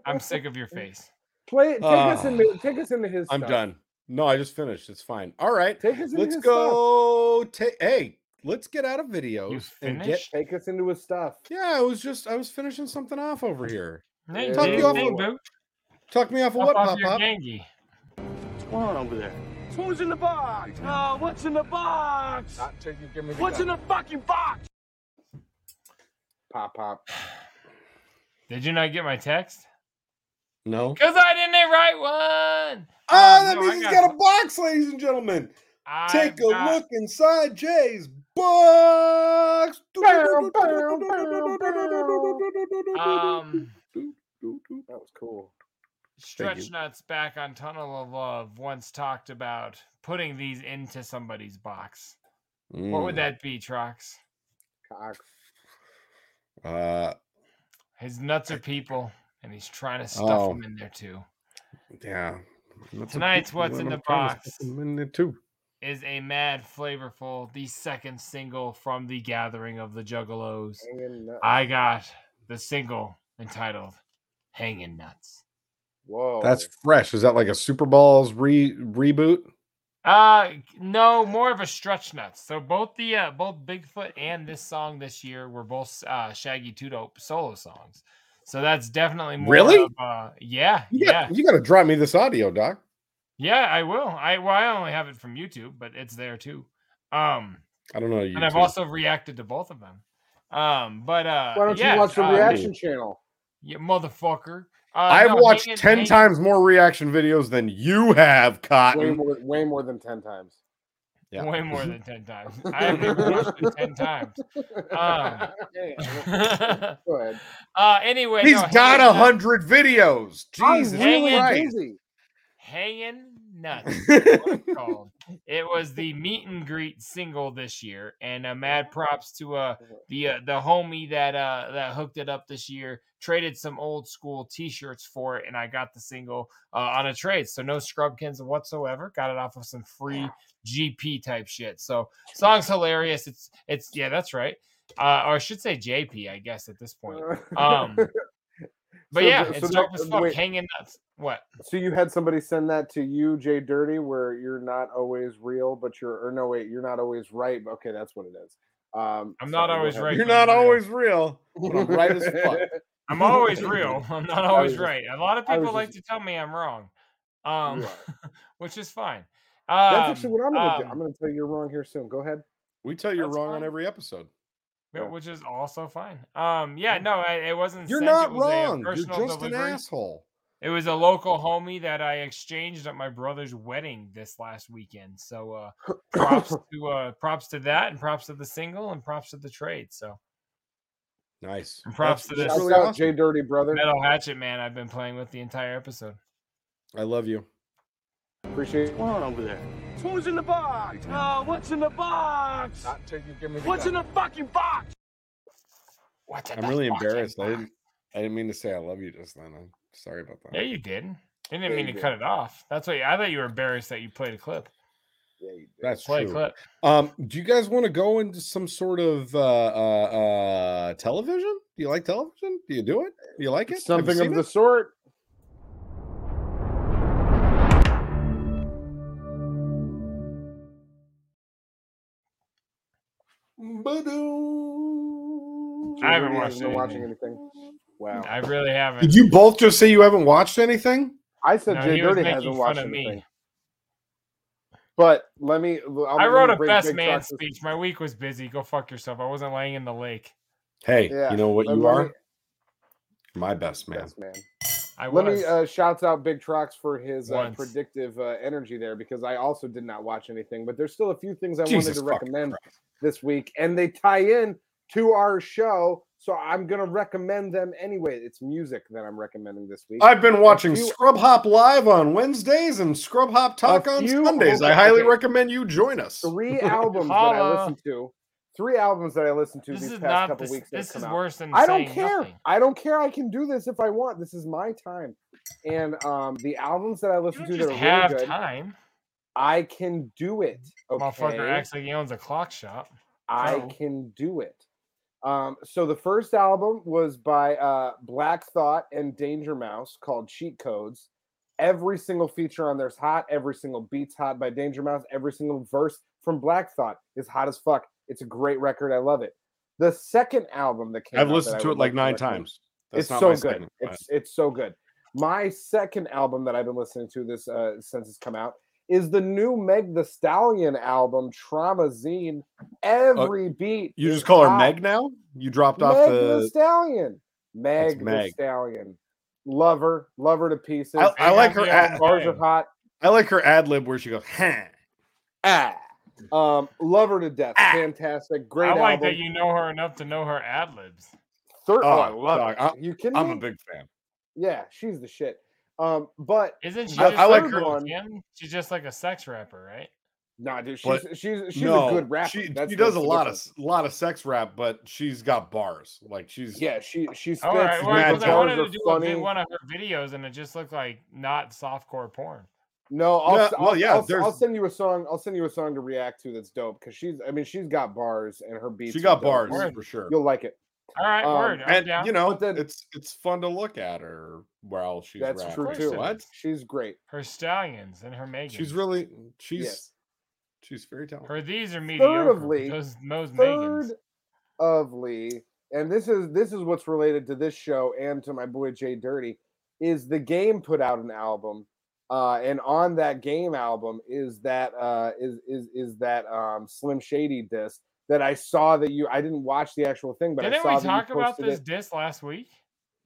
Speaker 1: I'm sick of your face.
Speaker 2: Play take us
Speaker 3: Ah.
Speaker 2: into take us into his.
Speaker 3: I'm
Speaker 2: stuff.
Speaker 3: done. No, I just finished. It's fine. All right.
Speaker 2: Take us into
Speaker 3: Let's
Speaker 2: his
Speaker 3: go. Take hey, let's get out of videos and get.
Speaker 2: Finished? Take us into his stuff.
Speaker 3: Yeah, I was just I was finishing something off over here.
Speaker 1: No, you
Speaker 3: Tuck
Speaker 1: did
Speaker 3: me off.
Speaker 1: thing,
Speaker 3: of-
Speaker 1: boo.
Speaker 3: Tuck me off of
Speaker 1: Up
Speaker 3: what,
Speaker 1: off
Speaker 3: Pop
Speaker 1: your
Speaker 3: Pop?
Speaker 1: gangy.
Speaker 3: What's going on over there?
Speaker 6: Who's in the box? Oh, what's in the box? Not till you give me
Speaker 1: What's in
Speaker 6: the fucking box?
Speaker 2: Pop pop.
Speaker 1: Did you not get my text?
Speaker 3: No.
Speaker 1: Because I didn't write one.
Speaker 3: Oh, that
Speaker 1: no,
Speaker 3: means
Speaker 1: I
Speaker 3: he's
Speaker 1: got-
Speaker 3: got a box, ladies and gentlemen.
Speaker 1: I've
Speaker 3: Take a
Speaker 1: got-
Speaker 3: look inside Jay's box.
Speaker 1: Um,
Speaker 2: That was cool.
Speaker 1: Stretch Nuts back on Tunnel of Love once talked about putting these into somebody's box. What would
Speaker 3: Mm.
Speaker 1: that be, Trox?
Speaker 2: Cock.
Speaker 3: Uh,
Speaker 1: His nuts are people, and he's trying to stuff
Speaker 3: Oh.
Speaker 1: them in there too.
Speaker 3: yeah. That's a
Speaker 1: Tonight's
Speaker 3: big
Speaker 1: What's
Speaker 3: one.
Speaker 1: in the
Speaker 3: I'm trying to
Speaker 1: Box.
Speaker 3: stick 'em In there too.
Speaker 1: Is a mad flavorful the second single from the Gathering of the Juggalos.
Speaker 2: Hanging nuts.
Speaker 1: I got the single entitled "Hanging Nuts."
Speaker 2: Whoa.
Speaker 3: That's fresh. Is that like a Super Balls re reboot?
Speaker 1: Uh no, more of a stretch nuts. So both the uh, both Bigfoot and this song this year were both uh Shaggy Two Dope solo songs. So that's definitely more
Speaker 3: Really?
Speaker 1: of, uh yeah,
Speaker 3: You
Speaker 1: yeah.
Speaker 3: got, you got to drop me this audio, Doc.
Speaker 1: Yeah, I will. I well I only have it from YouTube, but it's there too. Um
Speaker 3: I don't know. You
Speaker 1: and I've also reacted to both of them. Um but uh
Speaker 2: Why don't
Speaker 1: yeah,
Speaker 2: you watch the
Speaker 1: uh,
Speaker 2: reaction channel?
Speaker 1: You motherfucker. Uh,
Speaker 3: I've
Speaker 1: no,
Speaker 3: watched
Speaker 1: hanging-
Speaker 3: ten
Speaker 1: hang-
Speaker 3: times more reaction videos than you have,
Speaker 2: Way
Speaker 3: Cotton.
Speaker 2: more, way more than ten times.
Speaker 3: Yeah.
Speaker 1: way more than ten times. I have watched it ten times. Um,
Speaker 2: Yeah, Go ahead.
Speaker 1: Uh, anyway,
Speaker 3: He's
Speaker 1: no,
Speaker 3: got
Speaker 1: hanging
Speaker 3: a
Speaker 1: nuts-
Speaker 3: hundred videos. Jesus
Speaker 1: really
Speaker 3: Christ!
Speaker 2: busy.
Speaker 1: Hanging nuts. is what it's called. it was the meet and greet single this year, and uh, mad props to uh the uh, the homie that uh that hooked it up this year. Traded some old school T-shirts for it, and I got the single uh, on a trade. So no scrubkins whatsoever. Got it off of some free GP type shit. So song's hilarious. It's it's Uh, yeah, that's right. Uh, or I should say JP, I guess at this point. Um, But
Speaker 2: Uh, So
Speaker 1: yeah,
Speaker 2: the- so
Speaker 1: it's
Speaker 2: the-
Speaker 1: dark as fuck,
Speaker 2: wait.
Speaker 1: hanging nuts. What?
Speaker 2: So you had somebody send that to you, Jay Dirty, where you're not always real, but you're or no wait, you're not always right. but- Okay, that's what it is. Um,
Speaker 1: I'm not
Speaker 2: sorry, go
Speaker 1: always
Speaker 2: ahead.
Speaker 1: right.
Speaker 3: You're not always real, but I'm right as fuck.
Speaker 1: I'm always real. I'm
Speaker 3: I
Speaker 1: not
Speaker 3: was
Speaker 1: always
Speaker 3: just-
Speaker 1: right. A lot of
Speaker 3: I was
Speaker 1: people like
Speaker 3: just-
Speaker 1: to tell me I'm wrong, um,
Speaker 2: You
Speaker 1: which is fine.
Speaker 2: That's actually
Speaker 1: Um,
Speaker 2: what I'm gonna do.
Speaker 1: um,
Speaker 2: I'm gonna tell you you're wrong here soon. Go ahead.
Speaker 3: We tell you're wrong on every episode.
Speaker 1: yeah, which is also fine. Um, yeah, no, I, it wasn't.
Speaker 3: You're
Speaker 1: sent, it
Speaker 3: not
Speaker 1: was a
Speaker 3: wrong. You're
Speaker 1: personal
Speaker 3: just an
Speaker 1: delivery.
Speaker 3: asshole.
Speaker 1: It was a local homie that I exchanged at my brother's wedding this last weekend. So uh, props to uh, props to that, and props to the single, and props to the trade. So
Speaker 3: Nice.
Speaker 1: and props to this
Speaker 2: Shout out Jay Dirty, brother.
Speaker 1: metal hatchet man I've been playing with the entire episode.
Speaker 3: I love you.
Speaker 2: Appreciate it.
Speaker 3: on over there?
Speaker 6: Who's in the box? Oh, what's in the box?
Speaker 2: Not till you give me
Speaker 6: What's in the fucking box?
Speaker 1: What's
Speaker 3: I'm really embarrassed. I didn't. I didn't mean to say I love you just then. I'm sorry about that.
Speaker 1: Yeah, you did. You didn't
Speaker 3: Yeah,
Speaker 1: mean
Speaker 3: you
Speaker 1: to
Speaker 3: did.
Speaker 1: cut it off. That's what I thought you were embarrassed that you played a clip.
Speaker 3: That's
Speaker 1: Play a
Speaker 3: true.
Speaker 1: clip.
Speaker 3: Um, do you guys want to go into some sort of uh, uh, uh, television? Do you like television? Do you do it? Do you like it? Have you
Speaker 2: Something of
Speaker 3: seen
Speaker 2: the
Speaker 3: it?
Speaker 2: sort.
Speaker 1: I haven't
Speaker 2: Dirty
Speaker 1: watched
Speaker 2: been
Speaker 1: anything.
Speaker 2: watching anything. Wow.
Speaker 1: I really haven't.
Speaker 3: Did you both just say you haven't watched anything?
Speaker 2: I said
Speaker 1: No,
Speaker 2: Jay
Speaker 1: he was
Speaker 2: Dirty
Speaker 1: making
Speaker 2: hasn't
Speaker 1: fun
Speaker 2: watched
Speaker 1: of me.
Speaker 2: anything. But let me. I'll,
Speaker 1: I
Speaker 2: let
Speaker 1: wrote
Speaker 2: me
Speaker 1: a
Speaker 2: break
Speaker 1: best
Speaker 2: Big
Speaker 1: man
Speaker 2: Talk's-
Speaker 1: speech. My week was busy. Go fuck yourself. I wasn't laying in the lake.
Speaker 3: Hey,
Speaker 2: Yeah,
Speaker 3: you know what
Speaker 2: let
Speaker 3: you
Speaker 2: me-
Speaker 3: are? My best man.
Speaker 2: Best man.
Speaker 1: I
Speaker 2: Let
Speaker 1: was.
Speaker 2: me uh, shouts out Big Trox for his uh,
Speaker 1: Once.
Speaker 2: predictive uh, energy there because I also did not watch anything, but there's still a few things I
Speaker 3: Jesus
Speaker 2: wanted to
Speaker 3: fucking
Speaker 2: recommend this week, and they tie in to our show, so I'm gonna recommend them anyway. It's music that I'm recommending this week.
Speaker 3: I've been
Speaker 2: A
Speaker 3: watching
Speaker 2: few-
Speaker 3: Scrub Hop Live on Wednesdays and Scrub Hop Talk on
Speaker 2: few-
Speaker 3: Sundays. I
Speaker 2: okay,
Speaker 3: highly
Speaker 2: okay.
Speaker 3: recommend you join us.
Speaker 2: three albums that I
Speaker 1: Holla.
Speaker 2: listened to. Three albums that I listened to
Speaker 1: This
Speaker 2: these
Speaker 1: is
Speaker 2: past
Speaker 1: not
Speaker 2: couple
Speaker 1: this-
Speaker 2: weeks. that have
Speaker 1: this
Speaker 2: come
Speaker 1: is
Speaker 2: out.
Speaker 1: worse than
Speaker 2: I don't
Speaker 1: saying
Speaker 2: care.
Speaker 1: nothing.
Speaker 2: I don't care. I can do this if I want. This is my time. And um, the albums that I listen to
Speaker 1: just
Speaker 2: that are
Speaker 1: have
Speaker 2: really good,
Speaker 1: time.
Speaker 2: I can do it. Okay,
Speaker 1: Motherfucker acts like he owns a clock shop.
Speaker 2: I
Speaker 1: Oh.
Speaker 2: can do it. Um, so the first album was by uh, Black Thought and Danger Mouse called Cheat Codes. Every single feature on there's hot. Every single beat's hot by Danger Mouse. Every single verse from Black Thought is hot as fuck. It's a great record. I love it. The second album that came out
Speaker 3: I've
Speaker 2: that
Speaker 3: listened
Speaker 2: I
Speaker 3: to
Speaker 2: would
Speaker 3: it like
Speaker 2: to
Speaker 3: nine
Speaker 2: recommend-
Speaker 3: times. That's
Speaker 2: it's
Speaker 3: not
Speaker 2: so
Speaker 3: my
Speaker 2: good.
Speaker 3: segment, but-
Speaker 2: It's it's so good. My second album that I've been listening to this uh, since it's come out is the new Meg the Stallion album, Trauma Zine. Every beat.
Speaker 3: Oh, You
Speaker 2: is
Speaker 3: just call her
Speaker 2: hot.
Speaker 3: Meg now? You dropped
Speaker 2: Meg
Speaker 3: off
Speaker 2: the,
Speaker 3: the.
Speaker 2: Stallion.
Speaker 3: That's
Speaker 2: Meg, the
Speaker 3: Meg.
Speaker 2: Stallion. Love her. Love her to pieces.
Speaker 3: I, I like her.
Speaker 2: Bars
Speaker 3: Ad,
Speaker 2: are hot.
Speaker 3: I like her ad lib where she goes, huh.
Speaker 2: Ah. Um, love her to death.
Speaker 3: Ah.
Speaker 2: Fantastic. Great
Speaker 1: I like
Speaker 2: album.
Speaker 1: that you know her enough to know her ad libs.
Speaker 2: Thir- oh,
Speaker 3: Oh,
Speaker 2: I love
Speaker 3: dog,
Speaker 2: it.
Speaker 3: I-
Speaker 2: you kidding
Speaker 3: I'm a
Speaker 2: me?
Speaker 3: big fan.
Speaker 2: Yeah, she's the shit. Um, but
Speaker 1: Isn't she?
Speaker 2: the
Speaker 1: just like
Speaker 2: third
Speaker 1: her.
Speaker 2: one-
Speaker 1: She's just like a sex rapper, right?
Speaker 2: Nah, dude, she's
Speaker 3: But
Speaker 2: she's she's
Speaker 3: no,
Speaker 2: a good rapper.
Speaker 3: She,
Speaker 2: That's-
Speaker 3: she does
Speaker 2: that's
Speaker 3: a
Speaker 2: the
Speaker 3: lot of
Speaker 2: difference.
Speaker 3: s- lot of sex rap, but she's got bars. Like she's
Speaker 2: Yeah, she she spits.
Speaker 1: All right. Well,
Speaker 3: mad
Speaker 1: because I wanted to
Speaker 2: bars
Speaker 1: do
Speaker 2: are
Speaker 1: a vid-
Speaker 2: funny.
Speaker 1: one of her videos, and it just looked like not softcore porn.
Speaker 2: No, I'll,
Speaker 3: Yeah,
Speaker 2: s- I'll,
Speaker 3: well, yeah,
Speaker 2: I'll,
Speaker 3: there's-
Speaker 2: I'll send you a song. I'll send you a song to react to that's dope because she's. I mean, she's got bars and her beats.
Speaker 3: she
Speaker 2: are
Speaker 3: got
Speaker 2: dope.
Speaker 3: bars
Speaker 1: Word.
Speaker 3: for sure.
Speaker 2: You'll like it.
Speaker 1: All right,
Speaker 2: Um,
Speaker 1: word. I'm
Speaker 3: and
Speaker 1: down.
Speaker 3: you know,
Speaker 2: But then-
Speaker 3: it's it's fun to look at her while she's
Speaker 2: That's
Speaker 3: rapping.
Speaker 2: true
Speaker 1: course
Speaker 2: too.
Speaker 1: it
Speaker 3: What?
Speaker 2: She's great.
Speaker 1: her stallions and her Megan.
Speaker 3: She's really she's
Speaker 2: Yes.
Speaker 3: she's very talented.
Speaker 1: her. These are
Speaker 2: Third
Speaker 1: mediocre.
Speaker 2: of Lee.
Speaker 1: those those
Speaker 2: Third
Speaker 1: Megans.
Speaker 2: of Lee, and this is this is what's related to this show and to my boy Jay Dirty, is the game put out an album, uh, and on that game album is that uh, is is is that um, Slim Shady disc that I saw that you I didn't watch the actual thing, but I
Speaker 1: Didn't
Speaker 2: saw
Speaker 1: we
Speaker 2: that you
Speaker 1: talk about
Speaker 2: posted
Speaker 1: this
Speaker 2: it.
Speaker 1: disc last week?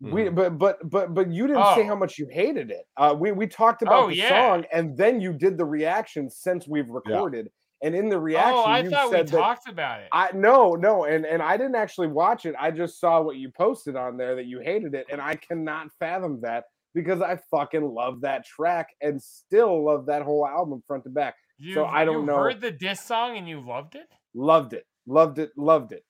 Speaker 2: We but but but but you didn't say how
Speaker 1: Oh.
Speaker 2: much you hated it. Uh, we we talked about
Speaker 1: Oh,
Speaker 2: the
Speaker 1: yeah.
Speaker 2: song, and then you did the reaction since we've recorded. And in the reaction,
Speaker 1: oh, I
Speaker 2: you
Speaker 1: thought we
Speaker 2: said that
Speaker 1: talked about it.
Speaker 2: I no, no, and and I didn't actually watch it. I just saw what you posted on there that you hated it, and I cannot fathom that because I fucking love that track and still love that whole album front to back.
Speaker 1: you,
Speaker 2: so I don't
Speaker 1: you
Speaker 2: know.
Speaker 1: heard the disc song and you loved it.
Speaker 2: Loved it, loved it, loved it.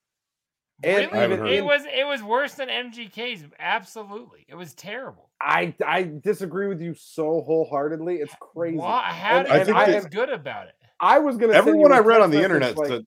Speaker 2: And
Speaker 3: I haven't
Speaker 2: even
Speaker 3: heard
Speaker 1: It
Speaker 2: in-
Speaker 1: was it was worse than MGK's. Absolutely, it was terrible.
Speaker 2: I I disagree with you so wholeheartedly. It's crazy.
Speaker 1: Why? How
Speaker 2: And-
Speaker 1: did
Speaker 3: I
Speaker 1: you
Speaker 3: think
Speaker 1: feel
Speaker 3: that-
Speaker 1: so good about it?
Speaker 2: I was gonna. send you
Speaker 3: Everyone
Speaker 2: a
Speaker 3: I read
Speaker 2: text
Speaker 3: on the
Speaker 2: message,
Speaker 3: internet
Speaker 2: like,
Speaker 3: said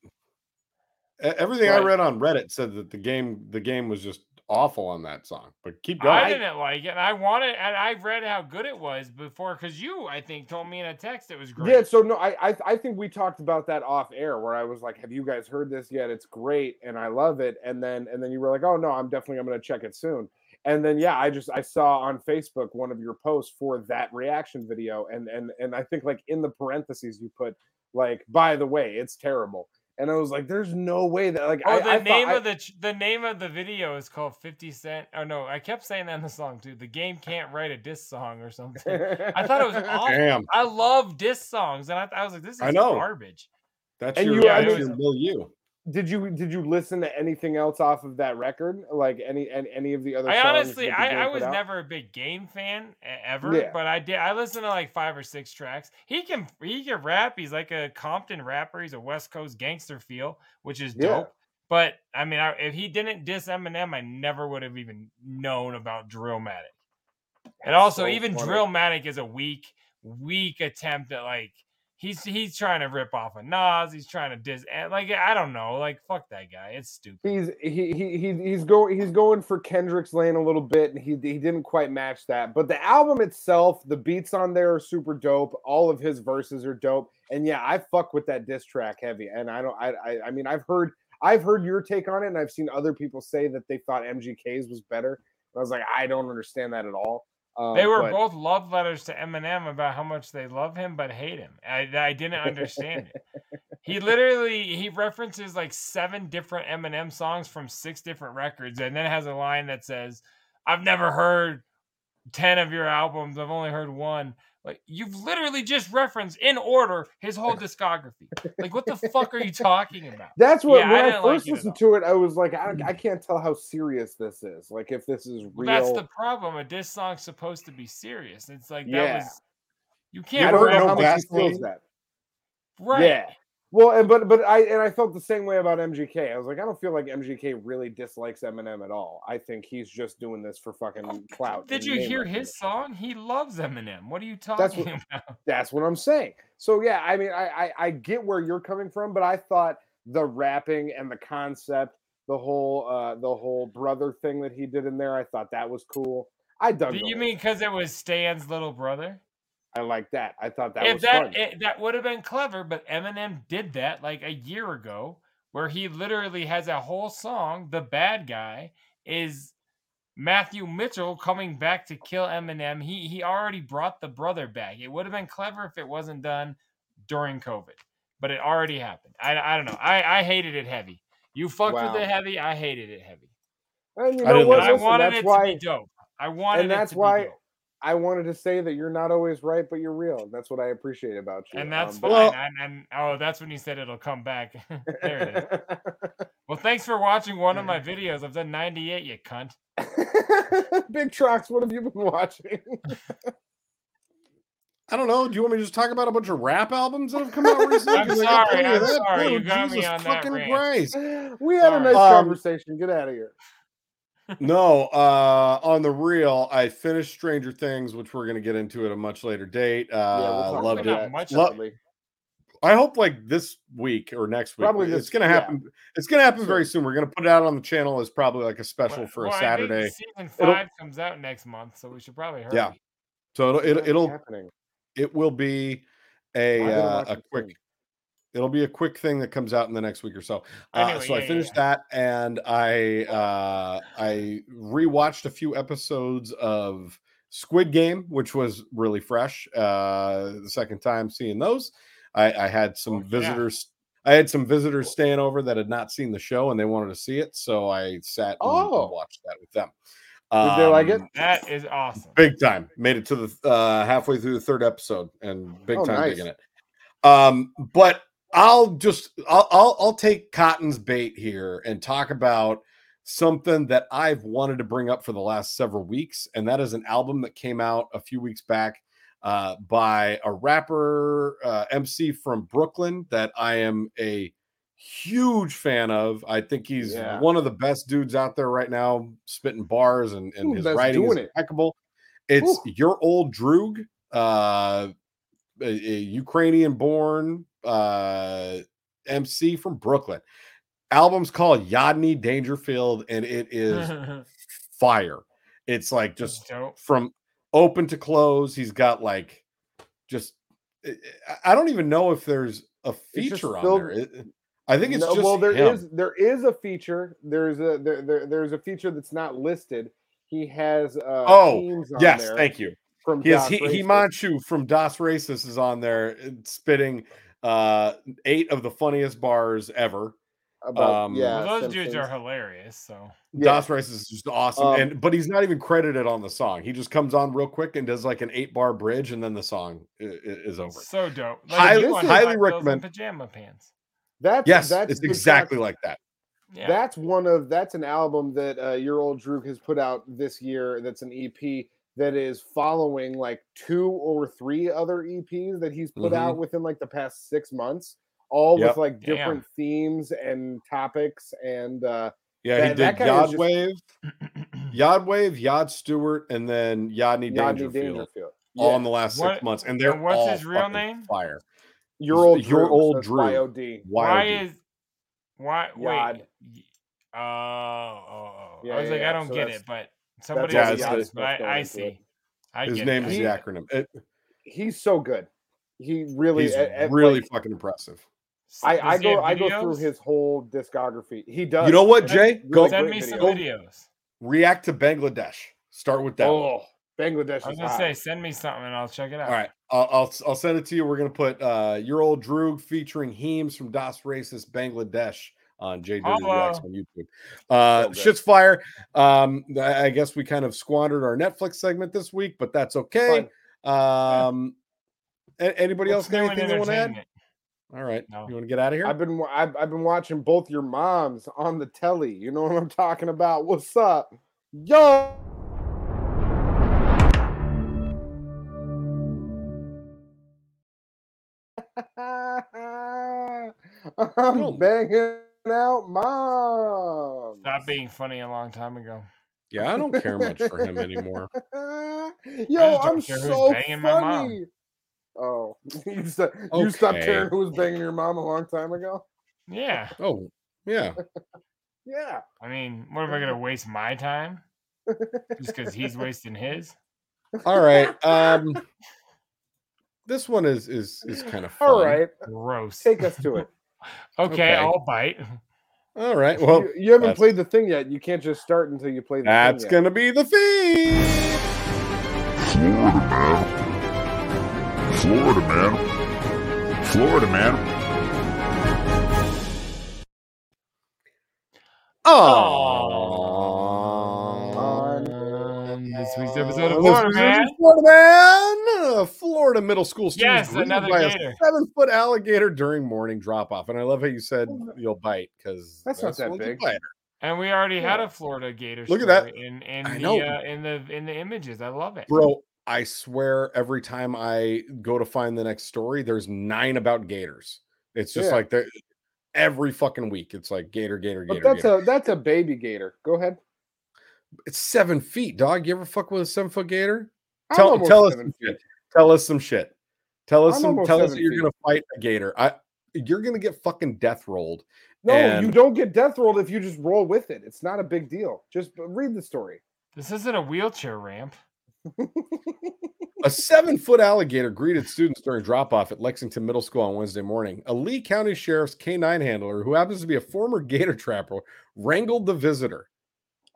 Speaker 3: e- everything I
Speaker 2: Right.
Speaker 3: read on Reddit said that the game the game was just awful on that song, but keep going.
Speaker 1: I didn't like it. And I wanted, and I read how good it was before because you, I think, told me in a text it was great.
Speaker 2: Yeah, so no, I, I I think we talked about that off air where I was like, "Have you guys heard this yet? It's great, and I love it." And then and then you were like, "Oh no, I'm definitely I'm going to check it soon." And then yeah, I just I saw on Facebook one of your posts for that reaction video, and and and I think like in the parentheses you put like, "By the way, it's terrible." And I was like, "There's no way that like
Speaker 1: Oh,
Speaker 2: I,
Speaker 1: the
Speaker 2: I thought
Speaker 1: name
Speaker 2: I-
Speaker 1: of the ch- the name of the video is called Fifty Cent. Oh no, I kept saying that in the song too. The game can't write a diss song or something. I thought it was awful.
Speaker 3: Damn.
Speaker 1: I love diss songs, and I, I was like, this is
Speaker 3: I know.
Speaker 1: garbage.
Speaker 3: That's
Speaker 2: And
Speaker 3: your,
Speaker 2: you- I
Speaker 3: that's
Speaker 2: mean-
Speaker 3: your milieu.
Speaker 2: did you did you listen to anything else off of that record? Like any any, any of the other?
Speaker 1: I
Speaker 2: songs
Speaker 1: honestly,
Speaker 2: that the band
Speaker 1: I, I
Speaker 2: put
Speaker 1: was
Speaker 2: out?
Speaker 1: never a big game fan e- ever,
Speaker 2: Yeah.
Speaker 1: but I did. I listened to like five or six tracks. He can he can rap. He's like a Compton rapper. He's a West Coast gangster feel, which is
Speaker 2: Yeah.
Speaker 1: dope. But I mean, I, if he didn't diss Eminem, I never would have even known about Drillmatic. And
Speaker 2: That's
Speaker 1: also,
Speaker 2: so
Speaker 1: even
Speaker 2: funny.
Speaker 1: Drillmatic is a weak, weak attempt at like he's he's trying to rip off a Nas. He's trying to diss and, like I don't know, like fuck that guy. It's stupid.
Speaker 2: He's he, he he he's going he's going for Kendrick's lane a little bit, and he he didn't quite match that. But the album itself, the beats on there are super dope. All of his verses are dope, and yeah, I fuck with that diss track heavy. And I don't I I, I mean I've heard I've heard your take on it, and I've seen other people say that they thought MGK's was better. And I was like, I don't understand that at all. Um,
Speaker 1: They were
Speaker 2: but-
Speaker 1: both love letters to Eminem about how much they love him but hate him. I, I didn't understand it. He literally he references like seven different Eminem songs from six different records, and then has a line that says, "I've never heard ten of your albums. I've only heard one." Like you've literally just referenced in order his whole discography. Like what the fuck are you talking about?
Speaker 2: That's what
Speaker 1: Yeah,
Speaker 2: when I,
Speaker 1: didn't like
Speaker 2: first
Speaker 1: it at
Speaker 2: listened to it, I was like, I, I can't tell how serious this is. Like if this is
Speaker 1: Well,
Speaker 2: real.
Speaker 1: that's the problem. A diss song's supposed to be serious. It's like that
Speaker 2: Yeah.
Speaker 1: was you
Speaker 2: You
Speaker 1: can't
Speaker 2: don't
Speaker 1: rap
Speaker 2: know how
Speaker 1: about-
Speaker 2: much he feels that.
Speaker 1: right.
Speaker 2: Yeah. Well, and but but I and I felt the same way about MGK. I was like, I don't feel like MGK really dislikes Eminem at all. I think he's just doing this for fucking clout.
Speaker 1: Oh, Did
Speaker 2: and
Speaker 1: you
Speaker 2: name
Speaker 1: hear
Speaker 2: recognition.
Speaker 1: his song? He loves Eminem. What are you
Speaker 2: That's
Speaker 1: talking
Speaker 2: what-
Speaker 1: about?
Speaker 2: That's what I'm saying. So yeah, I mean, I, I I get where you're coming from, but I thought the rapping and the concept, the whole uh the whole brother thing that he did in there, I thought that was cool. I dug.
Speaker 1: Do
Speaker 2: the
Speaker 1: you
Speaker 2: lyrics.
Speaker 1: mean because it was Stan's little brother?
Speaker 2: I like that. I thought that
Speaker 1: if
Speaker 2: was
Speaker 1: that
Speaker 2: fun.
Speaker 1: it- that would have been clever, but Eminem did that like a year ago, where he literally has a whole song. The bad guy is Matthew Mitchell coming back to kill Eminem. He he already brought the brother back. It would have been clever if it wasn't done during COVID, but it already happened. I I don't know. I I hated it heavy. You fucked with
Speaker 2: Wow.
Speaker 1: it heavy. I hated it heavy.
Speaker 2: And you
Speaker 3: I
Speaker 2: know
Speaker 3: didn't
Speaker 2: what?
Speaker 3: like it.
Speaker 1: I
Speaker 2: Listen,
Speaker 1: wanted
Speaker 2: that's
Speaker 1: it
Speaker 2: why,
Speaker 1: to be dope. I wanted
Speaker 2: and
Speaker 1: it
Speaker 2: that's
Speaker 1: to be
Speaker 2: why
Speaker 1: dope.
Speaker 2: I wanted to say that you're not always right, but you're real. And that's what I appreciate about you.
Speaker 1: And that's
Speaker 2: Um,
Speaker 1: fine.
Speaker 2: but-
Speaker 1: and, and- oh, that's when you said it'll come back. there it is. Well, thanks for watching one of my videos. I've done 98, you cunt.
Speaker 2: Big Trucks, what have you been watching?
Speaker 3: I don't know. Do you want me to just talk about a bunch of rap albums that have come out recently?
Speaker 1: I'm
Speaker 3: 'Cause I got
Speaker 1: sorry,
Speaker 3: plenty of
Speaker 1: I'm
Speaker 3: that,
Speaker 1: sorry,
Speaker 3: too.
Speaker 1: you got me
Speaker 3: Jesus
Speaker 1: on that
Speaker 3: fucking
Speaker 1: rant.
Speaker 3: Christ.
Speaker 2: we had a
Speaker 1: Sorry.
Speaker 2: nice
Speaker 3: Um,
Speaker 2: conversation. Get out of here.
Speaker 3: no, uh, on the real, I finished Stranger Things, which we're gonna get into at a much later date. Uh,
Speaker 2: talk
Speaker 3: loved
Speaker 1: about
Speaker 3: it.
Speaker 1: that much
Speaker 3: Lo-
Speaker 2: later.
Speaker 3: I hope like this week or next week.
Speaker 2: Probably
Speaker 3: it's
Speaker 2: this-
Speaker 3: gonna
Speaker 2: yeah.
Speaker 3: happen. It's gonna happen very soon. We're gonna put it out on the channel as probably like a special for a
Speaker 1: Well, I think
Speaker 3: Saturday.
Speaker 1: Season
Speaker 3: It'll-
Speaker 1: 5 comes out next month, so we should probably hurry.
Speaker 3: Yeah. So it'll it'll,
Speaker 2: What's
Speaker 3: it'll
Speaker 2: happening.
Speaker 3: it will be a
Speaker 2: I didn't
Speaker 3: uh,
Speaker 2: watch
Speaker 3: a
Speaker 2: the
Speaker 3: quick
Speaker 2: thing.
Speaker 3: it'll be a quick thing that comes out in the next week or so. Uh,
Speaker 1: Anyway,
Speaker 3: so
Speaker 1: yeah,
Speaker 3: I
Speaker 1: yeah,
Speaker 3: finished that and I uh, I rewatched a few episodes of Squid Game, which was really fresh. Uh, the second time seeing those, I, I
Speaker 2: Oh,
Speaker 3: had some visitors. I had some visitors staying over that had not seen the show and they wanted to see it, so I sat and,
Speaker 2: Oh.
Speaker 3: and watched that with them.
Speaker 2: Did they like it?
Speaker 3: Um,
Speaker 1: That is awesome.
Speaker 3: Big time. Made it to the uh, halfway through the third episode and big
Speaker 2: Oh,
Speaker 3: time
Speaker 2: nice.
Speaker 3: digging it. Um, but I'll just I'll, I'll I'll take Cotton's bait here and talk about something that I've wanted to bring up for the last several weeks, and that is an album that came out a few weeks back uh, by a rapper uh, MC from Brooklyn that I am a huge fan of. I think he's
Speaker 2: Yeah.
Speaker 3: one of the best dudes out there right now, spitting bars and, and
Speaker 2: Ooh,
Speaker 3: his
Speaker 2: that's
Speaker 3: writing is
Speaker 2: doing it.
Speaker 3: impeccable. It's
Speaker 2: Ooh.
Speaker 3: your old Droog, uh, a, Ukrainian born uh, MC from Brooklyn. Album's called Yadni Dangerfield, and it is fire. It's like just from open to close. He's got like just eh, I- I don't even know if there's a
Speaker 2: It's just
Speaker 3: feature on
Speaker 2: filled-
Speaker 3: there. It- I think it's
Speaker 2: No,
Speaker 3: just
Speaker 2: well, there
Speaker 3: him.
Speaker 2: is- there is a feature. There's a there, there there's a feature that's not listed. He has uh,
Speaker 3: oh
Speaker 2: teams on
Speaker 3: yes,
Speaker 2: there
Speaker 3: thank you.
Speaker 2: From
Speaker 3: he has
Speaker 2: Doc
Speaker 3: he, he
Speaker 2: Racist.
Speaker 3: Manchu from Das Racist is on there uh, spitting uh eight of the funniest bars ever. Um,
Speaker 1: well, those dudes are hilarious. So
Speaker 3: Das Rice is just awesome,
Speaker 1: Um,
Speaker 3: and but he's not even credited on the song. He just comes on real quick and does like an eight bar bridge, and then the song i- i- is over.
Speaker 1: so dope.
Speaker 3: Highly-
Speaker 1: you want
Speaker 3: highly
Speaker 1: black girls in
Speaker 3: recommend-
Speaker 1: pajama pants.
Speaker 2: That's
Speaker 3: yes,
Speaker 2: that's
Speaker 3: it's
Speaker 2: the
Speaker 3: exactly
Speaker 2: Doc-
Speaker 3: like that.
Speaker 1: Yeah.
Speaker 2: That's one of that's an album that uh, your old Droog has put out this year. That's an EP that is following like two or three other EPs that he's put out
Speaker 3: Mhm.
Speaker 2: within like the past six months, all
Speaker 3: Yep.
Speaker 2: with like
Speaker 3: Damn.
Speaker 2: different themes and topics. And uh,
Speaker 3: Yeah,
Speaker 2: that,
Speaker 3: he
Speaker 2: that
Speaker 3: did
Speaker 2: guy is
Speaker 3: Yod
Speaker 2: just-
Speaker 3: Wave, Yod Wave, Yod Stewart, and then Yodney,
Speaker 2: Yodney
Speaker 3: Dangerfield, Um,
Speaker 2: Dangerfield.
Speaker 3: all
Speaker 2: Yeah.
Speaker 3: in the last six
Speaker 1: What-
Speaker 3: months, and they're
Speaker 1: and what's
Speaker 3: all
Speaker 1: his real
Speaker 3: fucking
Speaker 1: name?
Speaker 3: Fire.
Speaker 2: Your
Speaker 3: His-
Speaker 2: old
Speaker 3: your
Speaker 2: Droog,
Speaker 3: old
Speaker 2: that's
Speaker 3: Drew.
Speaker 2: YOD.
Speaker 1: Why is why wait?
Speaker 2: Yod.
Speaker 1: Oh, oh, oh.
Speaker 2: Yeah,
Speaker 1: I was
Speaker 2: yeah,
Speaker 1: like,
Speaker 2: yeah,
Speaker 1: I don't
Speaker 2: so
Speaker 1: get
Speaker 2: that's-
Speaker 1: it, but
Speaker 2: that's
Speaker 1: somebody
Speaker 3: what
Speaker 1: else
Speaker 3: the
Speaker 1: does.
Speaker 3: Yod
Speaker 1: But
Speaker 3: stuff
Speaker 1: I, I
Speaker 3: goes with.
Speaker 1: see. I
Speaker 3: His
Speaker 1: get
Speaker 3: name
Speaker 1: it.
Speaker 3: is the acronym. It-
Speaker 2: he's so good. He really,
Speaker 3: he's
Speaker 2: at- at,
Speaker 3: really
Speaker 2: like,
Speaker 3: fucking impressive.
Speaker 2: I,
Speaker 1: Does
Speaker 2: I
Speaker 1: he have
Speaker 2: go I go through
Speaker 1: videos?
Speaker 2: his whole discography. He does.
Speaker 3: You know what,
Speaker 2: That's
Speaker 3: Jay?
Speaker 2: really
Speaker 3: Go
Speaker 1: Send
Speaker 2: great
Speaker 1: me some
Speaker 2: video.
Speaker 1: videos.
Speaker 3: react to Bangladesh. Start with that. one.
Speaker 2: Oh, Bangladesh.
Speaker 1: I was
Speaker 2: is
Speaker 1: gonna
Speaker 2: hot.
Speaker 1: say, send me something and I'll check it out.
Speaker 3: All right. I'll, I'll I'll send it to you. We're gonna put uh your old Droog featuring Heems from Das Racist Bangladesh on JWX
Speaker 2: Oh,
Speaker 1: Holla.
Speaker 3: on YouTube. Uh
Speaker 1: good.
Speaker 3: shit's fire. Um I I guess we kind of squandered our Netflix segment this week, but that's okay. Um a- anybody
Speaker 2: Let's
Speaker 3: else got
Speaker 2: do an
Speaker 3: anything they want to add?
Speaker 2: entertainment.
Speaker 3: All right, you want to get out of here?
Speaker 2: I've been wa- I've, I've been watching both your moms on the telly. You know what I'm talking about? What's up, yo? I'm banging out mom.
Speaker 1: Stop being funny a long time ago.
Speaker 3: Yeah, I don't care much for him anymore.
Speaker 2: Yo,
Speaker 1: don't
Speaker 2: I'm
Speaker 1: care who's
Speaker 2: so
Speaker 1: banging my mom.
Speaker 2: funny. Oh, you, st- you stopped
Speaker 3: Okay.
Speaker 2: caring who was banging your mom a long time ago.
Speaker 1: Yeah.
Speaker 3: Oh, yeah.
Speaker 2: Yeah.
Speaker 1: I mean, what am I gonna waste my time? Just because he's wasting his?
Speaker 3: All right. Um this one is is is kind of fun.
Speaker 2: All right.
Speaker 1: Gross.
Speaker 2: Take us to it.
Speaker 1: Okay, I'll bite.
Speaker 3: All right. Well,
Speaker 2: you, you haven't
Speaker 3: that's-
Speaker 2: played the thing yet. You can't just start until you play the
Speaker 3: That's
Speaker 2: thing.
Speaker 3: gonna be the theme.
Speaker 13: Florida man. Florida man. Florida man.
Speaker 1: On Um, this week's episode of
Speaker 3: This
Speaker 1: Florida
Speaker 3: is
Speaker 1: Man.
Speaker 3: Florida Man. Uh, Florida middle school students
Speaker 1: Yes,
Speaker 3: greeted
Speaker 1: another
Speaker 3: by
Speaker 1: gator.
Speaker 3: a seven foot alligator during morning drop off. And I love how you said you'll bite because
Speaker 1: That's not that big.
Speaker 3: Bite.
Speaker 1: And we already had
Speaker 3: Yeah.
Speaker 1: a Florida Gator.
Speaker 3: Look at that.
Speaker 1: story In, in
Speaker 3: I
Speaker 1: the
Speaker 3: know.
Speaker 1: Uh, in the in the images, I love it,
Speaker 3: Bro, I swear every time I go to find the next story, there's nine about gators. It's just
Speaker 2: Yeah.
Speaker 3: like they're every fucking week. It's like gator, gator, gator.
Speaker 2: But that's
Speaker 3: gator.
Speaker 2: a that's a baby gator. Go ahead.
Speaker 3: it's seven feet, dog. You ever fuck with a seven foot gator?
Speaker 2: I'm
Speaker 3: Tell
Speaker 2: almost
Speaker 3: tell us
Speaker 2: seven
Speaker 3: some shit. Tell us some shit. Tell us
Speaker 2: I'm
Speaker 3: some.
Speaker 2: almost
Speaker 3: Tell us that
Speaker 2: seven
Speaker 3: you're
Speaker 2: feet.
Speaker 3: gonna fight a gator. I you're gonna get fucking death rolled.
Speaker 2: No, you
Speaker 3: and-
Speaker 2: don't get death rolled if you just roll with it. It's not a big deal. Just read the story.
Speaker 1: This isn't a wheelchair ramp.
Speaker 3: A seven foot alligator greeted students during drop off at Lexington Middle School on Wednesday morning. A Lee County Sheriff's K9 handler, who happens to be a former gator trapper, wrangled the visitor.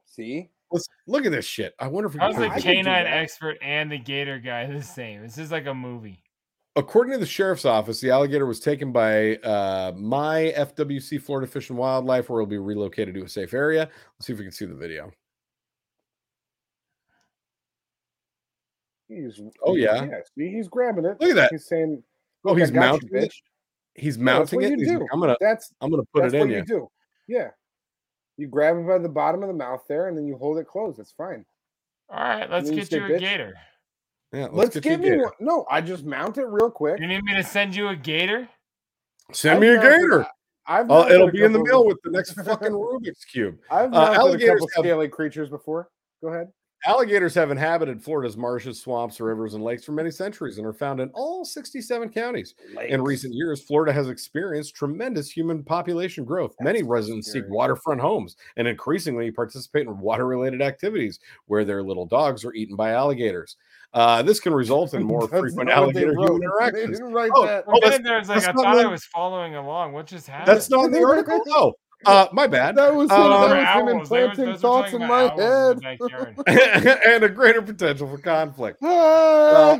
Speaker 2: See?
Speaker 3: Let's look at this shit. I wonder if we
Speaker 1: How's the
Speaker 3: put it-
Speaker 1: canine expert and the gator guy the same? This is like a movie.
Speaker 3: According to the sheriff's office, the alligator was taken by uh, my FWC Florida Fish and Wildlife, where it'll be relocated to a safe area. Let's see if we can see the video.
Speaker 2: He's,
Speaker 3: Oh, yeah.
Speaker 2: see, he's grabbing it.
Speaker 3: Look at that.
Speaker 2: He's saying,
Speaker 3: Oh,
Speaker 2: "Look, I
Speaker 3: he's
Speaker 2: got you,
Speaker 3: mounting it.
Speaker 2: bitch."
Speaker 3: He's
Speaker 2: No, that's
Speaker 3: mounting
Speaker 2: what
Speaker 3: it.
Speaker 2: you
Speaker 3: He's like,
Speaker 2: do.
Speaker 3: I'm gonna.
Speaker 2: That's
Speaker 3: I'm gonna put
Speaker 2: that's
Speaker 3: it
Speaker 2: what
Speaker 3: in
Speaker 2: you
Speaker 3: you.
Speaker 2: do. Yeah. You grab it by the bottom of the mouth there, and then you hold it closed. It's fine.
Speaker 1: All right, let's
Speaker 2: then you
Speaker 1: get
Speaker 2: say,
Speaker 1: you a
Speaker 2: "Bitch."
Speaker 1: gator.
Speaker 3: Yeah,
Speaker 2: Let's,
Speaker 3: get you a
Speaker 2: give me
Speaker 3: gator.
Speaker 2: one. No, I just mount it real quick.
Speaker 1: You need me to send you a gator?
Speaker 3: Send
Speaker 2: I've
Speaker 3: me a
Speaker 2: mounted-
Speaker 3: gator.
Speaker 2: I've
Speaker 3: Oh,
Speaker 2: mounted
Speaker 3: it'll
Speaker 2: a
Speaker 3: be in the
Speaker 2: couple of
Speaker 3: mail
Speaker 2: them.
Speaker 3: with the next fucking Rubik's cube.
Speaker 2: I've
Speaker 3: Uh,
Speaker 2: mounted a
Speaker 3: alligators
Speaker 2: couple
Speaker 3: have
Speaker 2: scaly creatures before. Go ahead.
Speaker 3: Alligators have inhabited Florida's marshes, swamps, rivers, and lakes for many centuries and are found in all 67 counties. In recent years, Florida has experienced tremendous human population growth. many residents seek waterfront homes and increasingly participate in water related activities where their little dogs are eaten by alligators. Uh, this can result in more
Speaker 2: That's
Speaker 3: frequent
Speaker 2: not what they
Speaker 3: alligator human
Speaker 2: wrote. They
Speaker 3: interactions. Oh.
Speaker 2: didn't write that.
Speaker 1: Well,
Speaker 3: that's-
Speaker 1: then there's like
Speaker 3: that's
Speaker 1: I
Speaker 3: not
Speaker 1: thought I
Speaker 3: the-
Speaker 1: was following along. What just happened? Oh,
Speaker 3: That's not in the article. No. Uh, my bad.
Speaker 2: That was him,
Speaker 3: Um,
Speaker 2: that was him implanting thoughts in my head.
Speaker 3: and a greater potential for conflict.
Speaker 2: Ah.
Speaker 3: Uh,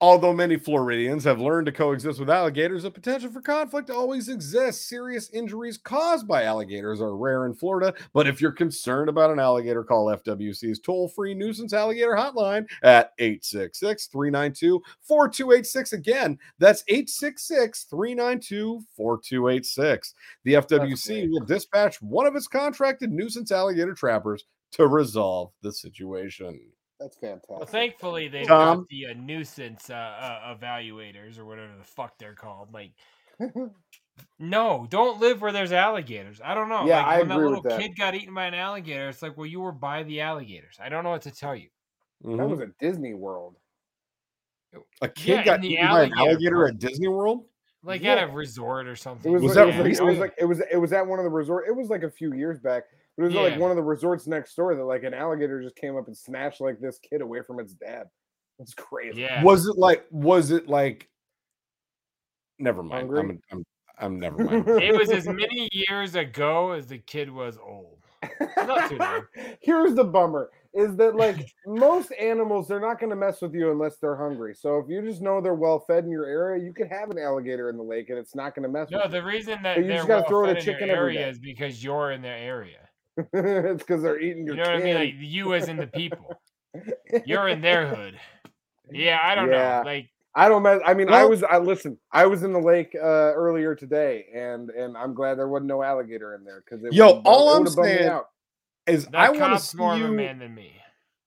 Speaker 3: although many Floridians have learned to coexist with alligators, the potential for conflict always exists. Serious injuries caused by alligators are rare in Florida, but if you're concerned about an alligator, call FWC's toll free nuisance alligator hotline at 866 392 4286. Again, that's 866 392 4286. The FWC will dispatch one of its contracted nuisance alligator trappers to resolve the situation.
Speaker 2: That's fantastic.
Speaker 1: Well, thankfully they've
Speaker 3: Tom?
Speaker 1: got the uh, nuisance uh, uh, evaluators or whatever the fuck they're called. Like, no, don't live where there's alligators. I don't know.
Speaker 2: Yeah,
Speaker 1: like,
Speaker 2: I
Speaker 1: when
Speaker 2: agree
Speaker 1: that little
Speaker 2: with that.
Speaker 1: kid got eaten by an alligator, it's like, well, you were by the alligators. I don't know what to tell you.
Speaker 2: That
Speaker 3: Mhm.
Speaker 2: was at Disney World.
Speaker 3: A kid
Speaker 1: Yeah, in
Speaker 3: got
Speaker 1: the
Speaker 3: eaten by an
Speaker 1: alligator
Speaker 3: alligator
Speaker 1: park.
Speaker 3: at Disney World.
Speaker 1: Like
Speaker 2: Yeah.
Speaker 1: at a resort or something.
Speaker 2: It was,
Speaker 3: Was
Speaker 2: like,
Speaker 3: that
Speaker 2: it, was like, it was
Speaker 3: recent?
Speaker 2: like it was it was at one of the resort. It was like a few years back, but it was
Speaker 1: Yeah.
Speaker 2: like one of the resorts next door that like an alligator just came up and snatched like this kid away from its dad. It's crazy.
Speaker 1: Yeah.
Speaker 3: Was it like? Was it like? Never mind.
Speaker 2: Hungry?
Speaker 3: I'm. I'm. I'm never mind.
Speaker 1: it was as many years ago as the kid was old. Not too long.
Speaker 2: Here's the bummer: is that like most animals, they're not going to mess with you unless they're hungry. So if you just know they're well fed in your area, you could have an alligator in the lake and it's not going to mess
Speaker 1: No,
Speaker 2: with
Speaker 1: the reason
Speaker 2: So
Speaker 1: that
Speaker 2: you
Speaker 1: they're
Speaker 2: just gotta
Speaker 1: well
Speaker 2: throw
Speaker 1: fed
Speaker 2: it
Speaker 1: in
Speaker 2: a
Speaker 1: your
Speaker 2: chicken every
Speaker 1: area
Speaker 2: day.
Speaker 1: is because you're in their area.
Speaker 2: you. it's because they're eating your.
Speaker 1: You know what I mean?
Speaker 2: kid.
Speaker 1: Like you as in the people. You're in their hood. Yeah, I don't
Speaker 2: Yeah.
Speaker 1: know. Like
Speaker 2: I don't. Mess, I mean, I
Speaker 1: Well-
Speaker 2: was. I listen. I was in the lake uh, earlier today, and and I'm glad there wasn't no alligator in there because
Speaker 3: Yo, all I'm saying is
Speaker 1: that
Speaker 3: I want to
Speaker 1: cop's
Speaker 3: see
Speaker 1: more of a
Speaker 3: you.
Speaker 1: man than me.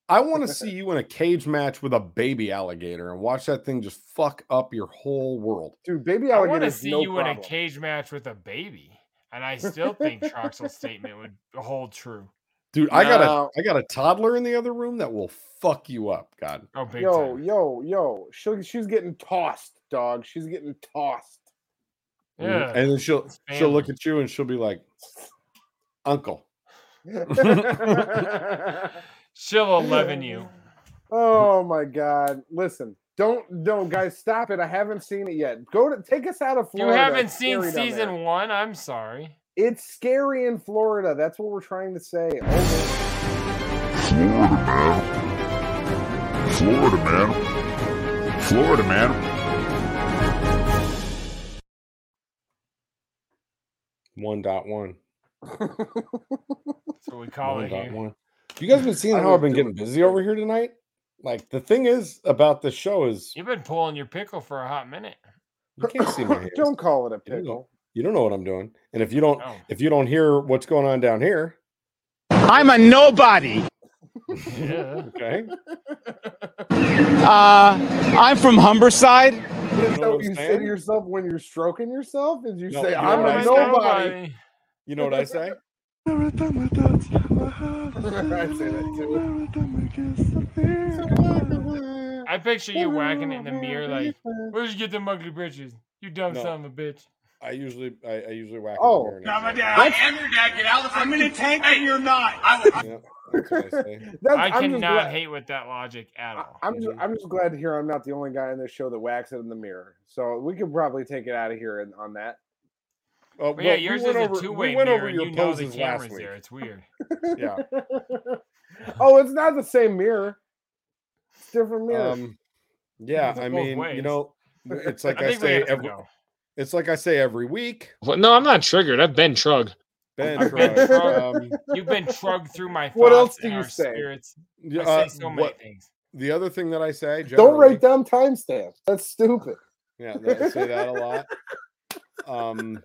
Speaker 3: I want to see you in a cage match with a baby alligator and watch that thing just fuck up your whole world.
Speaker 2: dude, baby
Speaker 1: I want
Speaker 2: alligator
Speaker 1: to
Speaker 2: is
Speaker 1: see
Speaker 2: no
Speaker 1: you in a
Speaker 2: problem.
Speaker 1: cage match with a baby. And I still think Troxel's statement would hold true.
Speaker 3: Dude, I got
Speaker 2: No.
Speaker 3: a I got a toddler in the other room that will fuck you up. God.
Speaker 1: Oh, big
Speaker 2: Yo,
Speaker 1: time.
Speaker 2: yo, yo, she she's getting tossed, dog. She's getting tossed.
Speaker 1: Yeah.
Speaker 3: And then she'll
Speaker 1: it's
Speaker 3: she'll look at you and she'll be like, Uncle.
Speaker 1: She'll 11 you. Mm-hmm.
Speaker 2: Oh my god! Listen, don't no guys, stop it. I haven't seen it yet. Go to take us out of
Speaker 1: You
Speaker 2: Florida.
Speaker 1: haven't
Speaker 2: It's
Speaker 1: seen
Speaker 2: scary down there.
Speaker 1: season one? I'm sorry.
Speaker 2: It's scary in Florida. That's what we're trying to say. Oh,
Speaker 13: Florida man. Florida man. Florida man.
Speaker 3: One dot one.
Speaker 1: That's what we call it here.
Speaker 3: 1.1. You guys been seeing
Speaker 2: I
Speaker 3: how
Speaker 2: would
Speaker 3: I've been
Speaker 2: do
Speaker 3: getting
Speaker 2: it.
Speaker 3: busy over here tonight? Like the thing is about this show is
Speaker 1: You've been pulling your pickle for a hot minute.
Speaker 3: you can't see my hands.
Speaker 2: don't call it a
Speaker 3: You
Speaker 2: pickle.
Speaker 3: don't- You don't know what I'm doing. And if you don't
Speaker 1: Oh.
Speaker 3: if you don't hear what's going on down here,
Speaker 4: I'm a nobody.
Speaker 1: Yeah.
Speaker 3: okay.
Speaker 4: Uh, I'm from Humberside.
Speaker 2: Is that
Speaker 3: what
Speaker 2: what
Speaker 3: I'm
Speaker 2: you say
Speaker 3: saying?
Speaker 2: to yourself when you're stroking yourself? Did you
Speaker 3: No,
Speaker 2: say,
Speaker 3: you know
Speaker 2: I'm
Speaker 3: what
Speaker 2: a
Speaker 3: I say?
Speaker 2: nobody?
Speaker 3: You know what I say?
Speaker 2: I say that too.
Speaker 1: I picture you whacking it in the mirror like, where'd you get them ugly bitches? You dumb
Speaker 3: No.
Speaker 1: son of a bitch.
Speaker 3: I usually I, I usually whack
Speaker 2: Oh.
Speaker 3: it in the mirror and I
Speaker 10: I'm in a tank and you're not.
Speaker 3: say, "Yep, that's what I say.
Speaker 2: That's,
Speaker 1: I
Speaker 2: I'm just
Speaker 1: cannot
Speaker 2: glad-
Speaker 1: hate with that logic at all.
Speaker 2: I'm just, I'm just glad to hear I'm not the only guy in this show that whacks it in the mirror. So we could probably take it out of here and, on that.
Speaker 3: Oh,
Speaker 1: But yeah,
Speaker 3: well, we
Speaker 1: yours is
Speaker 3: went
Speaker 1: a
Speaker 3: over- we
Speaker 1: two way
Speaker 3: went
Speaker 1: mirror,
Speaker 3: over
Speaker 1: and
Speaker 3: your
Speaker 1: you know the
Speaker 3: poses last
Speaker 1: camera's there.
Speaker 3: week.
Speaker 1: It's weird.
Speaker 3: Yeah.
Speaker 2: oh, it's not the same mirror. It's different mirror.
Speaker 3: Um, yeah,
Speaker 1: It's
Speaker 3: I
Speaker 1: both
Speaker 3: mean, you
Speaker 1: ways.
Speaker 3: know, it's like I,
Speaker 1: I think we
Speaker 3: say
Speaker 1: have to
Speaker 3: every,
Speaker 1: go.
Speaker 3: it's like I say every week.
Speaker 14: Well, no, I'm not triggered. I've been trug.
Speaker 3: Ben,
Speaker 1: I've been
Speaker 3: Troy,
Speaker 1: drugged.
Speaker 3: um,
Speaker 1: You've been drugged through my thoughts
Speaker 2: What else do
Speaker 1: and
Speaker 2: you
Speaker 1: our
Speaker 2: say?
Speaker 1: spirits.
Speaker 3: yeah,
Speaker 1: I say
Speaker 3: uh,
Speaker 1: so many
Speaker 3: what-
Speaker 1: things.
Speaker 3: the other thing that I say,
Speaker 2: Don't
Speaker 3: generally-
Speaker 2: write down timestamps. That's stupid.
Speaker 3: Yeah, that- I say that a lot. Um,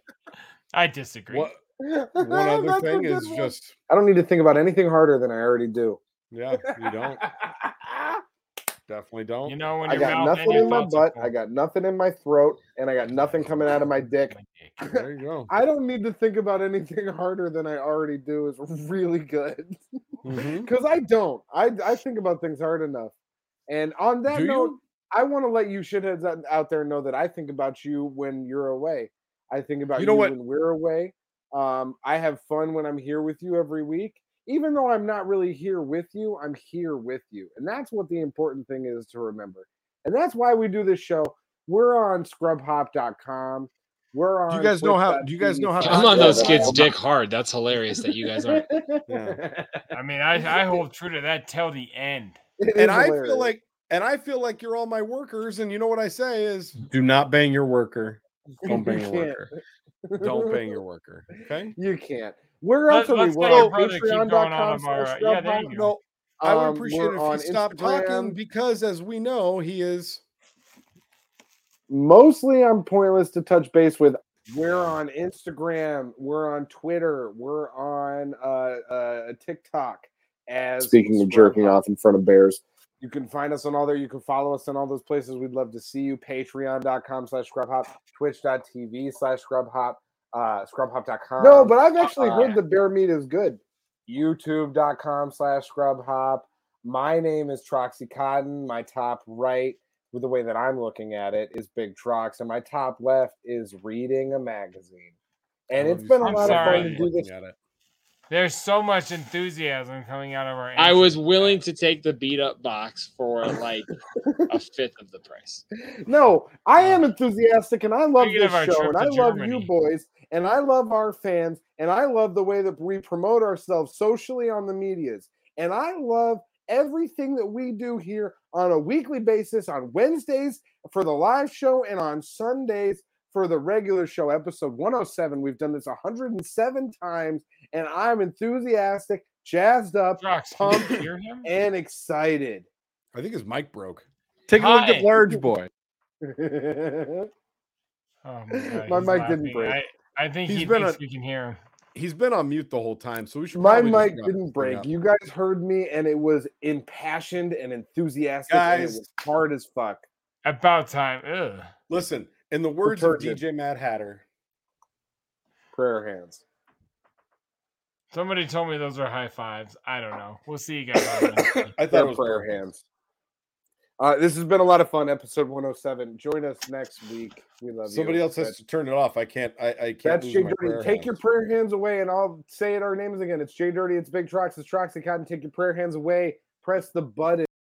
Speaker 1: I disagree.
Speaker 3: what one other
Speaker 2: That's a
Speaker 3: thing
Speaker 2: good
Speaker 3: is
Speaker 2: one.
Speaker 3: just
Speaker 2: I don't need to think about anything harder than I already do.
Speaker 3: yeah, you don't definitely don't.
Speaker 1: You know when
Speaker 2: I
Speaker 1: your
Speaker 2: got
Speaker 1: mouth and
Speaker 2: nothing
Speaker 1: your
Speaker 2: in my
Speaker 1: thoughts are
Speaker 2: butt.
Speaker 1: full.
Speaker 2: I got nothing in my throat, and I got nothing coming out of my dick.
Speaker 3: there you go.
Speaker 2: I don't need to think about anything harder than I already do. Is really good.
Speaker 3: Mm-hmm,
Speaker 2: because I don't. I I think about things hard enough. And on that
Speaker 3: Do you?
Speaker 2: note, I want to let you shitheads out- out there know that I think about you when you're away. I think about
Speaker 3: You
Speaker 2: you,
Speaker 3: know what-
Speaker 2: when we're away. Um, I have fun when I'm here with you every week. Even though I'm not really here with you, I'm here with you. And that's what the important thing is to remember. And that's why we do this show. We're on scrubhop.com. We're on
Speaker 3: Do you guys know how?
Speaker 2: twitch.tv.
Speaker 3: Do you guys know how?
Speaker 14: I'm on those kids' dick hard. That's hilarious that you guys aren't.
Speaker 1: I mean, I, I hold true to that till the end.
Speaker 3: And I feel like, and I feel like you're all my workers. And you know what I say is, do not bang your worker. Don't bang your
Speaker 2: You can't.
Speaker 3: worker. Don't bang your worker. Okay.
Speaker 2: You can't. We're
Speaker 3: Let-
Speaker 2: on something.
Speaker 3: let's
Speaker 2: We're
Speaker 3: let your
Speaker 2: on
Speaker 3: brother keep going on,
Speaker 2: patreon.com.
Speaker 3: Amara.
Speaker 2: slash
Speaker 3: Yeah, there
Speaker 2: Scrubhop.
Speaker 3: you go. No, I would
Speaker 2: Um,
Speaker 3: appreciate
Speaker 2: we're
Speaker 3: it
Speaker 2: on
Speaker 3: if you stopped talking
Speaker 2: Instagram.
Speaker 3: because, as we know, he is.
Speaker 2: mostly I'm pointless to touch base with. We're on Instagram, we're on Twitter, we're on uh, uh, TikTok. As
Speaker 15: Speaking of jerking off in front of bears.
Speaker 2: you can find us on all there, you can follow us on all those places. We'd love to see you. Patreon.com slash scrubhop, twitch.tv slash scrubhop, uh, scrubhop.com. No, but I've actually heard the bear meat is good. Uh, YouTube.com slash scrubhop. My name is Troxy Cotton. My top right, with the way that I'm looking at it, is Big Trox, and my top left is reading a magazine. And
Speaker 1: I
Speaker 3: Oh,
Speaker 1: love
Speaker 2: it's
Speaker 1: you
Speaker 2: been a
Speaker 1: so
Speaker 2: lot
Speaker 1: much.
Speaker 2: of fun
Speaker 1: I'm
Speaker 2: to do this.
Speaker 1: There's so much enthusiasm coming out of our.
Speaker 14: I was willing to take the beat up box for like a fifth of the price.
Speaker 2: No, I am enthusiastic, and I love
Speaker 14: Uh, Speaking
Speaker 2: this
Speaker 14: of our
Speaker 2: show,
Speaker 14: trip
Speaker 2: and
Speaker 14: to
Speaker 2: I love
Speaker 14: Germany.
Speaker 2: you boys, and I love our fans, and I love the way that we promote ourselves socially on the medias, and I love everything that we do here on a weekly basis on Wednesdays for the live show and on Sundays for the regular show, episode 107. We've done this 107 times, and I'm enthusiastic, jazzed up, pumped, and excited.
Speaker 3: I think his mic broke. Take a look
Speaker 2: Hi.
Speaker 3: at large boy.
Speaker 1: Oh
Speaker 3: My
Speaker 1: he's
Speaker 3: mic
Speaker 1: laughing.
Speaker 3: didn't break.
Speaker 1: I, I think
Speaker 3: He's
Speaker 1: he
Speaker 3: been
Speaker 1: thinks
Speaker 3: a-
Speaker 1: we can hear him.
Speaker 3: He's been on mute the whole time, so we should.
Speaker 2: My
Speaker 3: probably just
Speaker 2: mic
Speaker 3: wrap
Speaker 2: didn't
Speaker 3: this thing
Speaker 2: break.
Speaker 3: up.
Speaker 2: You guys heard me, and it was impassioned and enthusiastic. and it
Speaker 3: Guys.
Speaker 2: was hard as fuck.
Speaker 1: About time. Ugh.
Speaker 3: Listen, in the words of
Speaker 2: Detergent.
Speaker 3: DJ Mad Hatter,
Speaker 2: prayer hands.
Speaker 1: Somebody told me those are high fives. I don't know. We'll see you guys. on Wednesday.
Speaker 3: I
Speaker 2: They're prayer hands. Uh, this has been a lot of fun. Episode 107. Join us next week. We love
Speaker 3: Somebody
Speaker 2: you.
Speaker 3: else has
Speaker 2: That's-
Speaker 3: to turn it off. I can't. I, I can't.
Speaker 2: That's
Speaker 3: lose
Speaker 2: Jay
Speaker 3: my
Speaker 2: Dirty.
Speaker 3: prayer
Speaker 2: Take
Speaker 3: hands.
Speaker 2: your prayer hands away, and I'll say it our names again. It's Jay Dirty. It's Big Trox. It's Troxy Cotton. Take your prayer hands away. Press the button.